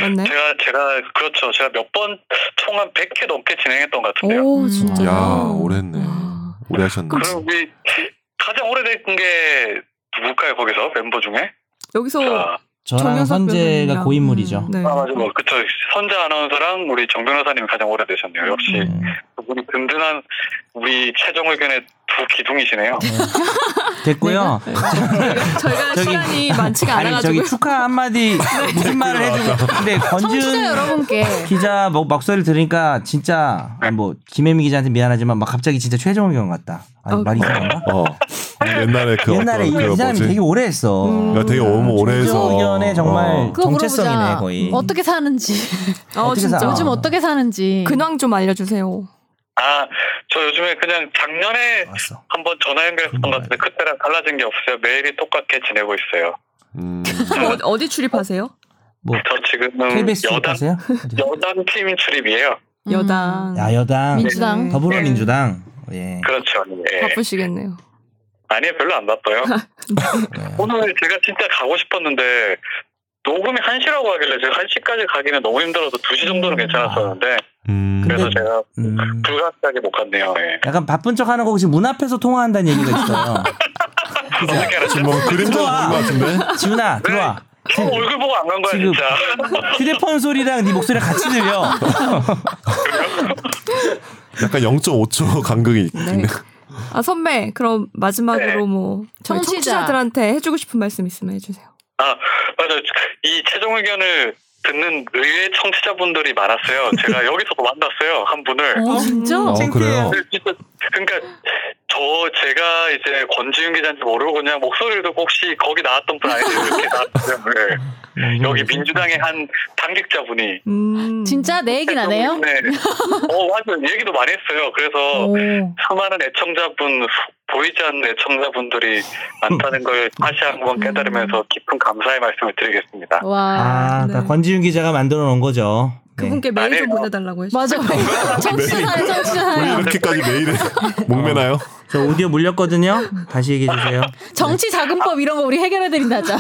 Speaker 1: 맞나요?
Speaker 7: 제가, 제가, 그렇죠. 제가 몇 번, 총 한 100회 넘게 진행했던 것 같은데요.
Speaker 1: 오
Speaker 2: 음.
Speaker 1: 진짜.
Speaker 4: 야, 오래 했네.
Speaker 1: 와.
Speaker 4: 오래 하셨네.
Speaker 7: 그럼 우리 가장 오래된 게 누굴까요, 거기서? 멤버 중에?
Speaker 1: 여기서
Speaker 7: 자,
Speaker 3: 저랑
Speaker 1: 정연석
Speaker 3: 선재가
Speaker 1: 변호사님이랑.
Speaker 3: 고인물이죠.
Speaker 1: 네.
Speaker 7: 아, 맞아. 뭐, 그쵸. 선자 아나운서랑 우리 정 변호사님이 가장 오래되셨네요. 역시
Speaker 3: 네.
Speaker 7: 두 분이 든든한 우리 최종 의견의 두 기둥이시네요.
Speaker 3: 됐고요.
Speaker 1: 저희가
Speaker 3: 저기-
Speaker 1: 네. 시간이 많지가 네.
Speaker 3: 아니 저기
Speaker 1: 않아가지고
Speaker 3: 축하 한마디 무슨 말을 해주고 근데
Speaker 2: 청취자
Speaker 3: 권지훈
Speaker 2: 여러분께
Speaker 3: 기자 뭐 목- 목소리 들으니까 진짜 아니, 뭐 김혜미 기자한테 미안하지만 막 갑자기 진짜 최종 의견 같다. 아니
Speaker 1: 어.
Speaker 3: 말이 이상한가?
Speaker 4: 어. 옛날에 그
Speaker 3: 옛날에 이
Speaker 4: 어떤 그
Speaker 3: 사람이
Speaker 4: 뭐지?
Speaker 3: 되게 오래 했어.
Speaker 1: 음.
Speaker 4: 그러니까 되게
Speaker 3: 아,
Speaker 4: 너무 오래 해서.
Speaker 3: 최종 의견에 정말
Speaker 4: 어.
Speaker 2: 그거
Speaker 3: 정체성이네
Speaker 2: 물어보자.
Speaker 3: 거의.
Speaker 2: 어떻게 사는지.
Speaker 1: 어,
Speaker 3: 어떻게
Speaker 1: 진짜
Speaker 3: 살아?
Speaker 1: 요즘
Speaker 2: 요즘 어떻게 사는지.
Speaker 1: 근황 좀 알려주세요. 어,
Speaker 7: 아, 저 요즘에 그냥 작년에
Speaker 3: 왔어.
Speaker 7: 한번 전화 연결했던 것 같은데 그때랑 달라진 게 없어요. 매일이 똑같게 지내고 있어요.
Speaker 4: 음.
Speaker 1: 어, 어디 출입하세요?
Speaker 3: 뭐
Speaker 7: 저 지금
Speaker 3: KBS
Speaker 7: 음, 여당,
Speaker 3: 가세요?
Speaker 7: 여당 팀 출입이에요.
Speaker 2: 음.
Speaker 1: 여당.
Speaker 3: 야 여당
Speaker 2: 민주당.
Speaker 1: 네.
Speaker 7: 그
Speaker 3: 더불어민주당 예.
Speaker 7: 그렇죠. 예.
Speaker 1: 바쁘시겠네요.
Speaker 7: 아니요, 별로 안 나빠요.
Speaker 3: 네.
Speaker 7: 오늘 제가 진짜 가고 싶었는데 녹음이 1시라고 하길래 제가 1시까지 가기는 너무 힘들어서 2시 정도는 괜찮았었는데
Speaker 8: 음.
Speaker 2: 네.
Speaker 7: 그래서 제가
Speaker 3: 음.
Speaker 7: 불가피하게 못 갔네요. 예.
Speaker 3: 약간 바쁜 척하는 거 혹시 문 앞에서 통화한다는 얘기가 있어요.
Speaker 7: 어떻게 알았지?
Speaker 8: 지금 뭐 그림자가 보는 것 같은데.
Speaker 3: 지훈아 들어와.
Speaker 7: 형 얼굴 보고 안 간 거야
Speaker 3: 지금.
Speaker 7: 진짜.
Speaker 3: 휴대폰 소리랑 네 목소리 같이 들려.
Speaker 8: 약간 0.5초 간극이 있네.
Speaker 1: 네. 아 선배 그럼
Speaker 7: 네.
Speaker 1: 마지막으로 뭐 저희
Speaker 2: 청취자.
Speaker 1: 청취자들한테 해주고 싶은 말씀 있으면 해주세요.
Speaker 7: 맞아. 이 최종 의견을 듣는 의외 청취자분들이 많았어요. 제가 여기서도 만났어요 한 분을.
Speaker 2: 어,
Speaker 8: 어,
Speaker 2: 진짜?
Speaker 8: 그래요.
Speaker 7: 근데 진짜 그러니까 저 제가 이제 권지윤 기자인지 모르고 그냥 목소리를 듣고 혹시 거기 나왔던 분 아니에요? 이렇게 나왔어요. 네. 여기 민주당의 한 당직자분이.
Speaker 1: 음.
Speaker 2: 진짜 내 얘기는 안 해요?
Speaker 7: 네. 어 맞아요. 얘기도 많이 했어요. 그래서
Speaker 2: 오.
Speaker 7: 수많은 애청자분 보이지 않는 애청자분들이 많다는 걸 다시 한번 깨달으면서 깊은 감사의 말씀을 드리겠습니다.
Speaker 2: 어, 와.
Speaker 3: 아다 그러니까
Speaker 1: 네.
Speaker 3: 권지윤 기자가 만들어 놓은 거죠. 네.
Speaker 1: 그분께 메일 좀
Speaker 7: 아니에요. 뭐.
Speaker 1: 보내달라고 해주세요.
Speaker 2: 맞아. 청취자네,
Speaker 8: 왜
Speaker 2: 청취자네.
Speaker 8: 이렇게까지 메일에 목매나요?
Speaker 3: 저 오디오 물렸거든요. 다시 얘기해
Speaker 1: 네.
Speaker 3: 주세요.
Speaker 2: 정치 자금법 이런 거 우리 해결해 드린다 자.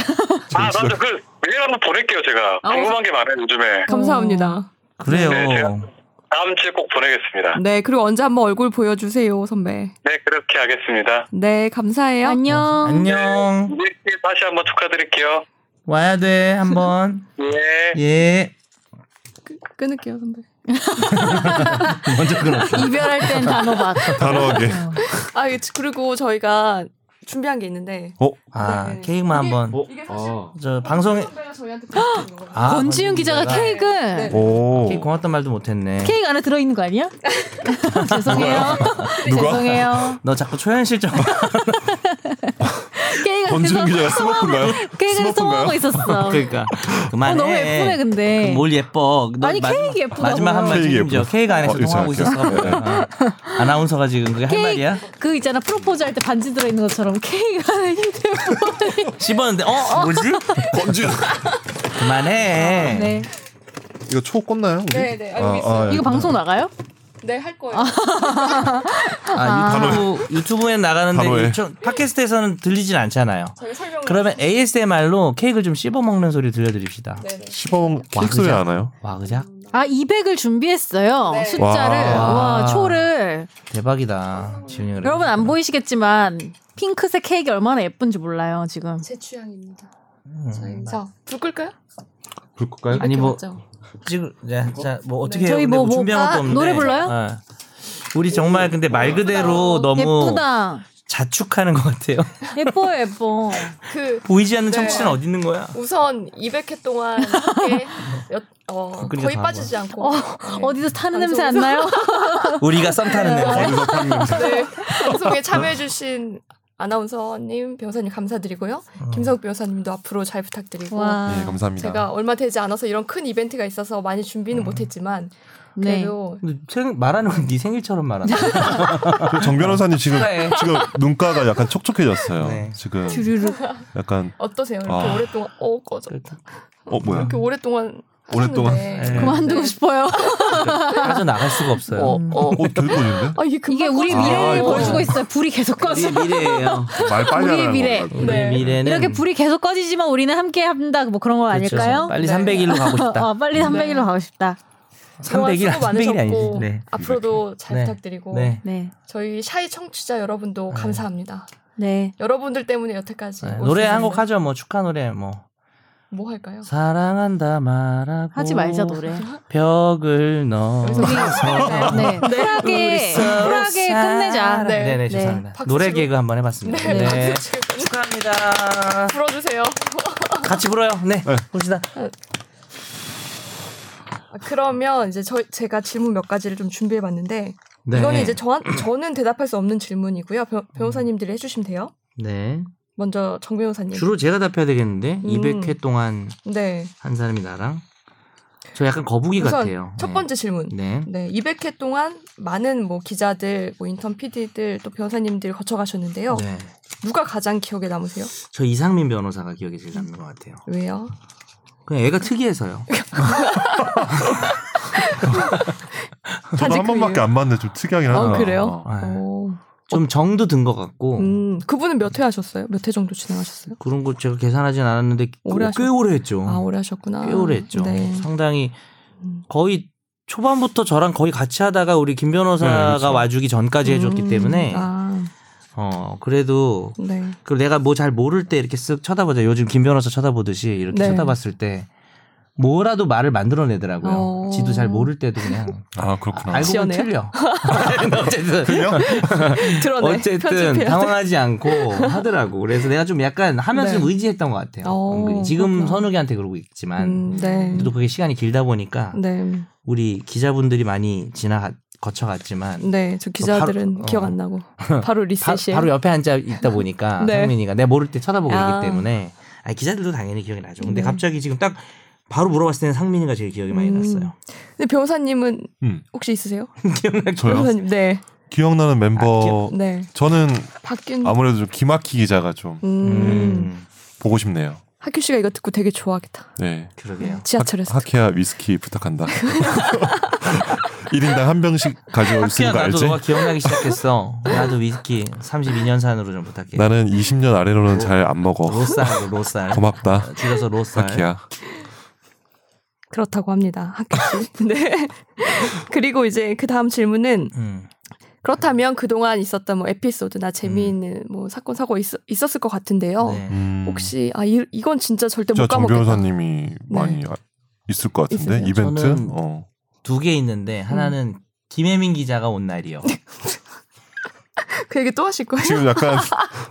Speaker 7: 아 맞아. 그 메일 한번 보낼게요 제가.
Speaker 1: 아,
Speaker 7: 궁금한 게 많아요
Speaker 1: 어.
Speaker 7: 요즘에.
Speaker 1: 감사합니다.
Speaker 7: 네, 제가-
Speaker 3: 그래요.
Speaker 7: 다음 주에 꼭 보내겠습니다.
Speaker 1: 네 그리고 언제 한번 얼굴 보여주세요 선배.
Speaker 7: 네 그렇게 하겠습니다.
Speaker 1: 네 감사해요.
Speaker 2: 안녕.
Speaker 3: 안녕.
Speaker 7: 네, 다시 한번 축하드릴게요.
Speaker 3: 와야 돼 한번.
Speaker 7: 예.
Speaker 3: 예.
Speaker 1: 끊- 끊을게요 선배.
Speaker 3: 먼저 끊어.
Speaker 2: 이별할 땐 단호 박.
Speaker 8: 단호하게.
Speaker 1: 아 예, 그리고 저희가 준비한 게 있는데
Speaker 8: 어?
Speaker 3: 아
Speaker 1: 네.
Speaker 3: 케이크만 한번.
Speaker 1: 이게 사실
Speaker 3: 저 방송에
Speaker 1: 선배가 저희한테 보내준 거거든요.
Speaker 3: 아,
Speaker 2: 아. 권지윤 기자가 케이크
Speaker 8: 오.
Speaker 3: 케이크 고맙단 말도 못했네.
Speaker 2: 케이크 안에 들어 있는 거 아니야? 죄송해요. 죄송해요.
Speaker 3: 너 자꾸 초현실적.
Speaker 2: 케이크
Speaker 8: 권지윤
Speaker 2: 안에서
Speaker 8: 기자가 스머프인가요?
Speaker 2: 케이크 안에 소화하고
Speaker 8: 스머프인가요?
Speaker 2: 있었어.
Speaker 3: 그러니까 그만해.
Speaker 2: 어, 너무 예쁘네 근데.
Speaker 3: 뭘 예뻐? 너
Speaker 2: 아니,
Speaker 3: 마지막-
Speaker 2: 케이크 예쁘다고요.
Speaker 3: 마지막 한 마디
Speaker 8: 케이크
Speaker 3: 책임져.
Speaker 8: 예쁘다.
Speaker 3: 케이크 안에서
Speaker 8: 어,
Speaker 3: 통화하고
Speaker 8: 이렇게
Speaker 3: 있었어. 어. 아나운서가 지금 그게 할 말이야?
Speaker 2: 케이크 그 있잖아 프로포즈 할 때 반지 들어 있는 것처럼 케이크 안에 휴대폰.
Speaker 3: 씹었는데 어 뭐지?
Speaker 8: 권지윤.
Speaker 3: 그만해.
Speaker 2: 네.
Speaker 8: 이거 초 꽂나요? 우리?
Speaker 1: 네, 네, 알고 있어요.
Speaker 8: 예.
Speaker 2: 이거 방송 나가요?
Speaker 1: 네할 거예요.
Speaker 3: 아, 유튜브 유튜브에 나가는데
Speaker 8: 바로 해.
Speaker 3: 유튜- 팟캐스트에서는 들리진 않잖아요.
Speaker 1: 저희 설명.
Speaker 3: 그러면 ASMR로 케이크를 좀 씹어 먹는 소리 들려드립니다.
Speaker 1: 네네.
Speaker 8: 10억
Speaker 3: 와,
Speaker 8: 케이크 소리
Speaker 3: 그죠?
Speaker 8: 안 와요?
Speaker 3: 와 그작
Speaker 2: 아 200을 준비했어요.
Speaker 1: 네.
Speaker 2: 숫자를
Speaker 8: 와.
Speaker 2: 와, 초를
Speaker 3: 대박이다. 지훈이 그래.
Speaker 2: 여러분 안 보이시겠지만 핑크색 케이크 얼마나 예쁜지 몰라요 지금.
Speaker 1: 제 취향입니다. 저희 자불 끌까요?
Speaker 8: 불 끌까요?
Speaker 3: 음. 아니 뭐
Speaker 1: 맞죠?
Speaker 3: 지금 자, 자, 뭐 어떻게
Speaker 2: 저희
Speaker 3: 해요?
Speaker 2: 뭐,
Speaker 3: 뭐,
Speaker 2: 뭐,
Speaker 3: 준비한
Speaker 2: 아,
Speaker 3: 것도 없는데
Speaker 2: 노래 불러요?
Speaker 3: 어. 우리 정말 근데 말 그대로 너무
Speaker 2: 예쁘다.
Speaker 3: 자축하는 것 같아요.
Speaker 2: 예뻐요 예뻐.
Speaker 3: 네.
Speaker 1: 그
Speaker 3: 보이지 않는
Speaker 1: 네.
Speaker 3: 청취는 어디 있는 거야?
Speaker 1: 우선 200회 동안 함께 여- 어,
Speaker 3: 그러니까
Speaker 1: 거의
Speaker 3: 다
Speaker 1: 빠지지 않고 네.
Speaker 2: 어디서
Speaker 1: 방송에서.
Speaker 2: 타는 냄새 안 나요?
Speaker 3: 우리가 썸 타는 냄새.
Speaker 8: 어디서 팠는지.
Speaker 1: 네, 방송에 참여해주신 아나운서님, 변호사님 감사드리고요.
Speaker 3: 음. 어.
Speaker 1: 김성욱 변호사님도 앞으로 잘 부탁드리고
Speaker 3: 네,
Speaker 2: 와. 네.
Speaker 8: 예, 감사합니다.
Speaker 1: 제가 얼마 되지 않아서 이런 큰 이벤트가 있어서 많이 준비는 못했지만
Speaker 2: 네.
Speaker 1: 그래도
Speaker 3: 근데 생- 말하는 건 네 생일처럼 말한다.
Speaker 8: 그리고 정 변호사님 지금
Speaker 3: 그래.
Speaker 8: 지금 눈가가 약간 촉촉해졌어요.
Speaker 3: 네.
Speaker 8: 지금
Speaker 2: 주르르.
Speaker 8: 약간
Speaker 1: 어떠세요? 이렇게
Speaker 8: 아.
Speaker 1: 오랫동안 어 꺼져
Speaker 8: 어 뭐야?
Speaker 1: 이렇게 오랫동안
Speaker 8: 오랫동안.
Speaker 1: 하셨는데.
Speaker 2: 그만두고
Speaker 1: 네.
Speaker 2: 싶어요.
Speaker 3: 빠져 나갈 수가 없어요.
Speaker 1: 어, 어.
Speaker 8: 어 결국인데?
Speaker 1: 아, 이게, 금방
Speaker 2: 이게 우리
Speaker 1: 꺼져요.
Speaker 2: 미래를
Speaker 8: 이거.
Speaker 2: 보여주고 있어요. 불이 계속 꺼져.
Speaker 3: 우리 미래예요.
Speaker 8: 말 빨리
Speaker 2: 우리의
Speaker 8: 하라는
Speaker 2: 미래.
Speaker 8: 건가?
Speaker 1: 네.
Speaker 3: 우리 미래는
Speaker 2: 이렇게 불이 계속 꺼지지만 우리는 함께 한다. 뭐 그런 거
Speaker 3: 그렇죠.
Speaker 2: 아닐까요?
Speaker 3: 빨리 네.
Speaker 1: 네.
Speaker 3: 300일로 가고 싶다.
Speaker 2: 어, 빨리 300일로 가고 싶다.
Speaker 1: 그동안
Speaker 3: 300일
Speaker 1: 수고
Speaker 3: 300일이
Speaker 1: 많으셨고 어,
Speaker 3: 아니지. 네.
Speaker 1: 앞으로도 잘
Speaker 3: 네.
Speaker 1: 부탁드리고
Speaker 3: 네.
Speaker 2: 네.
Speaker 1: 저희 샤이 청취자 여러분도 감사합니다.
Speaker 2: 네.
Speaker 1: 여러분들 때문에 여태까지
Speaker 3: 네.
Speaker 1: 올
Speaker 3: 노래 한
Speaker 1: 세상에
Speaker 3: 곡 하죠. 뭐 축하 노래 뭐
Speaker 1: 뭐 할까요?
Speaker 3: 사랑한다 말하고
Speaker 2: 하지 말자 노래.
Speaker 3: 벽을 넣어
Speaker 2: 네. 쿨하게 쿨하게 끝내자.
Speaker 1: 네.
Speaker 3: 네네
Speaker 2: 네.
Speaker 3: 죄송합니다.
Speaker 1: 박수
Speaker 3: 노래
Speaker 1: 치고.
Speaker 3: 개그 한번 해봤습니다.
Speaker 1: 네.
Speaker 3: 네.
Speaker 1: 지금
Speaker 3: 축하합니다.
Speaker 1: 불어주세요.
Speaker 3: 같이 불어요. 네. 봅시다.
Speaker 1: 아, 그러면 이제 저, 제가 질문 몇 가지를 좀 준비해봤는데
Speaker 3: 네.
Speaker 1: 이거는 이제 저한, 저는 대답할 수 없는 질문이고요. 변, 변호사님들이 해주시면 돼요.
Speaker 3: 네.
Speaker 1: 먼저 정 변호사님.
Speaker 3: 주로 제가 답해야 되겠는데 200회 동안
Speaker 1: 네.
Speaker 3: 한 사람이 나랑 저 약간 거북이
Speaker 1: 우선
Speaker 3: 같아요.
Speaker 1: 첫
Speaker 3: 네.
Speaker 1: 번째 질문.
Speaker 3: 네.
Speaker 1: 네, 200회 동안 많은 뭐 기자들, 뭐 인턴 PD들, 또 변호사님들이 거쳐가셨는데요.
Speaker 3: 네.
Speaker 1: 누가 가장 기억에 남으세요?
Speaker 3: 저 이상민 변호사가 기억에 제일 남는 것 같아요.
Speaker 1: 왜요?
Speaker 3: 그냥 애가 특이해서요.
Speaker 8: 저도 한 번밖에 안 봤는데 좀 특이하긴 하다.
Speaker 1: 그래요?
Speaker 8: 어.
Speaker 3: 네.
Speaker 1: 오,
Speaker 3: 좀 정도 든 것 같고
Speaker 1: 음, 그분은 몇 회 하셨어요? 몇 회 정도 진행하셨어요?
Speaker 3: 그런 거 제가 계산하진 않았는데
Speaker 1: 오래
Speaker 3: 꽤
Speaker 1: 하셨-
Speaker 3: 오래 했죠.
Speaker 1: 아, 오래 하셨구나.
Speaker 3: 어. 꽤 오래 했죠.
Speaker 1: 네.
Speaker 3: 상당히
Speaker 1: 음.
Speaker 3: 거의 초반부터 저랑 거의 같이 하다가 우리 김 변호사가
Speaker 4: 네, 그렇죠.
Speaker 3: 와주기 전까지 해줬기
Speaker 1: 음,
Speaker 3: 때문에
Speaker 1: 아,
Speaker 3: 어 그래도
Speaker 1: 네.
Speaker 3: 그 내가 뭐 잘 모를 때 이렇게 쓱 쳐다보자. 요즘 김 변호사 쳐다보듯이 이렇게
Speaker 1: 네.
Speaker 3: 쳐다봤을 때 뭐라도 말을 만들어내더라고요.
Speaker 1: 어.
Speaker 3: 지도 잘 모를 때도 그냥
Speaker 4: 아 그렇구나.
Speaker 3: 알고 보면
Speaker 1: 시원해요?
Speaker 3: 틀려. 어쨌든
Speaker 1: 드러내.
Speaker 3: 어쨌든
Speaker 1: 편집해야 돼.
Speaker 3: 당황하지 않고 하더라고. 그래서 내가 좀 약간 하면서
Speaker 1: 네.
Speaker 3: 좀 의지했던 것 같아요.
Speaker 1: 어,
Speaker 3: 은근히. 지금
Speaker 1: 그렇구나.
Speaker 3: 선욱이한테 그러고 있지만
Speaker 1: 음, 네.
Speaker 3: 또 그게 시간이 길다 보니까
Speaker 1: 네.
Speaker 3: 우리 기자분들이 많이 지나 거쳐갔지만
Speaker 1: 네. 저 기자들은
Speaker 3: 바로-
Speaker 1: 기억
Speaker 3: 어.
Speaker 1: 안 나고 바로
Speaker 3: 바,
Speaker 1: 리셋이.
Speaker 3: 로 옆에 앉아 있다 보니까
Speaker 1: 네.
Speaker 3: 성민이가 내 모를 때 쳐다보고
Speaker 1: 아.
Speaker 3: 있기 때문에 아니, 기자들도 당연히 기억이 나죠. 근데
Speaker 1: 네.
Speaker 3: 갑자기 지금 딱 바로 물어봤을 때는 상민이가 제일 기억이 많이
Speaker 1: 음.
Speaker 3: 났어요.
Speaker 1: 근데 변호사님은
Speaker 4: 음.
Speaker 1: 혹시 있으세요?
Speaker 3: 기억나죠?
Speaker 4: 저요.
Speaker 1: 변호사님. 네.
Speaker 4: 기억나는
Speaker 3: 어.
Speaker 4: 멤버
Speaker 1: 네.
Speaker 4: 저는
Speaker 1: 박균
Speaker 4: 아무래도 좀 김학희 기자가 좀
Speaker 1: 음.
Speaker 3: 뭐, 음,
Speaker 4: 보고 싶네요.
Speaker 1: 학규 씨가 이거 듣고 되게 좋아하겠다.
Speaker 4: 네.
Speaker 3: 그러게요.
Speaker 1: 지하철에서.
Speaker 4: 학회야 위스키 부탁한다. 1인당 한 병씩 가지고 있으
Speaker 3: 학교야
Speaker 4: 거
Speaker 3: 나도
Speaker 4: 알지?
Speaker 3: 너가 기억나기 시작했어. 나도 위스키 32년산으로 좀 부탁해.
Speaker 4: 나는 20년 아래로는 잘 안 먹어.
Speaker 3: 로쌀로 로쌀.
Speaker 4: 고맙다.
Speaker 3: 줄여서 로쌀.
Speaker 4: 학회야.
Speaker 1: 그렇다고 합니다. 학규 씨. 네. 그리고 이제 그 다음 질문은
Speaker 3: 음.
Speaker 1: 그렇다면 그동안 있었던 뭐 에피소드나 재미있는 뭐 사건 사고 있, 있었을 것 같은데요.
Speaker 3: 네.
Speaker 4: 음,
Speaker 1: 혹시 아 이, 이건 진짜 절대
Speaker 4: 진짜
Speaker 1: 못
Speaker 4: 정
Speaker 1: 까먹겠다. 네.
Speaker 4: 변호사님이 많이 아- 있을 것 같은데
Speaker 1: 있으세요?
Speaker 4: 이벤트.
Speaker 3: 저는-
Speaker 4: 어.
Speaker 3: 두개 있는데
Speaker 1: 음.
Speaker 3: 하나는 김혜민 기자가 온 날이요.
Speaker 1: 그 얘기 또 하실 거예요?
Speaker 4: 지금 약간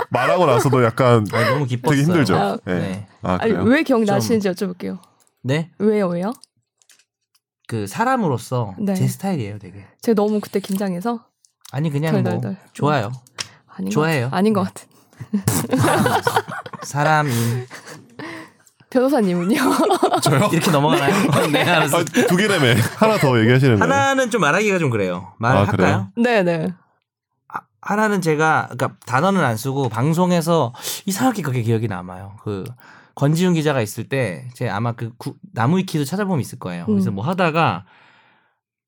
Speaker 4: 말하고 나서도 약간
Speaker 3: 아, 너무 기뻤어요.
Speaker 4: 되게 힘들죠.
Speaker 1: 아,
Speaker 4: 예.
Speaker 3: 네.
Speaker 4: 아
Speaker 1: 아니
Speaker 4: 그래요?
Speaker 1: 왜 기억나시는지 여쭤볼게요.
Speaker 3: 네.
Speaker 1: 왜요, 왜요?
Speaker 3: 그 사람으로서
Speaker 1: 네.
Speaker 3: 제 스타일이에요, 되게.
Speaker 1: 제가 너무 그때 긴장해서
Speaker 3: 아니 그냥
Speaker 1: 덜덜덜. 음,
Speaker 3: 뭐 좋아요.
Speaker 1: 아닌
Speaker 3: 좋아해요. 네.
Speaker 1: 것 같, 아닌 것 같은.
Speaker 3: 사람인
Speaker 1: 변호사님은요?
Speaker 4: 저요?
Speaker 3: 이렇게 넘어가나요? 네, 알았어.
Speaker 4: 아, 두 개라며 하나 더 얘기하시는 거예요?
Speaker 3: 하나는 좀 말하기가 좀 그래요.
Speaker 4: 네. 아,
Speaker 3: 말할까요?
Speaker 1: 네,
Speaker 4: 그래요?
Speaker 1: 네.
Speaker 3: 아, 하나는 제가 그러니까 단어는 안 쓰고 방송에서 이상하게 그게 기억이 남아요. 그 권지윤 기자가 있을 때 제 아마 그 구- 나무 위키도 찾아보면 있을 거예요. 그래서
Speaker 1: 음.
Speaker 3: 뭐 하다가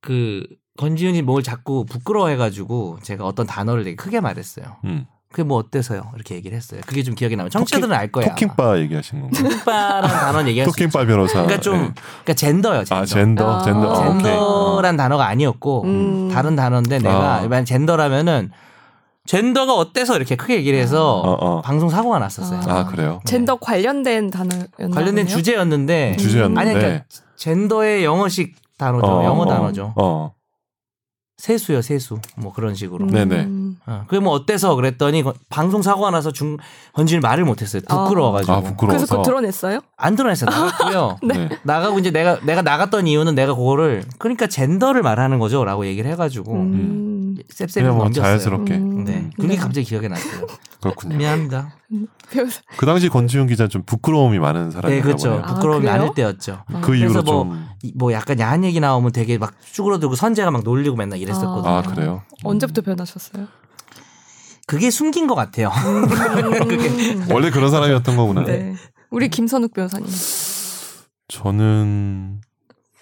Speaker 3: 그 권지윤이 뭘 자꾸 부끄러워해가지고 제가 어떤 단어를 되게 크게 말했어요.
Speaker 4: 음.
Speaker 3: 그게 뭐 어때서요? 이렇게 얘기를 했어요. 그게 좀 기억이 남아요. 청취자들은 알 거예요. 아마.
Speaker 4: 토킹바 얘기하시는 건가요?
Speaker 3: 토킹바라는 단어는 얘기할 수 있죠.
Speaker 4: 토킹바 변호사.
Speaker 3: 그러니까 좀
Speaker 4: 예.
Speaker 3: 그러니까 젠더요. 젠더.
Speaker 4: 아 젠더
Speaker 1: 아,
Speaker 4: 젠더 아, 오케이.
Speaker 3: 젠더란 단어가 아니었고
Speaker 1: 음.
Speaker 3: 다른 단어인데 내가
Speaker 4: 아.
Speaker 3: 만약 젠더라면은 젠더가 어때서 이렇게 크게 얘기를 해서
Speaker 4: 어, 어.
Speaker 3: 방송 사고가 났었어요.
Speaker 1: 아.
Speaker 4: 아 그래요
Speaker 1: 젠더 관련된 단어였나요?
Speaker 3: 네. 관련된 주제였는데
Speaker 4: 주제였는데
Speaker 3: 아니 그러니까 젠더의 영어식 단어죠.
Speaker 4: 음. 어,
Speaker 3: 영어
Speaker 4: 어,
Speaker 3: 단어죠.
Speaker 4: 어
Speaker 3: 세수요, 세수. 뭐 그런
Speaker 1: 음.
Speaker 3: 식으로.
Speaker 4: 네네.
Speaker 3: 어, 그게 뭐 어때서 그랬더니 거- 방송 사고가 나서 중 건진이 말을 못 했어요. 부끄러워 가지고.
Speaker 4: 아 부끄러워서
Speaker 1: 그래서 그거 드러냈어요?
Speaker 3: 안 드러냈어요. 나갔고요.
Speaker 4: 네.
Speaker 3: 나가고 이제 내가 내가 나갔던 이유는 내가 그거를 그러니까 젠더를 말하는 거죠라고 얘기를 해 가지고
Speaker 1: 음.
Speaker 3: 셉셉이
Speaker 4: 그냥 뭐
Speaker 3: 넘겼어요.
Speaker 4: 자연스럽게
Speaker 1: 음.
Speaker 3: 어. 네. 그게
Speaker 1: 네.
Speaker 3: 갑자기 기억에 났어요.
Speaker 4: 그렇군요
Speaker 3: 미안합니다.
Speaker 1: 변호사.
Speaker 3: 음.
Speaker 4: 그 당시 권지윤 기자 는좀 부끄러움이 많은
Speaker 3: 네,
Speaker 4: 사람이었나
Speaker 3: 그렇죠.
Speaker 4: 보네요
Speaker 1: 아,
Speaker 3: 부끄러움이
Speaker 1: 그래요?
Speaker 3: 많을 때였죠.
Speaker 1: 아,
Speaker 4: 그
Speaker 3: 그래서
Speaker 4: 이후로
Speaker 3: 뭐-
Speaker 4: 좀 아
Speaker 3: 이- 뭐 약간 야한 얘기 나오면 되게 막 쭈그러들고 선재가 막 놀리고 맨날 이랬었거든요.
Speaker 1: 아.
Speaker 4: 그래요
Speaker 1: 언제부터 변하셨어요? 아.
Speaker 3: 그게 숨긴 것 같아요.
Speaker 1: 음.
Speaker 4: 원래 그런 사람이었던 거구나
Speaker 1: 네. 우리 김선욱 변호사님.
Speaker 4: 저는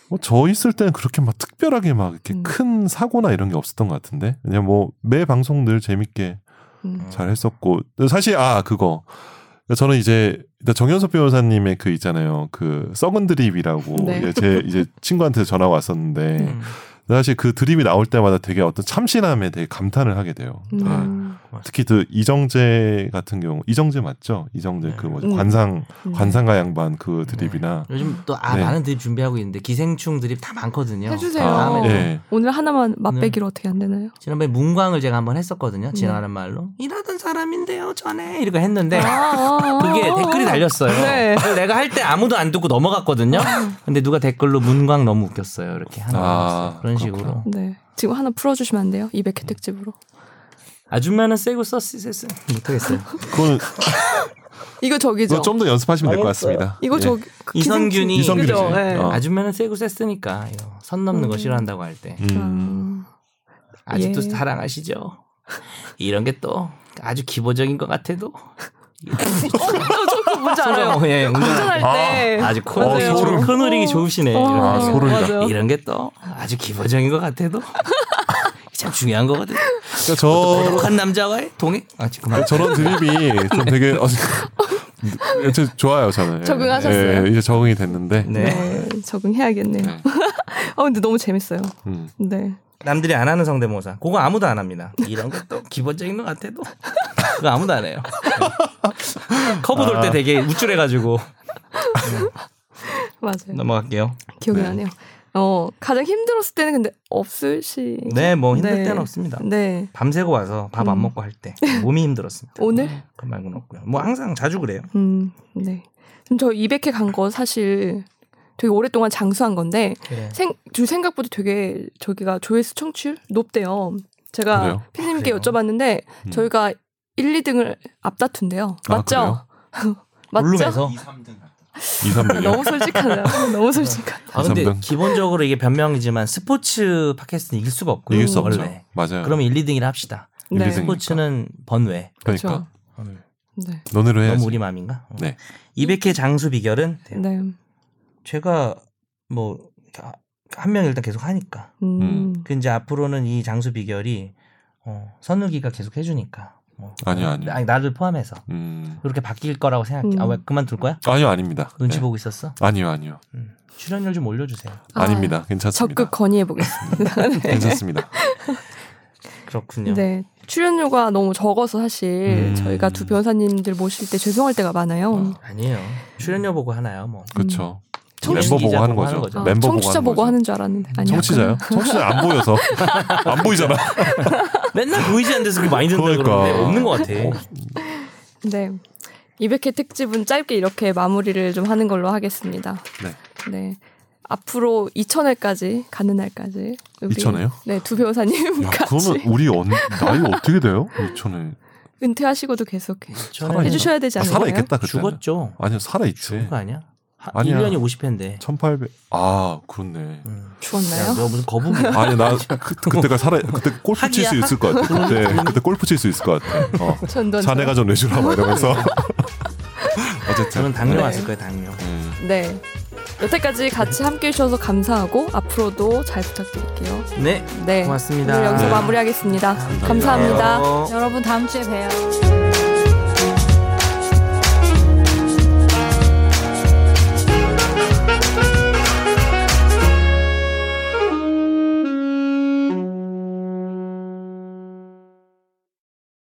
Speaker 4: 뭐 저 있을 때는 그렇게 막 특별하게 막 이렇게
Speaker 1: 음.
Speaker 4: 큰 사고나 이런 게 없었던 것 같은데 그냥 뭐 매 방송 늘 재밌게
Speaker 1: 음.
Speaker 4: 잘 했었고 사실 아 그거 그러니까 저는 이제 일단 정현섭 변호사님의 그 있잖아요 그 썩은 드립이라고
Speaker 1: 네.
Speaker 4: 예, 제 이제 친구한테 전화가 왔었는데
Speaker 3: 음,
Speaker 4: 사실 그 드립이 나올 때마다 되게 어떤 참신함에 되게 감탄을 하게 돼요. 예.
Speaker 1: 음.
Speaker 4: 특히 그 이정재 같은 경우 이정재 맞죠? 이정재
Speaker 3: 네.
Speaker 4: 그 뭐지?
Speaker 1: 음.
Speaker 4: 관상
Speaker 1: 음.
Speaker 4: 관상가 양반 그 드립이나
Speaker 3: 요즘 또 아,
Speaker 4: 네.
Speaker 3: 많은 드립 준비하고 있는데 기생충 드립 다 많거든요. 아,
Speaker 1: 해주세요.
Speaker 3: 다음에
Speaker 1: 네.
Speaker 4: 예.
Speaker 1: 오늘 하나만 맛배기로 어떻게 안 되나요?
Speaker 3: 지난번에 문광을 제가 한번 했었거든요.
Speaker 1: 네.
Speaker 3: 지나가는 말로 일하던 사람인데요, 전에 이렇게 했는데
Speaker 2: 어,
Speaker 1: 아, 아,
Speaker 3: 그게
Speaker 1: 아,
Speaker 3: 댓글이
Speaker 1: 아.
Speaker 3: 달렸어요.
Speaker 1: 네. 아.
Speaker 3: 그래서 내가 할 때 아무도 안 듣고 넘어갔거든요. 근데 누가 댓글로 문광 너무 웃겼어요. 이렇게 하나
Speaker 4: 아,
Speaker 3: 올렸어요. 그런 식으로
Speaker 4: 그렇구나.
Speaker 1: 네. 지금 하나 풀어주시면 안 돼요? 200회 특집으로.
Speaker 3: 아줌마는 세고 써시세스 못하겠어요.
Speaker 4: 그거는
Speaker 1: 이거 저기죠.
Speaker 4: 좀 더 연습하시면 될 것 같습니다.
Speaker 1: 이거
Speaker 4: 예.
Speaker 1: 저기 그
Speaker 3: 이선균이
Speaker 1: 기생충.
Speaker 4: 이선균이지.
Speaker 1: 그죠? 네.
Speaker 4: 어.
Speaker 3: 아줌마는 세고 셌으니까 이거 선 넘는 거 싫어한다고 할 때
Speaker 4: 음.
Speaker 1: 음.
Speaker 3: 아직도
Speaker 1: 예.
Speaker 3: 사랑하시죠? 이런 게 또 아주 기본적인 것 같아도
Speaker 1: 저 뭔지 알아요.
Speaker 3: 소정, 예, 운전할
Speaker 1: 운전할
Speaker 3: 때
Speaker 1: 때.
Speaker 3: 아주 코너링이
Speaker 4: 어,
Speaker 3: 좋-
Speaker 4: 소름.
Speaker 3: 코너링이 좋으시네
Speaker 1: 어,
Speaker 3: 이런,
Speaker 4: 아, 소름이다.
Speaker 1: 맞아요.
Speaker 3: 이런 게 또 아주 기본적인 것 같아도 참 중요한 거거든.
Speaker 4: 그러니까 저
Speaker 3: 거룩한 남자와의 동행. 아 지금
Speaker 4: 아, 저런 드립이 좀 되게 어, 저- 좋아요 저는 예.
Speaker 1: 적응하셨어요?
Speaker 4: 예, 이제 적응이 됐는데
Speaker 3: 네.
Speaker 1: 네, 적응해야겠네요. 아 근데 너무 재밌어요.
Speaker 4: 음.
Speaker 1: 네.
Speaker 3: 남들이 안 하는 성대모사. 그거 아무도 안 합니다. 이런 것도 기본적인 것 같아도 그거 아무도 안 해요. 커브 돌 때 되게 우쭐해가지고
Speaker 1: 맞아요.
Speaker 3: 네. 넘어갈게요.
Speaker 1: 기억이
Speaker 4: 네.
Speaker 1: 나네요. 어, 가장 힘들었을 때는 근데 없으시.
Speaker 3: 네, 뭐 힘들
Speaker 1: 네.
Speaker 3: 때는 없습니다.
Speaker 1: 네.
Speaker 3: 밤새고 와서 밥 안 먹고 할 때 몸이 힘들었습니다.
Speaker 1: 오늘?
Speaker 3: 그 말고는 없고요. 뭐 항상 자주 그래요.
Speaker 1: 음, 네. 지금 저 200회 간 거 사실 되게 오랫동안 장수한 건데
Speaker 3: 네.
Speaker 1: 생, 저 생각보다 되게 저기가 조회수 청취율 높대요. 제가
Speaker 4: 아, 그래요?
Speaker 1: 피디님께
Speaker 3: 그래요?
Speaker 1: 여쭤봤는데
Speaker 4: 음.
Speaker 1: 저희가 1, 2등을 앞다툰대요.
Speaker 4: 아,
Speaker 1: 맞죠? 맞죠?
Speaker 3: 물룸에서
Speaker 4: 2, 300이요
Speaker 1: 너무 솔직하네요. 너무 솔직한.
Speaker 3: 아 근데
Speaker 4: 이삼등.
Speaker 3: 기본적으로 이게 변명이지만 스포츠 팟캐스트는 이길 수가 없고요.
Speaker 4: 이길 수 없죠
Speaker 3: 원래.
Speaker 4: 맞아요
Speaker 3: 그러면 1, 2등이라 합시다.
Speaker 4: 일이
Speaker 1: 네. 그렇죠.
Speaker 4: 생기니까.
Speaker 3: 스포츠는 번외.
Speaker 4: 그러니까
Speaker 3: 오늘
Speaker 1: 네.
Speaker 4: 논의로 해야지
Speaker 3: 너무 우리 마음인가? 어.
Speaker 4: 네.
Speaker 3: 200회 장수 비결은
Speaker 1: 네.
Speaker 3: 제가 뭐 한 명 일단 계속 하니까.
Speaker 1: 음.
Speaker 3: 그 이제 앞으로는 이 장수 비결이 어, 선우기가 계속 해주니까. 뭐.
Speaker 4: 아니요, 아니요.
Speaker 3: 아니 나를 포함해서
Speaker 4: 음.
Speaker 3: 이렇게 바뀔 거라고 생각해.
Speaker 1: 음.
Speaker 3: 아왜 그만둘 거야?
Speaker 4: 아니요 아닙니다
Speaker 3: 눈치
Speaker 4: 네.
Speaker 3: 보고 있었어?
Speaker 4: 아니요 아니요
Speaker 3: 음. 출연료 좀 올려주세요.
Speaker 1: 아,
Speaker 4: 아, 닙니다 괜찮습니다
Speaker 1: 적극 건의해 보겠습니다. 네.
Speaker 4: 괜찮습니다
Speaker 3: 그렇군요.
Speaker 1: 네. 출연료가 너무 적어서 사실
Speaker 4: 음.
Speaker 1: 저희가 두 변호사님들 모실 때 죄송할 때가 많아요.
Speaker 3: 아니에요. 출연료 보고 하나요, 뭐.
Speaker 4: 그렇죠
Speaker 1: 청취-
Speaker 4: 멤버 보고
Speaker 3: 기자
Speaker 4: 하는
Speaker 3: 보고 하는
Speaker 4: 거죠
Speaker 3: 거죠.
Speaker 4: 멤버
Speaker 1: 음. 청취자 보고
Speaker 4: 거죠.
Speaker 1: 하는 줄 알았는데 아니요.
Speaker 4: 청취자요? 청취자 안 보여서 안 보이잖아.
Speaker 3: 맨날 보이지 않는 데서 그 많이 든다
Speaker 4: 아, 그러니까. 어,
Speaker 3: 그러는데 없는 것 같아.
Speaker 1: 네. 200회 특집은 짧게 이렇게 마무리를 좀 하는 걸로 하겠습니다. 네. 앞으로 2000회까지 가는 날까지 우리
Speaker 4: 2000회요?
Speaker 1: 네, 두 변호사님
Speaker 4: 야,
Speaker 1: 같이
Speaker 4: 그러면 우리 언, 나이 어떻게 돼요? 2천에
Speaker 1: 은퇴하시고도 계속
Speaker 3: 저는
Speaker 4: 살아있나?
Speaker 1: 해주셔야 되지
Speaker 4: 아,
Speaker 1: 않을까요?
Speaker 4: 살아 있겠다 그때.
Speaker 3: 뭐 죽었죠.
Speaker 4: 아니요 살아
Speaker 3: 죽은
Speaker 4: 있지.
Speaker 3: 거 아니야? 하,
Speaker 4: 네. 아니야.
Speaker 3: 1년이 50회인데.
Speaker 4: 1800. 아 그렇네.
Speaker 1: 죽었나요?
Speaker 3: 너 무슨 거북이야?
Speaker 4: 아니 나 그, 그때가 살아 그때 골프 칠 수
Speaker 3: 하기야?
Speaker 4: 있을 것 같아. 그때 그때 골프 칠 수 있을 것 같아. 어.
Speaker 1: 전두환
Speaker 4: 사내가 좀 내주라 막 이러면서.
Speaker 3: 저는 당뇨
Speaker 1: 네.
Speaker 3: 왔을 거예요, 당뇨.
Speaker 4: 음,
Speaker 1: 네. 여태까지 같이 함께 해주셔서 감사하고 앞으로도 잘 부탁드릴게요.
Speaker 3: 네.
Speaker 1: 네.
Speaker 3: 고맙습니다.
Speaker 1: 오늘 여기서
Speaker 4: 네.
Speaker 1: 마무리하겠습니다.
Speaker 3: 감사합니다.
Speaker 1: 감사합니다.
Speaker 3: 어.
Speaker 2: 여러분 다음 주에 봬요.